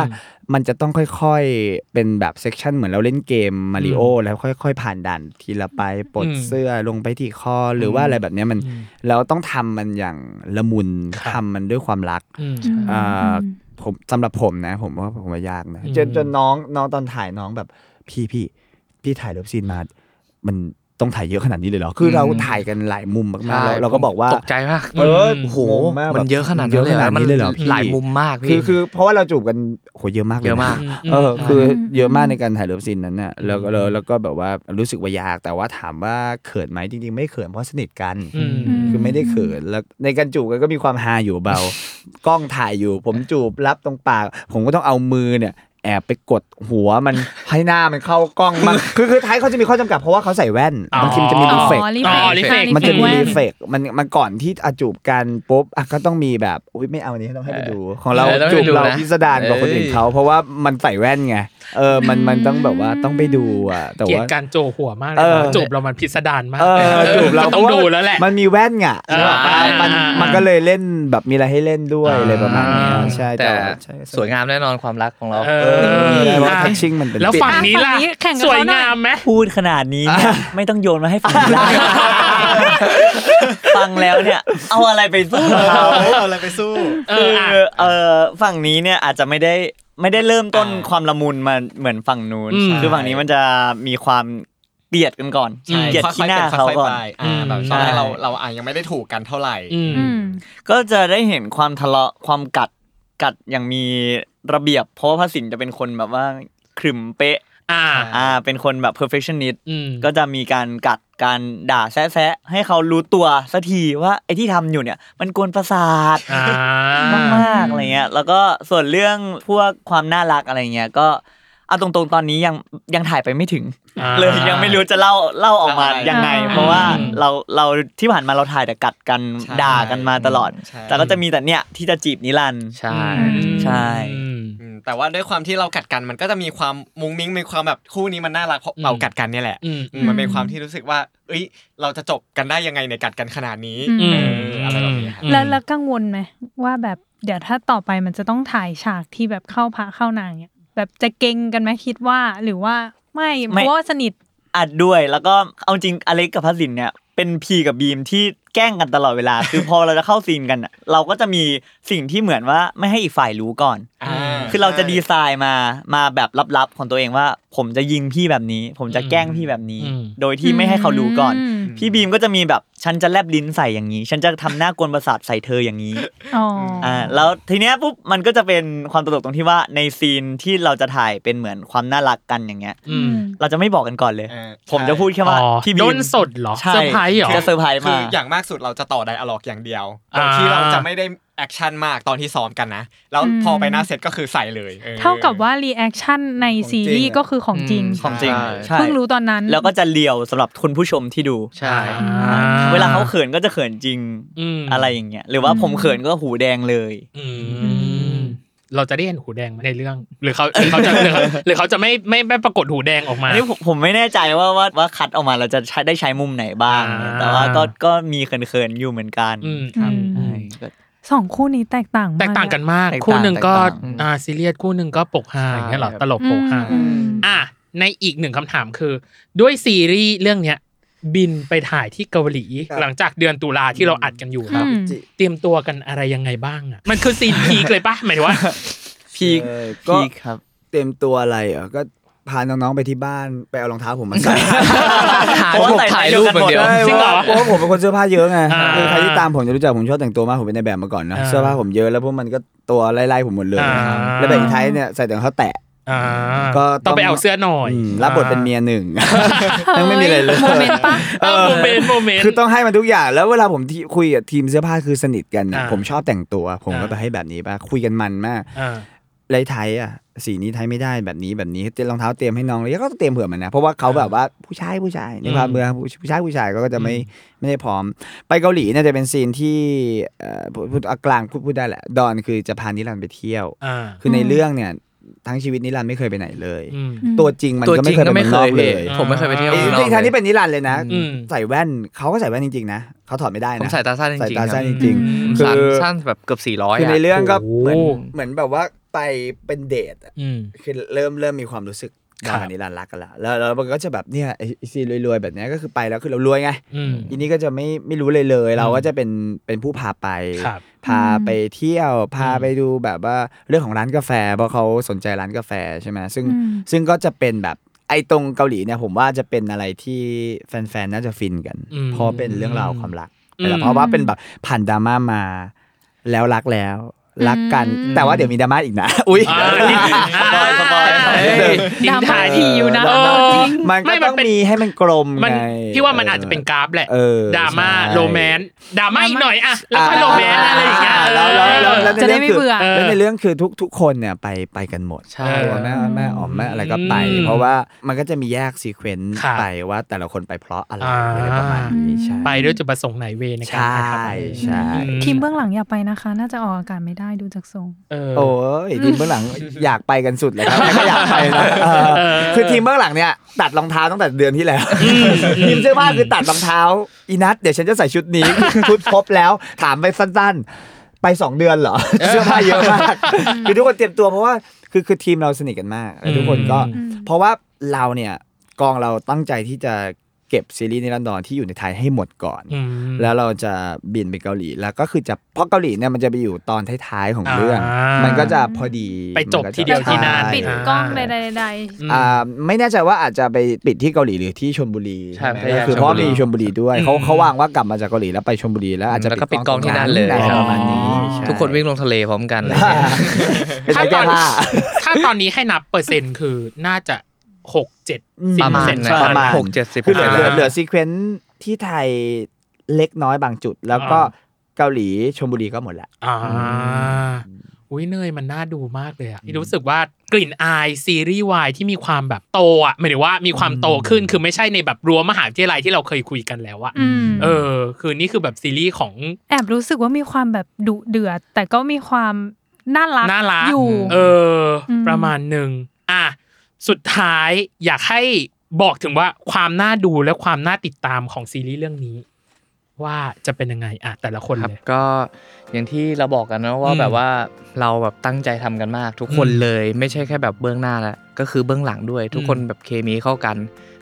Speaker 4: มันจะต้องค่อยๆ เป็นแบบเซกชันเหมือนเราเล่นเกมมาริโอแล้วค่อยๆ ผ่านด่านทีละไปปลด
Speaker 2: อืม
Speaker 4: เสื้อลงไปที่คอหรือว่าอะไรแบบเนี้ยมัน
Speaker 2: อืม
Speaker 4: เราต้องทำมันอย่างละมุน
Speaker 2: ครับ
Speaker 4: ทำมันด้วยความรัก
Speaker 2: อืม
Speaker 3: อืม
Speaker 4: อ่
Speaker 3: อื
Speaker 4: าม ผมสำหรับผมนะ ผมว่าผมว่ายากนะ
Speaker 2: อืม
Speaker 4: จนจนน้องน้องตอนถ่ายน้องแบบพี่พี่พี่ถ่ายรูปซีนมา มันต้องถ่ายเยอะขนาดนี้เลยเหรอคืออ
Speaker 5: ม
Speaker 4: เราถ่ายกันหลายมุมมากๆ
Speaker 5: ใช่
Speaker 4: แล้วเราก็บอกว่า
Speaker 5: ตกใจมาก
Speaker 2: เออ
Speaker 5: โอ้โห
Speaker 4: งงมากแบบ
Speaker 5: มันเยอะขนาดนั้นเลย
Speaker 4: เยอะขนาดนี้เลยเหรอพี่
Speaker 5: หลายมุมมาก
Speaker 4: คื
Speaker 5: พี่
Speaker 4: อคือเพราะว่าเราจูบกันโหเยอะมากลน
Speaker 5: เยอะมาก
Speaker 4: เออ
Speaker 5: ใช่
Speaker 4: คือเยอะมาก
Speaker 3: อืม
Speaker 4: ในการถ่ายเลิฟซีนนั้นน่ะแล้วก็แล้วแล้วก็แบบว่ารู้สึกว่ายากแต่ว่าถามว่าเขินไหมจริงๆ ไม่เขินเพราะสนิทกัน
Speaker 2: อืม
Speaker 4: คือไม่ได้เขินแล้วในการจูบกันก็มีความฮาอยู่เบา กล้องถ่ายอยู่ ผมจูบรับตรงปาก ผมก็ต้องเอามือเนี่ยแอบไปกดหัวมัน ให้หน้ามันเข้ากล้องมันคือคือท้ายเขาจะมีข้อจำกัดเพราะว่าเขาใส่แว่นบางทีมันจะมี
Speaker 2: อ๋อ
Speaker 4: รีเฟก
Speaker 3: reflect
Speaker 2: อ๋อ reflect
Speaker 4: มันจะมี
Speaker 3: แว่
Speaker 4: รีเฟกมันมันก่อนที่อาจูบกันปุ๊บอ่ะก็ต้องมีแบบอุ้ยไม่เอาอันนี้ต้องให้ไปดู ของเรา
Speaker 5: เออต้อง
Speaker 4: จูบ
Speaker 5: ให้ดู
Speaker 4: เรา
Speaker 5: นะ
Speaker 4: พิสดารกว่าคนอื่น
Speaker 5: เอ้ย
Speaker 4: เขาเพราะว่ามันใส่แว่นไงเออมันมันต้องแบบว่าต้องไปดูอ่ะ แต่
Speaker 2: เกลียด
Speaker 4: ว่า
Speaker 2: การโจหัวมากเล
Speaker 4: เอย อ
Speaker 2: นะจูบเรามันพิสดารมาก
Speaker 4: เออจูบเรา
Speaker 2: ก็
Speaker 4: เพ
Speaker 2: ต้อง
Speaker 4: ราะว่า
Speaker 2: ดูแล้วแหละ
Speaker 4: มันมีแว่นไง
Speaker 2: เออ
Speaker 4: อ่ะมัน
Speaker 2: อ่ามั
Speaker 4: มันก็เลยเล่นแบบมีอะไรให้เล่นด้วย
Speaker 2: อ่า
Speaker 4: อะไรประมาณเนี้ยใช่
Speaker 5: แต่
Speaker 4: ว่าใช่
Speaker 5: สวยงามแน่นอนความรักของเรา
Speaker 2: เอ
Speaker 4: เออ
Speaker 2: อ
Speaker 4: ใช่ว่าทัชชิ่งมันเป็น
Speaker 2: แล้วฝั่งนี้ล่ะ
Speaker 3: ฝั่งนี้แข่งกับ
Speaker 2: สวย
Speaker 3: เขาหน่อย
Speaker 2: งามไหม
Speaker 7: พูดขนาดนี้เนี่ยไม่ต้องโยนมาให้ฟังได้ ฟังแล้วเนี่ย เอาอะไรไปสู้เขา
Speaker 6: เอาอะไรไปสู้
Speaker 2: เอ
Speaker 7: คือ อ
Speaker 2: อ่ะ
Speaker 7: เออฝั่งนี้เนี่ยอาจจะไม่ได้ไม่ได้เริ่มต้น
Speaker 2: อ่า
Speaker 7: ความละมุนมาเหมือนฝั่งนู้น
Speaker 2: อืม
Speaker 7: คือฝั่งนี้มันจะมีความเกลียดกันก่อน
Speaker 2: อืม
Speaker 7: เกลียด
Speaker 6: ค่อย
Speaker 7: ขี้
Speaker 6: ๆ
Speaker 7: หน้า
Speaker 6: เป็น
Speaker 7: เขา
Speaker 6: ค่อย
Speaker 7: ก่อ
Speaker 6: ๆ
Speaker 7: น
Speaker 6: ไปอ่าแบบตอนแรกเราเราอ่ะยังไม่ได้ถูกกันเท่าไหร่
Speaker 2: อืม
Speaker 3: อืม
Speaker 7: ก็จะได้เห็นความทะเลาะความกัดกัดอย่างมีระเบียบ เพราะว่าพระสินจะเป็นคนแบบว่าขรึมเป๊ะ
Speaker 2: อ่า
Speaker 7: อ่าเป็นคนแบบ perfectionist
Speaker 2: อืม
Speaker 7: ก็จะมีการกัดการด่าแซะๆให้เขารู้ตัวสักทีว่าไอ้ที่ทำอยู่เนี่ย มันกวนประสาท
Speaker 2: อ่า
Speaker 7: มากๆอะไรเงี้ยแล้วก็ส่วนเรื่องพวกความน่ารักอะไรเงี้ยก็เอาตรงๆตอนนี้ยังยังถ่ายไปไม่ถึง
Speaker 2: อ่า
Speaker 7: เลยยังไม่รู้จะเล่าเล่าออกมา
Speaker 6: อ่ายั
Speaker 7: ยังไง
Speaker 3: อ่า
Speaker 7: เพราะว่า
Speaker 2: อืม
Speaker 7: เราเราที่ผ่านมาเราถ่ายแต่กัดกัน
Speaker 6: ใช่
Speaker 7: ด่ากันมาตลอด
Speaker 6: ใช่
Speaker 7: แต่ก็จะมีแต่เนี่ยที่จะจีบนิรันดร์
Speaker 5: ใช่
Speaker 7: ใช่
Speaker 2: อืม
Speaker 6: อืมแต่ว่าด้วยความที่เรากัดกันมันก็จะมีความมุ้งมิ้งมีความแบบคู่นี้มันน่ารักเพราะ
Speaker 2: อืม
Speaker 6: เรากัดกันเนี่ยแหละ
Speaker 2: อืม
Speaker 6: อืมมันเป็นความที่รู้สึกว่า เอ้ย เราจะจบกันได้ยังไงในยกัดกันขนาดนี้
Speaker 3: อืม
Speaker 6: เอออะไรแบบนี้ครับ
Speaker 2: อืม
Speaker 3: แล้วแล้วกังวลไหมว่าแบบเดี๋ยวถ้าต่อไปมันจะต้องถ่ายฉากที่แบบเข้าพระเข้านางเนี่ยแบบจะเก่งกันไหมคิดว่าหรือว่าไม่เพ
Speaker 7: ไม่
Speaker 3: ราะว่าสนิท
Speaker 7: อัดด้วยแล้วก็เอาจริงอเล็กกับพัสินเนี่ยเป็นพีกับบีมที่แกล้งกันตลอดเวลา คือพอเราจะเข้าซีนกันอะเราก็จะมีสิ่งที่เหมือนว่าไม่ให้อีกฝ่ายรู้ก่อน
Speaker 6: อ่า
Speaker 7: คือเราจะดีไซน์มามาแบบลับๆของตัวเองว่า ผมจะยิงพี่แบบนี้ ผมจะแกล้งพี่แบบนี้
Speaker 2: อืม
Speaker 7: โดยที่ไม่ให้เขารู้ก่อน
Speaker 3: อืม
Speaker 7: พี่บีมก็จะมีแบบฉันจะแลบลิ้นใส่อย่างนี้ ฉันจะทำหน้ากวนประสาทใส่เธออย่างนี้
Speaker 3: อ๋ออ
Speaker 7: อ่าแล้วทีเนี้ยปุ๊บมันก็จะเป็นความตลกตรงที่ว่าในซีนที่เราจะถ่ายเป็นเหมือนความน่ารักกันอย่างเงี้ย
Speaker 2: อืม
Speaker 7: เราจะไม่บอกกันก่อนเลย
Speaker 6: เออ
Speaker 7: ผมจะพูดแค่ว่า
Speaker 2: อ๋อ
Speaker 7: พี่บีม
Speaker 2: ด้นสดเหรอ
Speaker 7: ใช่
Speaker 2: เซอร์ไพรส์เหรอ
Speaker 7: จะเซอร์ไพรส์
Speaker 6: คื
Speaker 7: มา
Speaker 6: ออย่างมากสุดเราจะต่อไดอะล็อกอย่างเดียวโดย
Speaker 2: อ่า
Speaker 6: ที่เราจะไม่ได้แอ แอคชั่นมากตอนที่ซ้อมกันนะ แล้วพอไปหน้าเซตก็คือใส่เลยออ
Speaker 3: เท่ากับว่ารีแอคชั่นใน
Speaker 4: ของจริ
Speaker 3: ซี
Speaker 4: ง
Speaker 3: รีส์
Speaker 4: อะ
Speaker 3: ก็คือของจริง
Speaker 7: ของจริง
Speaker 5: ใช่
Speaker 7: ใช่
Speaker 3: เพิ่งรู้ตอนนั้น
Speaker 7: แล้วก็จะเลียวสำหรับคุณผู้ชมที่ดู
Speaker 5: ใช่
Speaker 2: อ่า
Speaker 7: เวลาเขาเขินก็จะเขินจริง
Speaker 2: อืม
Speaker 7: อะไรอย่างเงี้ยหรือว่า
Speaker 3: อืม
Speaker 7: ผมเขินก็หูแดงเลย
Speaker 2: อืมเราจะได้เห็นหูแดงไหมในเรื่อง หรือเขาหรือ <laughs> เขาจะหรือเขาหรือเขาจะไม่ไม่ไม่ปรากฏหูแดงออกมา
Speaker 7: อันนี้ผมผมไม่แน่ใจว่าว่าว่าคัดออกมาเราจะใช้ได้ใช้มุมไหนบ้าง
Speaker 2: อ่า
Speaker 7: แต่ว่าก็ก็มีเขินๆอยู่เหมือนกัน
Speaker 2: อืม
Speaker 7: ครับ
Speaker 3: อืม
Speaker 7: ใช่ก็
Speaker 3: สองคู่นี้แตกต่างม
Speaker 2: แตกต่างกันมาก
Speaker 7: แตกต่าง
Speaker 2: คู่หนึ่งก็
Speaker 7: แตกต่าง
Speaker 2: อ่าซีเรียสคู่หนึ่งก็ปกฮาอย่างเงี้ยเหรอตลก
Speaker 3: อื
Speaker 2: ปก
Speaker 3: ม
Speaker 2: ฮา
Speaker 3: อืม
Speaker 2: อ่ะในอีกหนึ่งคำถามคือ ด้วยซีรีส์เรื่องเนี้ย บินไปถ่ายที่เกาหลี
Speaker 4: ครับ
Speaker 2: หลังจากเดือนตุลาที่เราอัดกันอยู่ครับ
Speaker 3: อืม
Speaker 2: เตรียมตัวกันอะไรยังไงบ้างอ่ะมันคือซีนพีคเลยปะหมายถึงว่า
Speaker 7: พีค
Speaker 4: เออก็
Speaker 7: พีคครับ
Speaker 4: เต็มตัวอะไรเหรอก็พาน้องๆไปที่บ้านไปเอารองเท้าผมมาใส่
Speaker 5: หารูปถ่ายรูปอย่างเดียว
Speaker 4: ใช่
Speaker 2: จริงเหรอ
Speaker 4: เพราะว่าผมเป็นคนเสื้อผ้าเยอะไง
Speaker 2: อ่า
Speaker 4: คือใครที่ตามผมจะรู้จักผมชอบแต่งตัวมากผมเป็นในายแบบมาก่อนนะ
Speaker 2: อ่า
Speaker 4: เสื้อผ้าผมเยอะแล้วพวกมันก็ตัวไล่ๆผมหมดเลย
Speaker 2: อ่า
Speaker 4: แล้วแบบอีไทยเนี่ยใส่แต่รองเท้าแตะ
Speaker 2: อ่า
Speaker 4: ก็ต้
Speaker 2: ต้อ
Speaker 4: องง
Speaker 2: ไปเอาเสื้อหน่อย
Speaker 4: อืมรับบทเป็นเมียหนึ่งยังไม่มีอะไรเลย
Speaker 3: โมเมนต์ปะ
Speaker 2: เออโมเมนต์โมเมนต์
Speaker 4: คือต้องให้มันทุกอย่างแล้วเวลาผมที่คุยกับทีมเสื้อผ้าคือสนิทกันนะ
Speaker 2: อ่า
Speaker 4: ผมชอบแต่งตัว ผมก็
Speaker 2: อ่า
Speaker 4: ไปให้แบบนี้ป่ะคุยกันมันมาก
Speaker 2: อ่า
Speaker 4: ไรไทยอ่ะสีนี้ไทยไม่ได้แบบนี้แบบนี้เตรียมรองเท้าเตรียมให้น้องเลยก็ต้องเตรียมเผื่อมันนะเพราะว่าเขาแบบว่าผู้ชายผู้ชายในความเมืองผู้ชายผู้ชายก็จะไม่ไม่ได้พร้อม ไปเกาหลีเนี่ยจะเป็นซีนที่เอ่อพูดพูดเอากลางพูดพูดได้แหละดอนคือจะพานิรันดร์ไปเที่ยว
Speaker 2: อ่า
Speaker 4: คือใน
Speaker 3: อืม
Speaker 4: เรื่องเนี่ยทั้งชีวิตนิรันดร์ไม่เคยไปไหนเลย
Speaker 2: อืม
Speaker 4: ตัวจริงมัน
Speaker 5: ตัว
Speaker 4: ก็
Speaker 5: จริ
Speaker 4: ไม่
Speaker 5: ง
Speaker 4: เคย
Speaker 5: ก็
Speaker 4: ไป
Speaker 5: ไม่
Speaker 4: เมืองอ
Speaker 5: เคน
Speaker 4: ย ก
Speaker 5: เล
Speaker 4: เลย ย
Speaker 5: ผมไม่เคยไปเที่ยว
Speaker 4: จ
Speaker 5: เมืองนอก
Speaker 4: ริงๆทางที่
Speaker 5: เลย
Speaker 4: เป็นนิรันดร์เลยนะ
Speaker 2: อืม
Speaker 4: ใส่แว่นเขาก็ใส่แว่นจริงๆนะเขาถอดไม่ได้
Speaker 5: ผม
Speaker 4: นะ
Speaker 5: ใส่ตาสั้นจริงๆ
Speaker 4: ตาสั้นจ
Speaker 5: ครับ
Speaker 4: ริง
Speaker 5: ผ
Speaker 4: ๆ
Speaker 5: มสั้น
Speaker 4: คือ
Speaker 5: สั้นแบบเกือบสี่ร้อย
Speaker 4: คือใน
Speaker 5: อ่ะ
Speaker 4: เรื่องก็เหมือน
Speaker 2: โอ้โห
Speaker 4: เหมือนแบบว่าไปเป็นเดทอะ
Speaker 2: อืม
Speaker 4: คือเริ่มเริ่มมีความรู้สึก
Speaker 2: ครับ
Speaker 4: ดาวนิรันดร์รักกันละแล้วแล้วมันก็จะแบบเนี่ยไอ้ไอ้ซีรวยๆแบบเนี้ยก็คือไปแล้วคือเรารวยไง
Speaker 2: อืม
Speaker 4: อีนี่ก็จะไม่ไม่รู้เลยเลย เรา
Speaker 2: อืม
Speaker 4: ก็จะเป็นเป็นผู้พาไป
Speaker 2: ครับ
Speaker 4: พาไปเที่ยว พาไปดูแบบว่าเรื่องของร้านกาแฟ เพราะเขาสนใจร้านกาแฟใช่ไหมซึ่ง
Speaker 3: อืม
Speaker 4: ซึ่งก็จะเป็นแบบไอ้ตรงเกาหลีเนี่ยผมว่าจะเป็นอะไรที่แฟนๆ น่าจะฟินกัน
Speaker 2: อืม
Speaker 4: เพราะเป็นเรื่องราวความรัก
Speaker 2: อืม
Speaker 4: แต่เพราะว่าเป็นแบบผ่านดราม่ามาแล้วรักแล้ว รักกัน
Speaker 3: อืม
Speaker 4: แต่ว่าเดี๋ยวมีดราม่าอีกนะ <laughs> อุ้ย
Speaker 2: อ่านิดนึง
Speaker 7: สปอยล์สปอยล์
Speaker 2: เฮ้ยทิ้
Speaker 3: ดาง
Speaker 2: ท้าย
Speaker 3: มาทีอยู่นะ
Speaker 2: เออ
Speaker 4: มันก็
Speaker 2: ไม่มัน
Speaker 4: ต้อง
Speaker 2: เป็น
Speaker 4: มีให้มันกลม
Speaker 2: มัน
Speaker 4: ไง
Speaker 2: พี่ว่ามันอาจจะเป็นกราฟแหละ
Speaker 4: เออ
Speaker 2: ดราม่า
Speaker 4: ใช่
Speaker 2: โรแมนต์ดราม่าอีกหน่อยอะแล้วก็
Speaker 4: อ่า
Speaker 2: โรแมนต์อะไรอย่างเงี้ย
Speaker 4: าแล้วแล้วแล้วแล้ว
Speaker 3: จะได้
Speaker 4: ใน
Speaker 3: ไม่
Speaker 4: รื่องคือ
Speaker 3: เบื่อ
Speaker 4: แล้วในเรื่องคือทุกทุกคนเนี่ยไปไปกันหมด
Speaker 5: ใช่
Speaker 4: ตัวแม่แม่อ๋อมแม่อะไรก็ไป
Speaker 2: อืม
Speaker 4: เพราะว่ามันก็จะมีแยกซีเควนต์
Speaker 2: ครับ
Speaker 4: ไปว่าแต่ละคนไปเพราะอะไร
Speaker 2: อ่า
Speaker 4: อะไรประมาณนี้ใช่
Speaker 2: ไปด้วยจุดประสงค์ไหนเวในการ
Speaker 4: ใช่
Speaker 2: ถ่ายทำ
Speaker 4: ใช่
Speaker 2: อื
Speaker 3: ทีมเบื้องหลังอย่าไปนะคะ น่าจะออกอากาศไม่ได้ดูจากทรง
Speaker 2: เออ
Speaker 4: โอ้ยทีมเบื้องหลังอยากไปกันสุดเลยครับ <laughs> ก็อยากไปนะเออ
Speaker 2: เออ
Speaker 4: คือทีมเบื้องหลังเนี่ยตัดรองเท้าตั้งแต่เดือนที่แล้วทีมเสื้อผ้าคือตัดรองเท้าอีนัทเดี๋ยวฉันจะใส่ชุดนี้ ชุดพบแล้วถามไปสั้นๆ ไปสองเดือนเหร
Speaker 2: <laughs>
Speaker 4: อ เสื้อผ้าเยอะมากคือทุกคนเตรียมตัวเพราะว่าคือคือทีมเราสนิทกันมากแล้วทุกคนก็
Speaker 2: อืม
Speaker 4: เพราะว่าเราเนี่ยกองเราตั้งใจที่จะเก็บซีรีส์ในลอนดอนที่อยู่ในไทยให้หมดก่อน
Speaker 2: อืม
Speaker 4: แล้วเราจะบินไปเกาหลีแล้วก็คือจะเพราะเกาหลีเนี่ยมันจะไปอยู่ตอนท้ายๆของเรื่อง
Speaker 2: อ่ามั
Speaker 4: มันก็จะพอดี
Speaker 2: ไปจบ
Speaker 4: มันก็ะ
Speaker 2: ทีเดียวที่นั่น
Speaker 4: ใช่
Speaker 3: ปิดกล้องใด
Speaker 2: อืม
Speaker 4: อ่าไม่แน่ใจว่าอาจจะไปปิดที่เกาหลีหรือที่ชลบุรี
Speaker 5: ใช่
Speaker 4: ใช่ไหม
Speaker 5: พยายาม
Speaker 4: คือเพราะมีช
Speaker 5: ช
Speaker 4: ล
Speaker 5: ลบุ
Speaker 4: บุ
Speaker 5: รี
Speaker 4: รีด้วยเขา
Speaker 2: อืม
Speaker 4: เขาวางว่ากลับมาจากเกาหลีแล้วไปชลบุรีแล้วอาจจะ
Speaker 5: แล้วก็ปิดกล้องที่นั่นเลย
Speaker 4: อะไรประมาณนี้ใช่
Speaker 5: ทุกคนวิ่งลงทะเลพร้อมกันเลย
Speaker 4: เป็นไปแก้ผ้า
Speaker 2: ถ้าตอนนี้ให้นับเปอร์เซ็นต์คือน่าจะหกเจ็ดสิบ
Speaker 5: ประ
Speaker 2: เปอ
Speaker 5: มา
Speaker 2: ร์
Speaker 5: ณ
Speaker 2: เซ็นต์
Speaker 5: นั้น
Speaker 4: ประมาณ
Speaker 5: หกเจ็ดสิบ
Speaker 4: คือเหลือ
Speaker 2: อ่า
Speaker 4: เหลือเหลือซีเควนซ์ที่ไทยเล็กน้อยบางจุด แล้วก็
Speaker 2: อ่า
Speaker 4: เกาหลีชลบุรีก็หมดละ
Speaker 2: อ่าอุ้ยเนยมันน่าดูมากเลยอ่ะพี่รู้สึกว่ากลิ่นอายซีรีส์วายที่มีความแบบโตอ่ะหมายถึงว่ามีความโตขึ้นคือไม่ใช่ในแบบรั้วมหาวิทยาลัยที่เราเคยคุยกันแล้วอ่ะ
Speaker 3: ๆอืม
Speaker 2: เออ คือนี่คือแบบซีรีส์ของ
Speaker 3: แอบรู้สึกว่ามีความแบบดุเดือด แต่ก็มีความน่ารัก
Speaker 2: น่ารัก
Speaker 3: อยู่
Speaker 2: เอออ
Speaker 3: ม
Speaker 2: ประมาณหนึ่งอ่ะสุดท้ายอยากให้บอกถึงว่าความน่าดูและความน่าติดตามของซีรีส์เรื่องนี้ ว่าจะเป็นยังไงอ่ะแต่ละคน
Speaker 5: ครับ
Speaker 2: เลย
Speaker 5: ก็อย่างที่เราบอกกันนะว่า
Speaker 2: อืม
Speaker 5: แบบว่าเราแบบตั้งใจทำกันมาก ทุกคน
Speaker 2: อืม
Speaker 5: เลยไม่ใช่แค่แบบเบื้องหน้าละก็คือเบื้องหลังด้วย ทุกคน
Speaker 2: อืม
Speaker 5: แบบเคมีเข้ากัน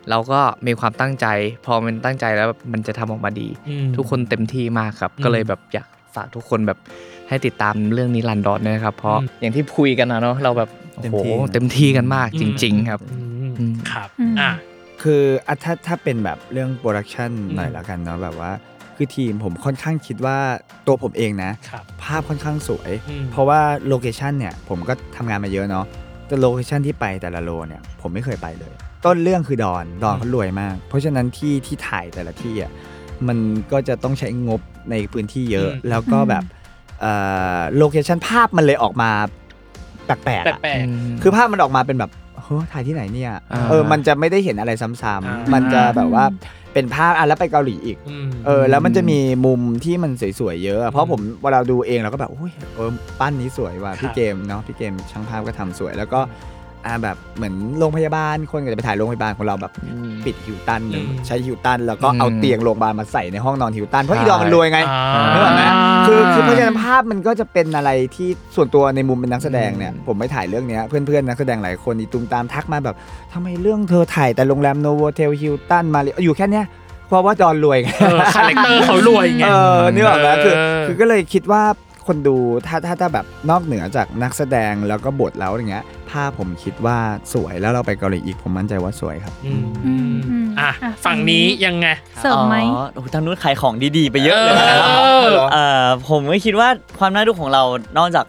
Speaker 5: เราก็มีความตั้งใจ พอมันตั้งใจแล้วแบบมันจะทำออกมาดี
Speaker 2: อืม
Speaker 5: ทุกคนเต็มที่มากครับ
Speaker 2: อืม
Speaker 5: ก็เลยแบบอยากฝากทุกคนแบบให้ติดตามเรื่องนี้รันดอนด้วยนะครับ เพราะ
Speaker 2: อืม
Speaker 5: อย่างที่คุยกันนะเนาะเราแบบโอ้โห
Speaker 4: เต็มที่
Speaker 5: เต็มที่กันมากจริง ๆ ครับ
Speaker 2: อืม
Speaker 5: อืม
Speaker 2: ครับ
Speaker 3: อืม
Speaker 2: อ่ะ
Speaker 4: คืออ่ะถ้าถ้าเป็นแบบเรื่องโปรดักชัน
Speaker 2: อืม
Speaker 4: หน่อยแล้วกันเนาะแบบว่า คือทีมผมค่อนข้างคิดว่าตัวผมเองนะ
Speaker 2: ครับ
Speaker 4: ภาพค่อนข้างสวย
Speaker 2: อืม
Speaker 4: เพราะว่าโลเคชันเนี่ย ผมก็ทำงานมาเยอะเนาะแต่โลเคชันที่ไปแต่ละโลเนี่ยผมไม่เคยไปเลย ต้นเรื่องคือดอนดอนเขารวยมาก เพราะฉะนั้นที่ที่ถ่ายแต่ละที่อ่ะมันก็จะต้องใช้งบในพื้นที่เยอะ
Speaker 2: อืม
Speaker 4: แล้วก็แบบ โลเคชันภาพมันเลยออกมาแปลกๆ
Speaker 2: แป
Speaker 4: อะ
Speaker 2: ลก
Speaker 4: คือภาพมันออกมาเป็นแบบเฮ้ยถ่ายที่ไหนเนี่ย
Speaker 5: อ่า
Speaker 4: เออมันจะไม่ได้เห็นอะไรซ้ำ
Speaker 2: อ่า
Speaker 4: ๆ
Speaker 2: มั
Speaker 4: มันจะแบบว่าเป็นภาพอ่ะแล้วไปเกาหลีอีก
Speaker 2: ๆอืม
Speaker 4: เออแล้วมันจะมีมุมที่มันสวยๆเยอะอะเพราะผมเวลาดูเองเราก็แบบอุ้ยเออปั้นนี้สวยว่ะ
Speaker 2: ครับ
Speaker 4: พี่เกมเนาะพี่เกมช่างภาพก็ทำสวย แล้วก็อ่าแบบเหมือนโรงพยาบาลคนก็จะไปถ่ายโรงพยาบาลของเราแบบปิดฮิวตัน
Speaker 2: อืม
Speaker 4: ใช้ฮิวตันแล้วก็เอา
Speaker 5: อืม
Speaker 4: เตียงโรงพยาบาลมาใส่ในห้องนอนฮิวตันเพราะอีดอมมันรวยไง
Speaker 2: อ่า
Speaker 4: นึกออกไหม คือคือเพราะฉะนั้นภาพมันก็จะเป็นอะไรที่ส่วนตัวในมุมเป็นนักแสดงเนี่ย
Speaker 2: อืม
Speaker 4: ผมไม่ถ่ายเรื่องเนี้ยเพื่อนๆนักแสดงหลายคนอีตุมตามทักมาแบบทำไมเรื่องเธอถ่ายแต่โรงแรมโนโวเทลฮิลตันมาเลยอยู่แค่เนี้ยเพราะว่าดอนรวยไง
Speaker 2: เออคาแรคเตอร์เขารวยไง
Speaker 4: เออนี่ออกแล้วคือ
Speaker 2: เออ
Speaker 4: คือก็เลยคิดว่าคนดูถ้าถ้าถ้าแบบนอกเหนือจากนักแสดงแล้วก็บทแล้วอย่างเงี้ยภาพผมคิดว่าสวยแล้วเราไปเกาหลีอีกผมมั่นใจว่าสวยครับ
Speaker 2: ม
Speaker 3: อืมอืม
Speaker 2: อ่ะ
Speaker 3: อ่ะ
Speaker 2: ฝั่งนี้ยังไง
Speaker 3: เสริมไหม
Speaker 7: อ๋อโอ้โหทางนู้นขายของดีๆ ไปเยอะเลย
Speaker 2: เออ
Speaker 7: เอ่อผมก็คิดว่าความน่าดูของเรานอกจาก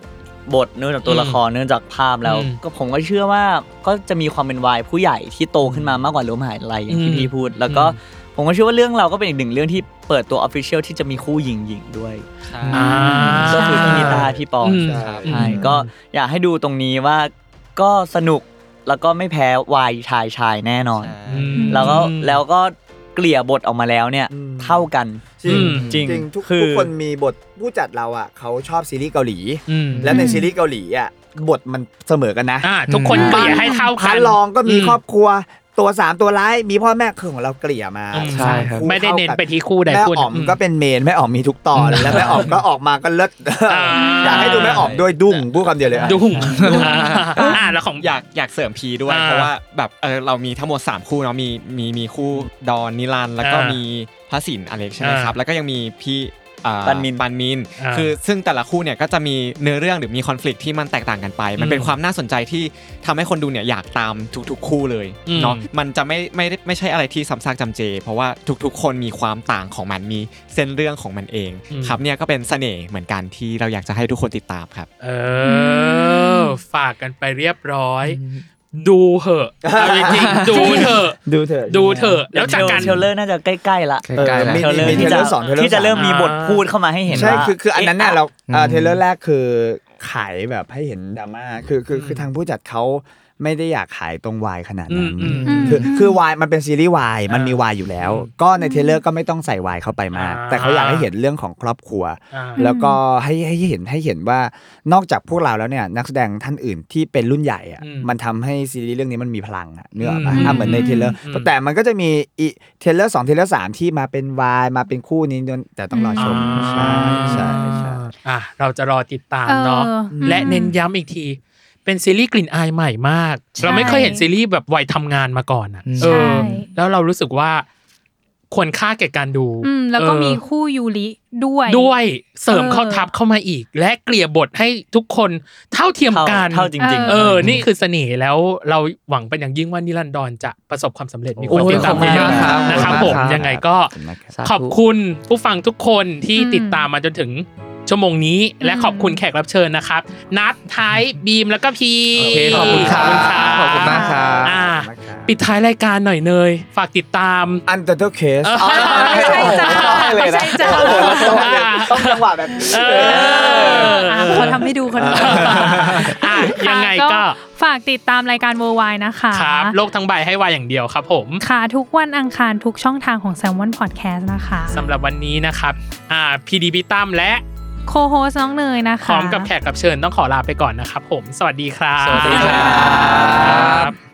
Speaker 7: บทเนื่องจากตัวละครเนื่องจากภาพแล้ว
Speaker 2: อืม
Speaker 7: ก็ผมก็เชื่อว่าก็จะมีความเป็นวายผู้ใหญ่ที่โตขึ้นมามากกว่าล้มหายอะไรอย่าง
Speaker 2: อื
Speaker 7: ที่
Speaker 2: ม
Speaker 7: พี่พูด แล้วก็
Speaker 2: อื
Speaker 7: ผมก็เชื่อว่าเรื่องเราก็เป็นอีกหนึ่งเรื่องที่เปิดตัวออฟฟิเชียลที่จะมีคู่หญิงๆด้วย
Speaker 2: อ่า
Speaker 7: ก็คือพี่นิตาพี่ปอ
Speaker 2: อืม
Speaker 7: ครับใช่ก็อยากให้ดูตรงนี้ว่าก็สนุกแล้วก็ไม่แพ้วายชายชายแน่นอน
Speaker 2: อืม
Speaker 7: แล้วก็แล้วก็เกลี่ยบทออกมาแล้วเนี่ย
Speaker 4: อืม
Speaker 7: เท่ากัน
Speaker 2: จริง
Speaker 7: จริง
Speaker 4: ทุก
Speaker 7: คือ
Speaker 4: ทุกคนมีบทผู้จัดเราอ่ะเขาชอบซีรีส์เกาหลี
Speaker 2: อืม
Speaker 4: และในซีรีส์เกาหลีอ่ะบทมันเสมอกันนะ
Speaker 2: อ่าทุกคนเกลี่ยให้เท่า
Speaker 4: พ
Speaker 2: กั
Speaker 4: ระ
Speaker 2: น
Speaker 4: รองก็มีครอบครัวตัวสามตัวร้ายมีพ่อแม่คือของเราเกลี่ยมา
Speaker 2: อืม
Speaker 5: ใช่ครับ
Speaker 4: คู่
Speaker 2: ไม่ได้เน้น
Speaker 4: ท่ากั
Speaker 2: ไปที่คู่ใด
Speaker 4: แม่
Speaker 2: คู่ห
Speaker 4: อ๋
Speaker 2: นึ่
Speaker 4: อง มก็เป็นเมนแม่อ๋อมมีทุกตอนแล้วแม่อ๋อมก็ออกมาก็เลิศ
Speaker 2: อ่า
Speaker 4: อยากให้ดูแม่อ๋อมด้วยดุ้งพูดคำเดียวเลยอะ
Speaker 2: ดูหุ่มอ่าแล้วของ
Speaker 6: อยากอยากเสริมพีด้วย
Speaker 2: อ่า
Speaker 6: เพราะว่าแบบเออเรามีทั้งหมด 3 คู่เนาะมีมีมีคู่ดอนนิรันดร์แล้วก็
Speaker 2: อ่ามี
Speaker 6: มีพระสินอเล็กใช่ไหม
Speaker 2: อ่า
Speaker 6: ครับ แล้วก็ยังมีพี่อ่า
Speaker 7: ปันมิน
Speaker 6: ปันมิน
Speaker 2: อ่า
Speaker 6: คือซึ่งแต่ละคู่เนี่ยก็จะมีเนื้อเรื่องหรือมีคอน FLICT ที่มันแตกต่างกันไป มันเป็น
Speaker 2: อืม
Speaker 6: ความน่าสนใจที่ทำให้คนดูเนี่ยอยากตามทุกๆ คู่เลย
Speaker 2: อืม
Speaker 6: เนาะมันจะไม่ไม่ได้ไม่ใช่อะไรที่ซ้ำซากจำเจ เพราะว่าทุกๆ คนมีความต่างของมันมีเส้นเรื่องของมันเองครับเนี่ยก็เป็นเสน่ห์เหมือนกันที่เราอยากจะให้ทุกคนติดตามครับ
Speaker 2: เออ ฝากกันไปเรียบร้อย ดูเหอะเอาจริง
Speaker 4: <laughs>
Speaker 2: ๆดูเถอะ
Speaker 4: ดูเถอะ
Speaker 2: ดูเถอะแล้วจากการ
Speaker 7: เทรลเลอร์น่าจะใกล้ๆละ
Speaker 5: ใกล้ๆแล้ว
Speaker 4: มี
Speaker 7: เทรลเลอร์
Speaker 4: มีเท
Speaker 7: ที่
Speaker 4: เล
Speaker 7: จะ
Speaker 4: อร์สองเทเลอร์
Speaker 7: ที่จะเริ่มมี
Speaker 2: สอง
Speaker 7: บทพูดเข้ามาให้เห็น
Speaker 4: ใช่
Speaker 7: ว่า
Speaker 4: คือคืออันนั้นน่ะเราเอ่ออ
Speaker 5: ม
Speaker 4: เทเลอร์แรกคือขายแบบให้เห็นดราม่าคือคือคือทางผู้จัดเขาไม่ได้อยากขายตรงวายขนาดนั้น
Speaker 2: อืม
Speaker 3: อืม
Speaker 4: คือคือวายมันเป็นซีรีส์วายมัน
Speaker 2: อ่ามี
Speaker 4: มีวายอยู่แล้ว ก็ในเทเลอร์ก็ไม่ต้องใส่วายเข้าไปมาก
Speaker 2: อ่า
Speaker 4: แต่เขาอยากให้เห็นเรื่องของครอบครัว
Speaker 2: อ่า
Speaker 4: แล้วก็ให้ให้เห็นให้เห็นว่านอกจากพวกเราแล้วเนี่ยนักแสดงท่านอื่นที่เป็นรุ่นใหญ่อะ
Speaker 2: อืม
Speaker 4: มันทำให้ซีรีส์เรื่องนี้มันมีพลังอะเนื้ออกปะ
Speaker 2: อืม
Speaker 4: อ่ะเหมือนในเทรลเลอร์
Speaker 2: อืม
Speaker 4: แต่มันก็จะมีอีเทรลเลอร์สองเทรลเลอร์สามที่มาเป็นวายมาเป็นคู่นี้ด้วยแต่ต้องรอชมใช่
Speaker 2: อ่า
Speaker 4: ใช่ใช่
Speaker 2: อ่ะเราจะรอติดตามเนาะ
Speaker 3: เออ
Speaker 2: และ
Speaker 3: อืม
Speaker 2: เน้นย้ำอีกที เป็นซีรีส์กลิ่นอายใหม่มาก
Speaker 3: ใช่
Speaker 2: เราไม่เคยเห็นซีรีส์แบบวัยทำงานมาก่อนอ่ะ
Speaker 3: ใช่
Speaker 2: เออ แล้วเรารู้สึกว่าควรค่าแก่การดู
Speaker 3: อืมแล้วก็
Speaker 2: เออ
Speaker 3: มีคู่ยูริด้วย
Speaker 2: ด้วยเสริม
Speaker 3: เออ
Speaker 2: เข้าทับเข้ามาอีก และเกลี่ยบทให้ทุกคนเท่าเทียม
Speaker 7: เท่า
Speaker 2: กัน
Speaker 7: เท่าจริง
Speaker 3: ๆ
Speaker 2: เออ นี่คือเสน่ห์แล้วเราหวังเป็นอย่างยิ่งว่านิรันดรจะประสบความสำเร็จมีคน
Speaker 5: โอ้ย
Speaker 2: ติดตาม
Speaker 5: ขอบคุณ
Speaker 2: เยอะ
Speaker 5: มากครับ
Speaker 2: นะครับผ
Speaker 5: ขอบ
Speaker 2: ม
Speaker 5: คุณมากครับ
Speaker 2: ยังไงก็
Speaker 5: สาธุ
Speaker 2: ขอบคุณผู้ฟังทุกคนที่
Speaker 3: อืม
Speaker 2: ติดตามมาจนถึงชั่วโมงนี้ และ
Speaker 3: อืม
Speaker 2: ขอบคุณแขกรับเชิญนะครับ นัดท้ายบีมแล้วก็พี
Speaker 5: โอเคขอบคุณครับขอบคุณมากครับ
Speaker 2: อ่า
Speaker 4: ขอบคุณมากครับ
Speaker 2: ปิดท้ายรายการหน่อยเนยฝากติดตาม
Speaker 4: อันเดอร์เคส
Speaker 2: อ๋อไม่ใช่จ้ะ
Speaker 4: เลยนะ
Speaker 3: ไม่ใช่จ้ะ
Speaker 4: โอ้โหเราต้องแบบต้องจังหวะแบบ
Speaker 2: เออ
Speaker 3: อ่ะเขาทำให้ดูเขาทำให้ดู
Speaker 2: อ่ะยังไง
Speaker 3: ค่ะ
Speaker 2: ก็
Speaker 3: ฝากติดตามรายการเวอร์ไวนะคะ
Speaker 2: ครับโลกทั้งใบให้วายอย่างเดียวครับผม
Speaker 3: ค่ะ ทุกวันอังคารทุกช่องทางของ s ซ l m o n Podcast นะคะ
Speaker 2: สำหรับวันนี้นะครับอ่าพีดีพิตั้มและ
Speaker 3: โคโฮสน้องเนยนะคะ
Speaker 2: พร้อมกับแขกรับเชิญต้องขอลาไปก่อนนะครับผม สวัสดีครับ
Speaker 5: สวัสดีครับ